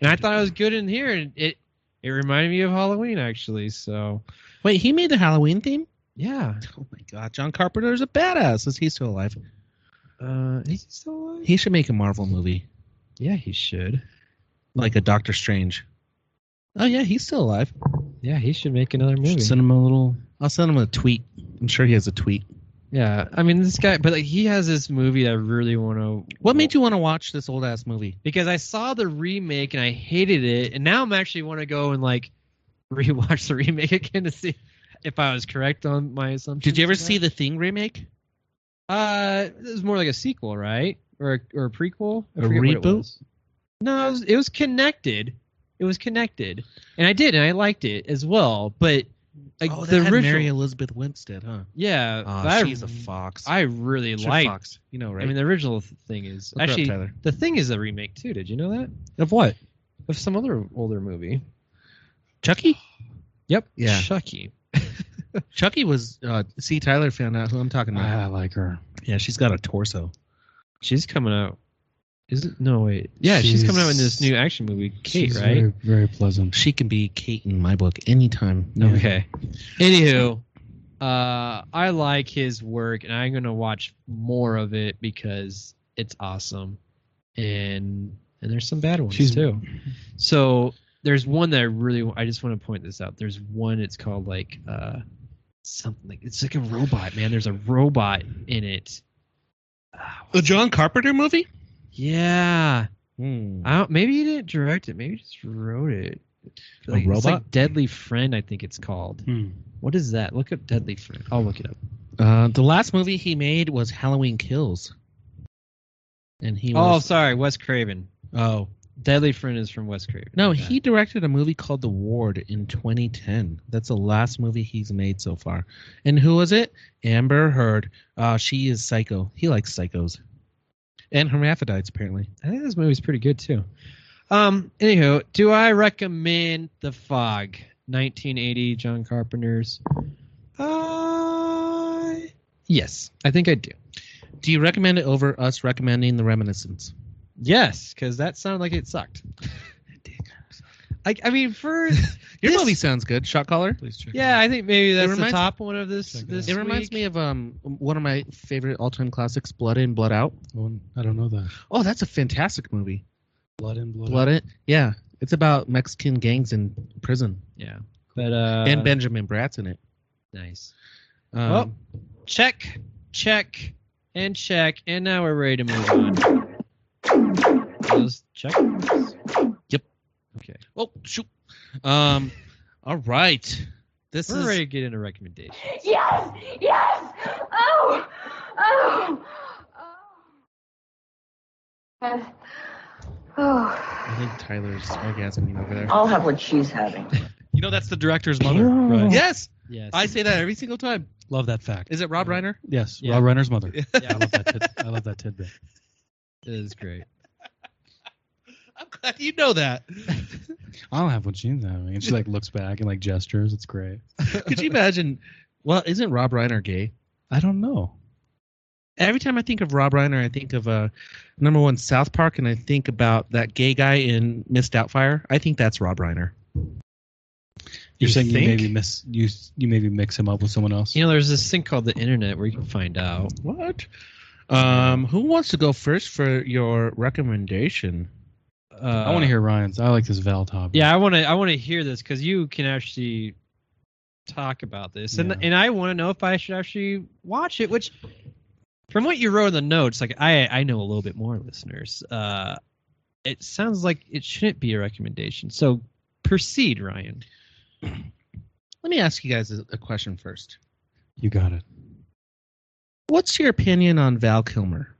Speaker 1: And I thought it was good in here, and it it reminded me of Halloween actually. So
Speaker 3: Wait, he made the Halloween theme?
Speaker 1: yeah,
Speaker 3: Oh my god, John Carpenter is a badass. Is he still alive?
Speaker 1: uh, is he still alive?
Speaker 3: He should make a Marvel movie,
Speaker 1: Yeah, he should.
Speaker 3: like a Doctor Strange. Oh yeah, he's still alive.
Speaker 1: Yeah, he should make another movie.
Speaker 3: Should Send him a little. I'll send him a tweet. I'm sure he has a tweet.
Speaker 1: yeah, I mean this guy, but like he has this movie that I really want to.
Speaker 3: What made you want to watch this old ass movie?
Speaker 1: Because I saw the remake and I hated it, and now I'm actually want to go and like [LAUGHS] rewatch the remake again to see if I was correct on my assumption.
Speaker 3: Did you ever see the Thing remake?
Speaker 1: Uh, it was more like a sequel, right? Or a, or a prequel? I
Speaker 3: A
Speaker 1: forget what it
Speaker 3: reboot?
Speaker 1: was. No, it was, it was connected. It was connected, and I did, and I liked it as well. But like
Speaker 3: oh, that
Speaker 1: the
Speaker 3: had
Speaker 1: original,
Speaker 3: Mary Elizabeth Winstead, huh?
Speaker 1: yeah,
Speaker 3: Oh,
Speaker 1: but
Speaker 3: she's
Speaker 1: I,
Speaker 3: a fox.
Speaker 1: I really
Speaker 3: Sure,
Speaker 1: liked.
Speaker 3: fox. You know, right?
Speaker 1: I mean, the original th- thing is
Speaker 3: Look her up,
Speaker 1: actually
Speaker 3: Tyler.
Speaker 1: the thing is a remake too. Did you know that
Speaker 3: of what?
Speaker 1: of some other older movie?
Speaker 3: Chucky.
Speaker 1: Yep.
Speaker 3: Yeah.
Speaker 1: Chucky.
Speaker 3: Chucky was. Uh, see, Tyler found out who I'm talking about.
Speaker 4: I, I like her.
Speaker 3: Ah, yeah, she's got a torso.
Speaker 1: She's coming out. Is it? No wait. Yeah, she's, coming out in this new action movie, Kate.
Speaker 4: She's
Speaker 1: Right.
Speaker 4: Very, very pleasant.
Speaker 3: She can be Kate in my book anytime. No,
Speaker 1: Okay. Anywho, uh, I like his work, and I'm gonna watch more of it because it's awesome, and and there's some bad ones
Speaker 4: She's-
Speaker 1: too. So there's one that I really I just want to point this out. There's one. It's called like uh something. Like, it's like a robot, man. There's a robot in it. Ah,
Speaker 3: The John Carpenter movie?
Speaker 1: Yeah.
Speaker 3: Hmm.
Speaker 1: I don't, maybe he didn't direct it. Maybe he just wrote it.
Speaker 3: A
Speaker 1: Like, It's like
Speaker 3: robot?
Speaker 1: Deadly Friend, I think it's called.
Speaker 4: Hmm.
Speaker 1: What is that? Look up Deadly Friend. I'll look it up.
Speaker 3: Uh, the last movie he made was Halloween Kills. And he
Speaker 1: Oh,
Speaker 3: was.
Speaker 1: sorry, Wes Craven.
Speaker 3: oh.
Speaker 1: Deadly Friend is from Wes Craven.
Speaker 3: No,
Speaker 1: Okay.
Speaker 3: he directed a movie called The Ward in 2010. That's the last movie he's made so far. And who was it? Amber Heard. Uh, she is psycho. He likes psychos. And hermaphrodites, apparently.
Speaker 1: I think this movie's pretty good too. Um. Anywho, do I recommend The Fog, 1980, John Carpenter's? Uh, yes, I think I do.
Speaker 3: Do you recommend it over us recommending The Reminiscence?
Speaker 1: Yes, because that sounded like it [LAUGHS] sucked. I, I mean, for
Speaker 3: Your
Speaker 1: This-
Speaker 3: movie sounds good. Shot caller.
Speaker 4: Please check. it
Speaker 1: yeah,
Speaker 4: out.
Speaker 1: I think maybe that's the
Speaker 3: reminds-
Speaker 1: top one of this.
Speaker 4: Check it
Speaker 1: this
Speaker 3: It reminds me of um one of my favorite all time classics, Blood In, Blood Out.
Speaker 4: Oh, I don't know that.
Speaker 3: Oh, that's a fantastic movie.
Speaker 4: Blood in blood.
Speaker 3: Blood In, yeah, it's about Mexican gangs in prison
Speaker 1: Yeah, but uh,
Speaker 3: and Benjamin Bratt's in it.
Speaker 1: nice.
Speaker 3: Um,
Speaker 1: Well- Check, check, and check, and now we're ready to move on. Those check.
Speaker 3: Yep.
Speaker 1: Okay,
Speaker 3: oh shoot.
Speaker 1: [LAUGHS]
Speaker 3: Um, all right. This
Speaker 1: we're
Speaker 3: is
Speaker 1: ready to get into recommendation.
Speaker 6: Yes! Yes! Oh! Oh! Oh!
Speaker 3: I
Speaker 6: oh.
Speaker 3: think Tyler's orgasming over
Speaker 1: Oh.
Speaker 3: there.
Speaker 7: I'll have what she's having.
Speaker 4: You know that's the director's mother. Right.
Speaker 3: Yes,
Speaker 1: Yes,
Speaker 3: I say that every single time.
Speaker 4: Love that fact.
Speaker 3: Is it Rob
Speaker 1: [LAUGHS]
Speaker 3: Reiner?
Speaker 4: Yes,
Speaker 1: Yeah.
Speaker 4: Rob Reiner's mother. I
Speaker 1: yeah,
Speaker 4: love that. Tid- I love that tidbit.
Speaker 1: it is great.
Speaker 3: I'm glad you know that.
Speaker 4: I don't have what she's having, and she like looks back and like gestures. It's great.
Speaker 3: Could you imagine? Well, isn't Rob Reiner gay?
Speaker 4: I don't know.
Speaker 3: Every time I think of Rob Reiner, I think of uh, number one South Park, and I think about that gay guy in Miss Doubtfire. I think that's Rob Reiner.
Speaker 4: You're
Speaker 1: You
Speaker 4: saying
Speaker 1: think?
Speaker 4: you maybe miss you s- you maybe mix him up with someone else.
Speaker 1: You know, there's this thing called the internet where you can find out.
Speaker 3: What? Um, who wants to go first for your recommendation?
Speaker 1: Uh,
Speaker 4: I want to hear Ryan's. I like this Val topic.
Speaker 1: Yeah, I want to. I want to hear this because you can actually talk about this, and
Speaker 4: Yeah.
Speaker 1: and I want to know if I should actually watch it. Which, from what you wrote in the notes, like I I know a little bit more, listeners. Uh, it sounds like it shouldn't be a recommendation. So proceed, Ryan.
Speaker 3: Let me ask you guys a, a question first.
Speaker 4: you got it.
Speaker 3: What's your opinion on Val Kilmer?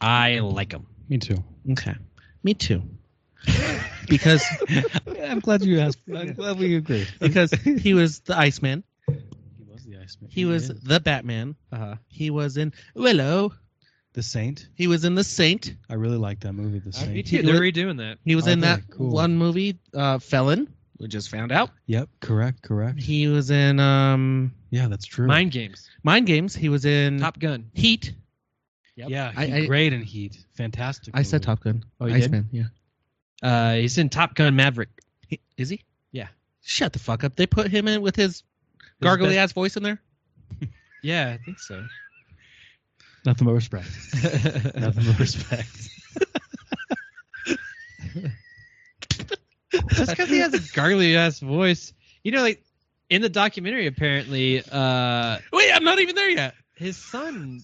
Speaker 1: I like him.
Speaker 4: Me too.
Speaker 3: Okay, me too. [LAUGHS] because
Speaker 4: [LAUGHS] I'm glad you asked. I'm glad we [LAUGHS] agree.
Speaker 3: because he was the Iceman,
Speaker 4: He was the Iceman.
Speaker 3: he was the Batman,
Speaker 1: Uh-huh.
Speaker 3: he was in Willow,
Speaker 4: the Saint.
Speaker 3: he was in The Saint,
Speaker 4: I really like that movie, The Saint.
Speaker 1: Me too. They're redoing that.
Speaker 3: He was
Speaker 4: Oh,
Speaker 3: in
Speaker 4: really?
Speaker 3: that
Speaker 4: Cool.
Speaker 3: one movie, uh, Felon. We just found out.
Speaker 4: Yep, correct, correct.
Speaker 3: He was in um,
Speaker 4: Yeah, that's true.
Speaker 1: Mind games.
Speaker 3: Mind Games. He was in
Speaker 1: Top Gun.
Speaker 3: Heat.
Speaker 1: Yep.
Speaker 4: Yeah,
Speaker 3: I-
Speaker 4: he-
Speaker 3: I-
Speaker 4: great in Heat. Fantastic.
Speaker 3: I said
Speaker 4: movie.
Speaker 3: Top Gun.
Speaker 1: Oh, you did?
Speaker 3: Iceman. Yeah.
Speaker 1: Uh, he's in Top Gun Maverick.
Speaker 3: He, is he?
Speaker 1: Yeah.
Speaker 3: Shut the fuck up. They put him in with his gargly ass voice in there.
Speaker 1: Yeah, I think so.
Speaker 4: Nothing but respect. [LAUGHS] Nothing but respect.
Speaker 1: That's because he has [LAUGHS] a gargly ass voice. You know, like in the documentary, apparently, uh,
Speaker 3: Wait, I'm not even there yet.
Speaker 1: his son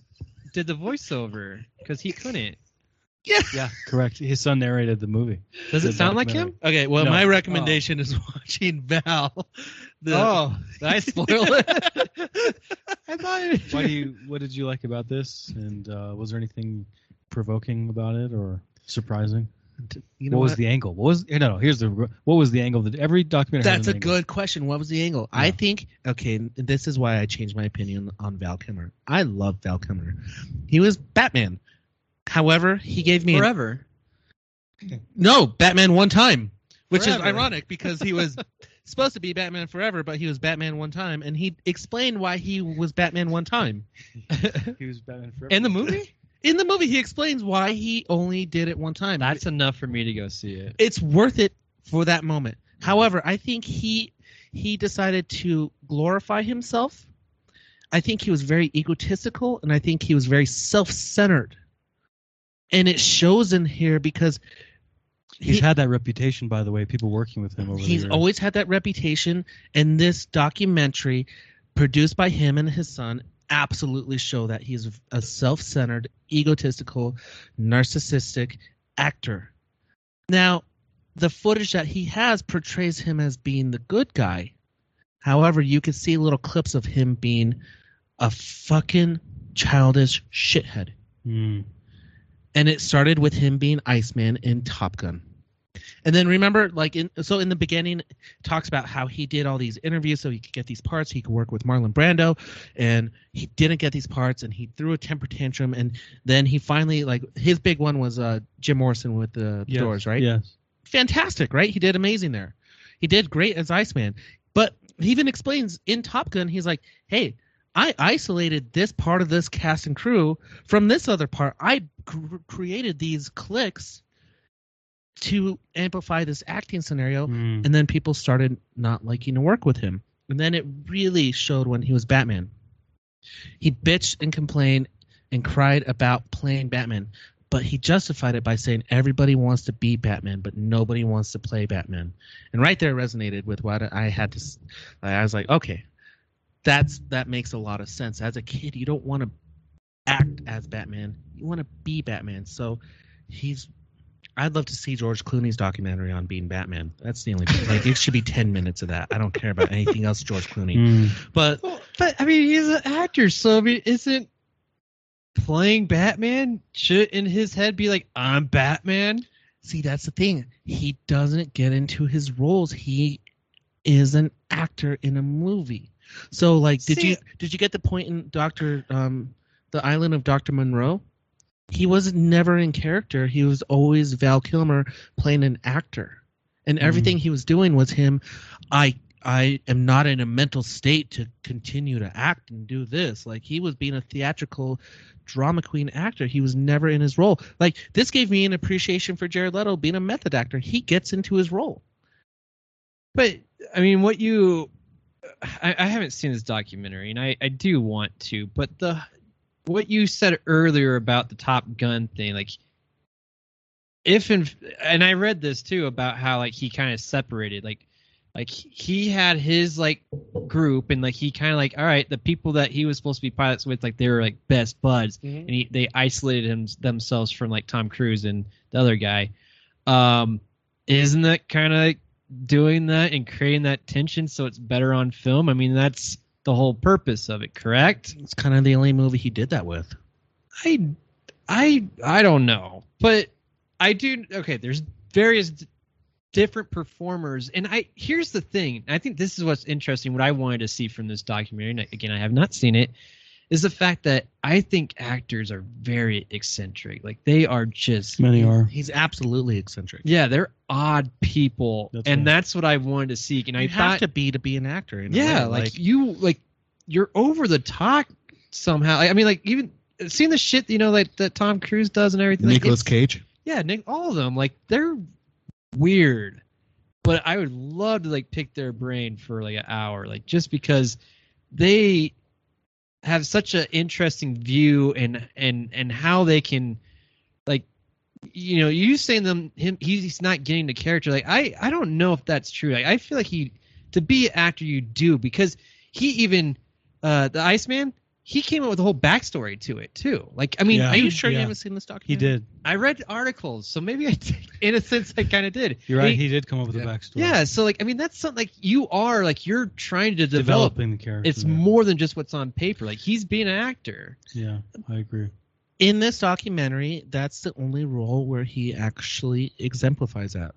Speaker 1: did the voiceover because he couldn't.
Speaker 4: yeah, correct. His son narrated the movie.
Speaker 1: Does
Speaker 4: The
Speaker 1: it sound like him?
Speaker 4: documentary.
Speaker 3: Okay. Well,
Speaker 4: No.
Speaker 3: my recommendation is [LAUGHS] watching Val. The,
Speaker 1: Oh, did I spoil
Speaker 3: [LAUGHS]
Speaker 1: it? I thought it
Speaker 4: Why do you? What did you like about this? And uh, was there anything provoking about it or surprising?
Speaker 3: you know
Speaker 4: what was
Speaker 3: what?
Speaker 4: the angle? What was no no? Here's the what was the angle that every documentary. has
Speaker 3: That's a
Speaker 4: an angle.
Speaker 3: good question. What was the angle? I
Speaker 4: Yeah.
Speaker 3: think okay. This is why I changed my opinion on Val Kilmer. I love Val Kilmer. He was Batman. However, he gave me an-
Speaker 1: forever.
Speaker 3: no Batman one time, which
Speaker 1: Forever.
Speaker 3: is ironic because
Speaker 1: [LAUGHS]
Speaker 3: he was supposed to be Batman forever, but he was Batman one time, and he explained why he was Batman one time.
Speaker 4: He was Batman forever.
Speaker 1: In the movie?
Speaker 3: In the movie, he explains why he only did it one time.
Speaker 1: That's enough for me to go see it.
Speaker 3: it's worth it for that moment. However, I think he he decided to glorify himself. I think he was very egotistical and I think he was very self-centered. And it shows in here because
Speaker 4: He's
Speaker 3: he-
Speaker 4: had that reputation, by the way. People working with him over the
Speaker 3: he's
Speaker 4: years.
Speaker 3: always had that reputation and this documentary produced by him and his son absolutely show that he's a self-centered egotistical narcissistic actor now the footage that he has portrays him as being the good guy however you can see little clips of him being a fucking childish shithead
Speaker 4: Hmm.
Speaker 3: and it started with him being Iceman in Top Gun. And then remember, like in so in the beginning, it talks about how he did all these interviews so he could get these parts. He could work with Marlon Brando, and he didn't get these parts, and he threw a temper tantrum. And then he finally, like his big one was uh, Jim Morrison with the
Speaker 4: Yes,
Speaker 3: Doors, right?
Speaker 4: Yes.
Speaker 3: fantastic, right? He did amazing there. He did great as Iceman. But he even explains in Top Gun, he's like, hey, I isolated this part of this cast and crew from this other part. I cr- created these clicks to amplify this acting scenario,
Speaker 4: Mm.
Speaker 3: and then people started not liking to work with him. And then it really showed when he was Batman. He bitched and complained and cried about playing Batman, but he justified it by saying everybody wants to be Batman, but nobody wants to play Batman. And right there resonated with what I had to. s- I was like, okay, that's that makes a lot of sense. As a kid, you don't want to act as Batman; you want to be Batman. So he's. I'd love to see George Clooney's documentary on being Batman. That's the only like it should be ten minutes of that. I don't care about anything else, George Clooney.
Speaker 4: Mm.
Speaker 3: But
Speaker 1: Well, but I mean, he's an actor, so I mean, isn't playing Batman should in his head be like, "I'm Batman"?
Speaker 3: See, that's the thing. He doesn't get into his roles. He is an actor in a movie. So, like, did
Speaker 1: See-
Speaker 3: you did you get the point in Doctor um, the Island of Doctor Monroe? He was never in character. He was always Val Kilmer playing an actor, and everything he was doing was him. I I am not in a mental state to continue to act and do this. Like he was being a theatrical drama queen actor. He was never in his role. Like this gave me an appreciation for Jared Leto being a method actor. He gets into his role.
Speaker 1: But I mean, what you, I, I haven't seen his documentary, and I, I do want to. But the what you said earlier about the Top Gun thing, like if in, and I read this too about how like he kind of separated, like like he had his like group, and like he kind of like all right, the people that he was supposed to be pilots with, like they were like best buds,
Speaker 3: Mm-hmm.
Speaker 1: and he, they isolated him themselves from like Tom Cruise and the other guy. Um, isn't that kind of doing that and creating that tension so it's better on film? I mean, that's the whole purpose of it, correct?
Speaker 3: It's kind of the only movie he did that with.
Speaker 1: I, I, I don't know, but I do. Okay, there's various d- different performers, and I here's the thing. and I think this is what's interesting. What I wanted to see from this documentary, and again, I have not seen it, is the fact that I think actors are very eccentric. Like they are just
Speaker 4: Many are.
Speaker 3: He's absolutely eccentric.
Speaker 1: yeah, they're odd people,
Speaker 4: That's
Speaker 1: and
Speaker 4: right.
Speaker 1: that's what I wanted to seek. And I
Speaker 3: you
Speaker 1: thought
Speaker 3: have to be to be an actor. in a
Speaker 1: yeah
Speaker 3: way,
Speaker 1: like, you like you're over the top somehow i mean like even seeing the shit you know like that tom cruise does and everything like,
Speaker 7: Nicholas
Speaker 1: it's-
Speaker 7: Cage.
Speaker 1: yeah Nick, all of them like they're weird but i would love to like pick their brain for like an hour like just because they have such an interesting view and and and how they can like you know you saying them him he's not getting the character like i i don't know if that's true like i feel like he to be an actor you do because he even uh the iceman he came up with a whole backstory to it too like i mean
Speaker 4: Yeah.
Speaker 3: Are you sure you
Speaker 4: Yeah.
Speaker 3: haven't seen this documentary?
Speaker 4: He did.
Speaker 1: I read articles, so maybe I, did- [LAUGHS] in a sense, I kind of did.
Speaker 4: You're right.
Speaker 1: He-
Speaker 4: He did come up with a backstory.
Speaker 1: yeah, so like, I mean, that's something like you are like you're trying to develop.
Speaker 4: developing the character.
Speaker 1: It's
Speaker 4: there.
Speaker 1: more than just what's on paper. Like he's being an actor.
Speaker 4: Yeah, I agree.
Speaker 3: In this documentary, that's the only role where he actually exemplifies that.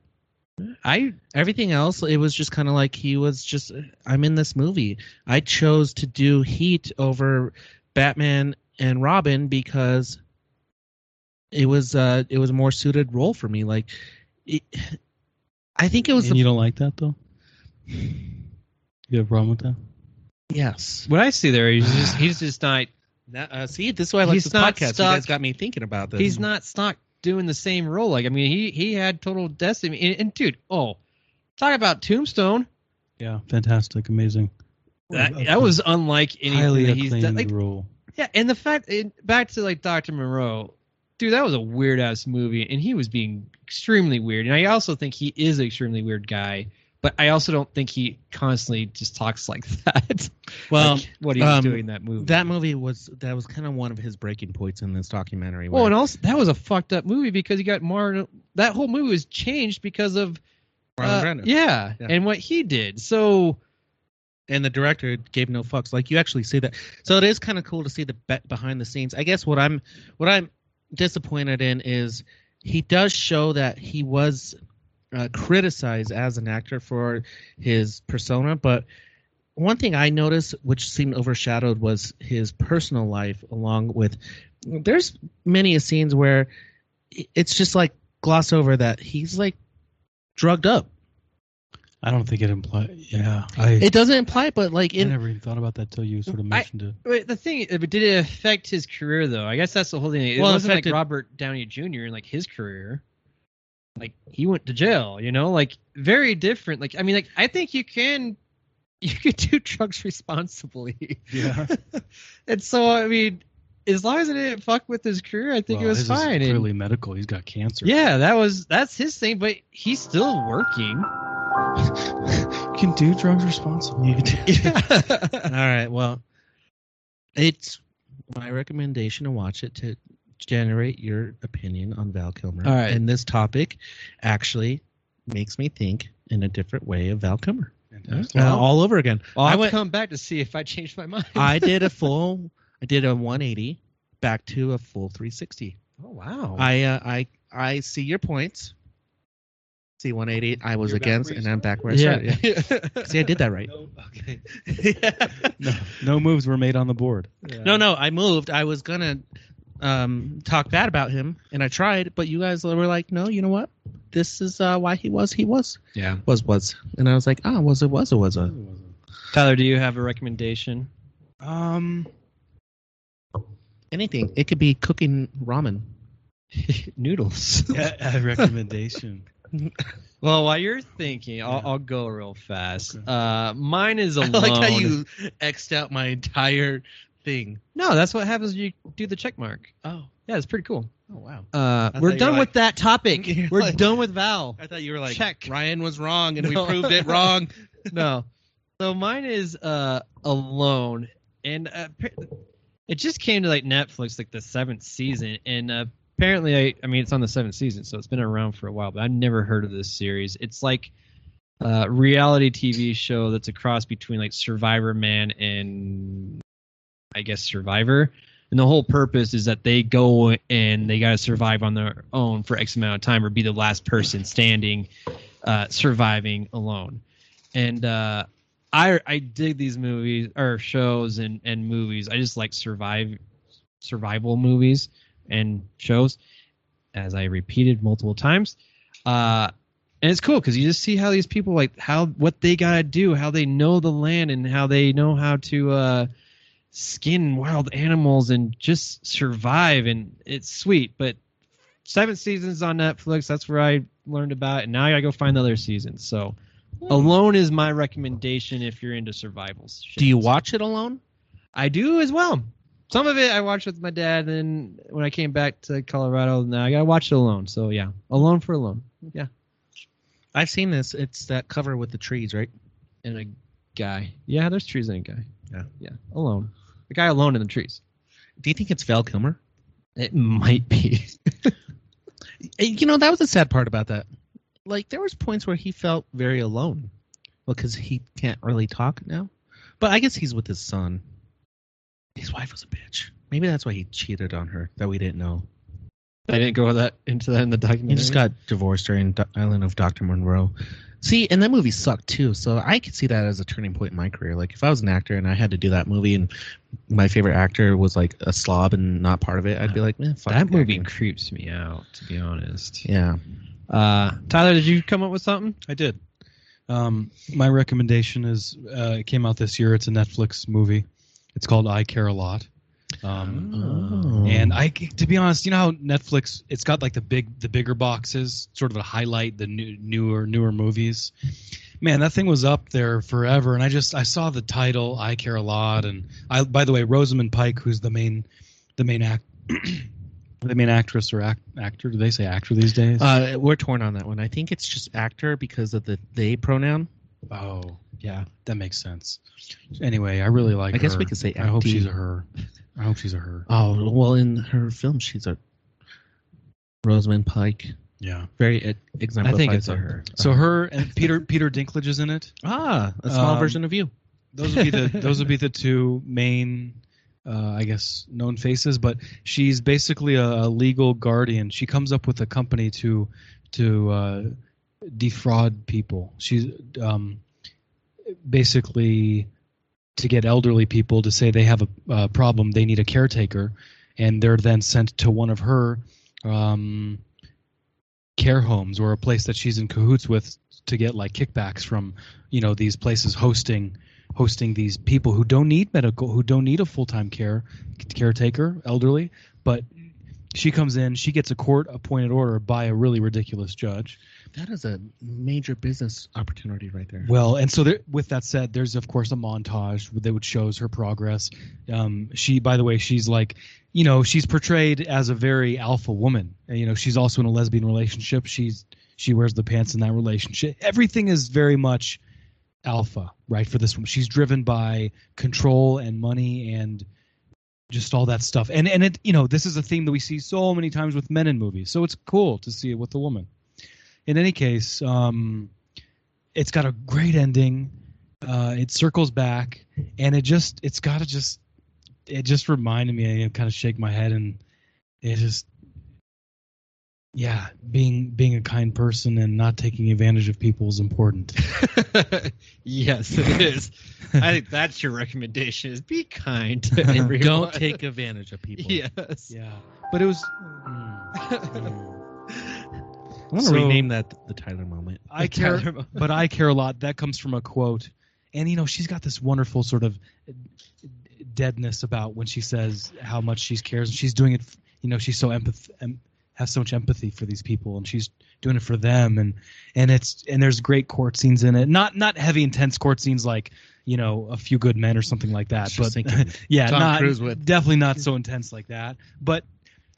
Speaker 1: I
Speaker 3: everything else it was just kind of like he was just i'm in this movie i chose to do heat over batman and robin because it was uh it was a more suited role for me like it, i think it was
Speaker 4: And
Speaker 3: the,
Speaker 4: you don't like that though. You have a problem with that?
Speaker 3: yes
Speaker 1: what I see there, he's just [SIGHS] he's just not
Speaker 3: that, uh, see this is why i like
Speaker 1: He's
Speaker 3: this
Speaker 1: not
Speaker 3: podcast you
Speaker 1: stuck.
Speaker 3: guys got me thinking about this
Speaker 1: he's not stuck doing the same role. Like I mean, he he had total destiny. And, and dude, oh, talk about Tombstone.
Speaker 4: Yeah, fantastic, amazing.
Speaker 1: That, that was unlike anything
Speaker 4: highly
Speaker 1: that he's
Speaker 4: acclaimed
Speaker 1: done. Like,
Speaker 4: role.
Speaker 1: Yeah, and the fact and back to like Doctor Moreau, dude, that was a weird ass movie, and he was being extremely weird. And I also think he is an extremely weird guy, but I also don't think he constantly just talks like [LAUGHS] that.
Speaker 3: Well,
Speaker 1: Like, what he was
Speaker 3: um,
Speaker 1: doing in that movie.
Speaker 3: that movie was that was kind of one of his breaking points in this documentary
Speaker 1: well,
Speaker 3: where-
Speaker 1: Oh, and also that was a fucked up movie because he got Marlon. That whole movie was changed because of
Speaker 3: Marlon
Speaker 1: uh,
Speaker 3: Brando.
Speaker 1: yeah,
Speaker 3: Yeah.
Speaker 1: and what he did. So
Speaker 3: and the director gave no fucks like you actually see that so it is kind of cool to see the be- behind the scenes i guess what i'm what i'm disappointed in is he does show that he was uh, criticized as an actor for his persona but one thing i noticed which seemed overshadowed was his personal life along with there's many a scenes where it's just like gloss over that he's like drugged up
Speaker 4: I don't think it implies. Yeah, I,
Speaker 3: It doesn't imply, but like
Speaker 4: I
Speaker 3: in
Speaker 4: never even thought about that till you sort of
Speaker 1: I- [LAUGHS]
Speaker 4: mentioned it.
Speaker 1: Wait, the thing, uh, but did it affect his career though? I guess that's the whole thing. It
Speaker 3: Well, it
Speaker 1: wasn't
Speaker 3: affected-
Speaker 1: like Robert Downey Jr. and like his career. Like he went to jail, you know, like very different. Like I mean, like I think you can, [LAUGHS] you can do drugs responsibly. [LAUGHS]
Speaker 4: Yeah,
Speaker 1: and so I mean, as long as it didn't fuck with his career, I think it was fine.
Speaker 4: Is
Speaker 1: And-
Speaker 4: clearly medical. He's got cancer.
Speaker 1: yeah, that was that's his thing, but he's still
Speaker 3: [LAUGHS]
Speaker 1: working. [LAUGHS]
Speaker 4: you can do drugs
Speaker 1: [LAUGHS]
Speaker 4: responsibly.
Speaker 3: All right. Well, it's my recommendation to watch it to generate your opinion on Val Kilmer.
Speaker 1: All right.
Speaker 3: And this topic actually makes me think in a different way of Val Kilmer
Speaker 4: Fantastic.
Speaker 3: Uh, all over again.
Speaker 1: Well,
Speaker 3: I
Speaker 1: I'll
Speaker 3: went.
Speaker 1: come back to see if I changed my mind.
Speaker 3: [LAUGHS] I did a full. I did a 180 back to a full 360.
Speaker 1: [LAUGHS] oh wow.
Speaker 3: I uh, I I see your points. See 180. I was
Speaker 7: You're back
Speaker 3: against,
Speaker 7: where you
Speaker 3: and I'm back where I
Speaker 1: yeah.
Speaker 3: started. Yeah.
Speaker 1: [LAUGHS]
Speaker 3: See, I [LAUGHS] did that right. [LAUGHS]
Speaker 1: okay.
Speaker 4: no, no moves were made on the board.
Speaker 3: No, no, I moved. I was gonna um, talk bad about him, and I tried, but you guys were like, "No, you know what? This is uh, why he was. He was.
Speaker 1: Yeah.
Speaker 3: Was was." And I was like, "Ah, was it? Was it? Was it?"
Speaker 1: Tyler, do you have a recommendation?
Speaker 4: Um,
Speaker 3: Anything. It could be cooking ramen. [LAUGHS]
Speaker 1: Noodles.
Speaker 4: [LAUGHS] a, a recommendation.
Speaker 1: Well, while you're thinking, I'll, I'll go real fast. Uh, mine
Speaker 3: [LAUGHS]
Speaker 1: is alone.
Speaker 3: xed out my entire thing.
Speaker 1: No, that's what happens. when You do the check mark.
Speaker 3: Oh,
Speaker 1: Yeah, it's pretty cool.
Speaker 3: oh wow.
Speaker 1: Uh,
Speaker 3: thought
Speaker 1: we're
Speaker 3: you
Speaker 1: done
Speaker 3: were
Speaker 1: with
Speaker 3: like-
Speaker 1: that topic.
Speaker 3: [LAUGHS] You're
Speaker 1: we're
Speaker 3: like-
Speaker 1: done with Val.
Speaker 3: I thought you were like,
Speaker 1: Check.
Speaker 3: Ryan was wrong, and
Speaker 1: No.
Speaker 3: we proved it wrong.
Speaker 1: [LAUGHS] no. So mine is uh alone, and uh, pa- it just came to like Netflix like the seventh season, and uh, apparently I I mean it's on the seventh season, so it's been around for a while, but I've never heard of this series. It's like a reality TV show that's a cross between like Survivor Man and I guess Survivor. And the whole purpose is that they go and they got to survive on their own for X amount of time or be the last person standing, uh, surviving alone and uh, I I dig these movies or shows and and movies. I just like survive survival movies and shows, as I repeated multiple times. Uh, and it's cool because you just see how these people like how what they gotta do, how they know the land, and how they know how to uh, skin wild animals and just survive. And it's sweet, but. Seven seasons on Netflix. That's where I learned about it. And now I gotta go find the other seasons. So,
Speaker 3: Hmm.
Speaker 1: Alone is my recommendation if you're into survival. Shit.
Speaker 3: Do you watch it alone?
Speaker 1: I do as well. Some of it I watched with my dad, and when I came back to Colorado, now I gotta watch it alone. So yeah, alone for alone,
Speaker 3: I've seen this. It's that cover with the trees, right?
Speaker 1: and a guy. Yeah, there's trees and a guy.
Speaker 3: Yeah.
Speaker 1: yeah, alone. The guy alone in the trees.
Speaker 3: Do you think it's Val Kilmer?
Speaker 1: It might be.
Speaker 3: Eh, [LAUGHS] You know, that was the sad part about that. Like, there was points where he felt very alone. Well, because he can't really talk now. But I guess he's with his son. His wife was a bitch. Maybe that's why he cheated on her that we didn't know.
Speaker 1: I didn't go that into that in the documentary.
Speaker 3: He
Speaker 4: Mm-hmm.
Speaker 3: just got divorced during Do- Island of Dr. Monroe. See, and that movie sucked too. So I could see that as a turning point in my career. Like if I was an actor and I had to do that movie, and my favorite actor was like a slob and not part of it, I'd be like, man, fuck
Speaker 1: that movie
Speaker 3: acting."
Speaker 1: creeps me out, to be honest.
Speaker 3: Yeah,
Speaker 1: Uh, Tyler, did you come up with something?
Speaker 4: I did. Um, my recommendation is uh, it came out this year. It's a Netflix movie. It's called I Care a Lot. Um,
Speaker 3: Oh.
Speaker 4: And I, to be honest, you know how Netflix, it's got like the big, the bigger boxes, sort of to highlight the new, newer, newer movies. Man, that thing was up there forever, and I just, I saw the title, I care a lot, and I, by the way, Rosamund Pike, who's the main, the main act, [CLEARS THROAT] the main actress or act, actor, do they say actor these days?
Speaker 3: uh, we're torn on that one. I think it's just actor because of the they pronoun.
Speaker 4: oh, yeah, that makes sense. Anyway, I really like.
Speaker 3: I guess
Speaker 4: her.
Speaker 3: we could say
Speaker 4: I hope
Speaker 3: actee.
Speaker 4: she's a her. I hope she's a her.
Speaker 3: [LAUGHS] Oh well, in her film, she's a Rosamund Pike.
Speaker 4: Yeah.
Speaker 3: Very e- exemplifies.
Speaker 1: it's a
Speaker 3: that.
Speaker 1: her.
Speaker 4: So her
Speaker 3: [LAUGHS]
Speaker 4: and Peter Peter Dinklage is in it.
Speaker 3: Ah, a small
Speaker 4: Um,
Speaker 3: version of you.
Speaker 4: those would be the those would be the two main uh, I guess known faces, but she's basically a, a legal guardian. She comes up with a company to to uh, defraud people. She's um, basically to get elderly people to say they have a, uh problem, they need a caretaker, and they're then sent to one of her um, care homes or a place that she's in cahoots with to get like kickbacks from you know these places hosting hosting these people who don't need medical who don't need a full-time care caretaker elderly but she comes in she gets a court appointed order by a really ridiculous judge
Speaker 3: That is a major business opportunity right there.
Speaker 4: well and so there, with that said there's of course a montage that would shows her progress um, she by the way she's like you know she's portrayed as a very alpha woman And, you know she's also in a lesbian relationship she's she wears the pants in that relationship everything is very much alpha right for this woman she's driven by control and money and just all that stuff and and it you know this is a theme that we see so many times with men in movies so it's cool to see it with a woman in any case um it's got a great ending uh it circles back and it just it's got to just it just reminded me i kind of shake my head and it just yeah being being a kind person and not taking advantage of people is important
Speaker 1: [LAUGHS] yes, it is. I think that's your recommendation: is be kind [LAUGHS] to everyone.
Speaker 3: Don't take advantage of people.
Speaker 1: [LAUGHS] Yes.
Speaker 4: yeah but it was
Speaker 3: I want to
Speaker 4: So-
Speaker 3: rename that the Tyler moment.
Speaker 4: [LAUGHS] i
Speaker 1: The
Speaker 4: care
Speaker 1: [LAUGHS] Tyler moment.
Speaker 4: but i care a lot that comes from a quote and you know she's got this wonderful sort of deadness about when she says how much she cares and she's doing it f- you know she's so empath em- has so much empathy for these people and she's doing it for them and and it's and there's great court scenes in it not not heavy intense court scenes like you know a few good men or something like that
Speaker 3: Just
Speaker 4: but [LAUGHS]
Speaker 3: thinking
Speaker 4: yeah
Speaker 3: Tom
Speaker 4: not
Speaker 3: Cruise with-
Speaker 4: definitely not so intense like that but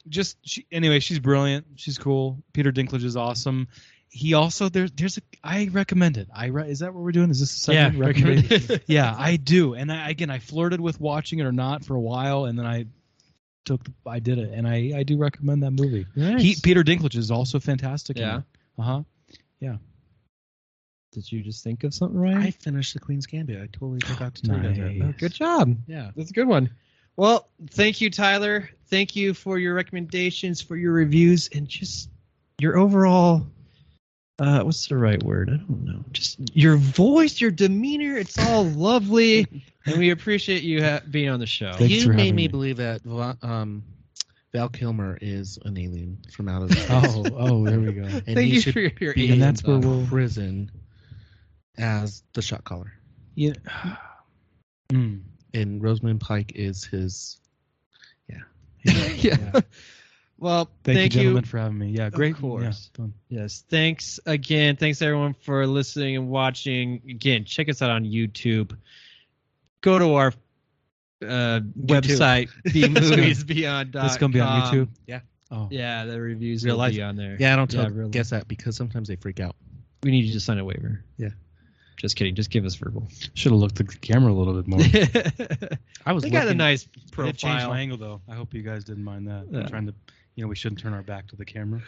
Speaker 4: just she, anyway she's brilliant she's cool peter dinklage is awesome he also there's there's a i recommend it i re, is that what we're doing is this a
Speaker 1: Yeah.
Speaker 4: second recommendation?
Speaker 1: Recommend.
Speaker 4: yeah, I do. And I, again, I flirted with watching it or not for a while, and then I took, the, I did it, and I, I do recommend that movie. He, Peter Dinklage is also fantastic.
Speaker 1: Yeah.
Speaker 4: Uh huh.
Speaker 1: Did you just think of something, Ryan? Oh,
Speaker 3: I finished the Queen's Gambit. I totally forgot to tell you guys
Speaker 4: Nice.
Speaker 3: that. Oh,
Speaker 1: Good job.
Speaker 3: Yeah.
Speaker 1: That's a good one. Well, thank you, Tyler. Thank you for your recommendations, for your reviews, and just your overall. Uh, what's the right word? I don't know. Just your voice, your demeanor. It's all lovely, and we appreciate you ha- being on the show.
Speaker 4: Thanks
Speaker 3: you
Speaker 4: for
Speaker 3: made
Speaker 4: having
Speaker 3: me
Speaker 4: me.
Speaker 3: believe that Va- um, Val Kilmer is an alien from out of space.
Speaker 4: Oh, oh, there we go.
Speaker 3: and
Speaker 1: Thank
Speaker 3: he
Speaker 1: you
Speaker 3: should
Speaker 1: for your, e-, your
Speaker 3: be
Speaker 4: And
Speaker 3: in
Speaker 1: aid.
Speaker 4: that's where
Speaker 3: the
Speaker 4: we'll-
Speaker 3: prison as the shot caller.
Speaker 4: Yeah. Mm.
Speaker 3: And Rosamund Pike is his.
Speaker 1: [LAUGHS] yeah.
Speaker 4: Yeah.
Speaker 1: Well,
Speaker 4: Thank, you,
Speaker 1: thank,
Speaker 4: gentlemen, for having me. Yeah, great.
Speaker 1: course.
Speaker 4: Yeah, fun.
Speaker 1: Yes. Thanks again. Thanks everyone for listening and watching. Again, check us out on YouTube. Go to our uh, website,
Speaker 4: [LAUGHS]
Speaker 1: bmoviesbeyond.com.
Speaker 4: This is gonna be on YouTube.
Speaker 3: yeah.
Speaker 4: Oh.
Speaker 1: Yeah, the reviews
Speaker 3: Real
Speaker 1: will
Speaker 3: life.
Speaker 1: be on there.
Speaker 3: Yeah, I don't tell,
Speaker 1: Yeah, really.
Speaker 3: guess that because sometimes they freak out.
Speaker 1: We need you to sign a waiver.
Speaker 3: Yeah.
Speaker 1: Just kidding. Just give us
Speaker 4: [LAUGHS]
Speaker 1: verbal.
Speaker 4: Should have looked at the camera a little bit [LAUGHS] more.
Speaker 1: they
Speaker 3: I was
Speaker 1: got a
Speaker 3: looking-
Speaker 1: nice
Speaker 4: It changed my
Speaker 1: profile.
Speaker 4: angle though. I hope you guys didn't mind that.
Speaker 1: Yeah.
Speaker 4: I'm trying to, you know, we shouldn't turn our back to the camera.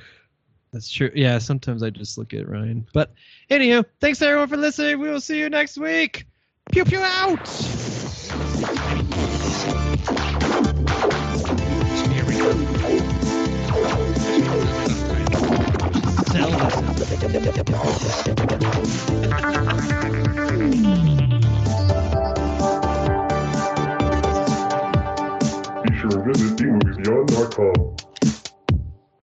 Speaker 1: That's true. Yeah, sometimes I just look at Ryan. But anyhow, thanks everyone for listening. We will see you next week. Pew pew out.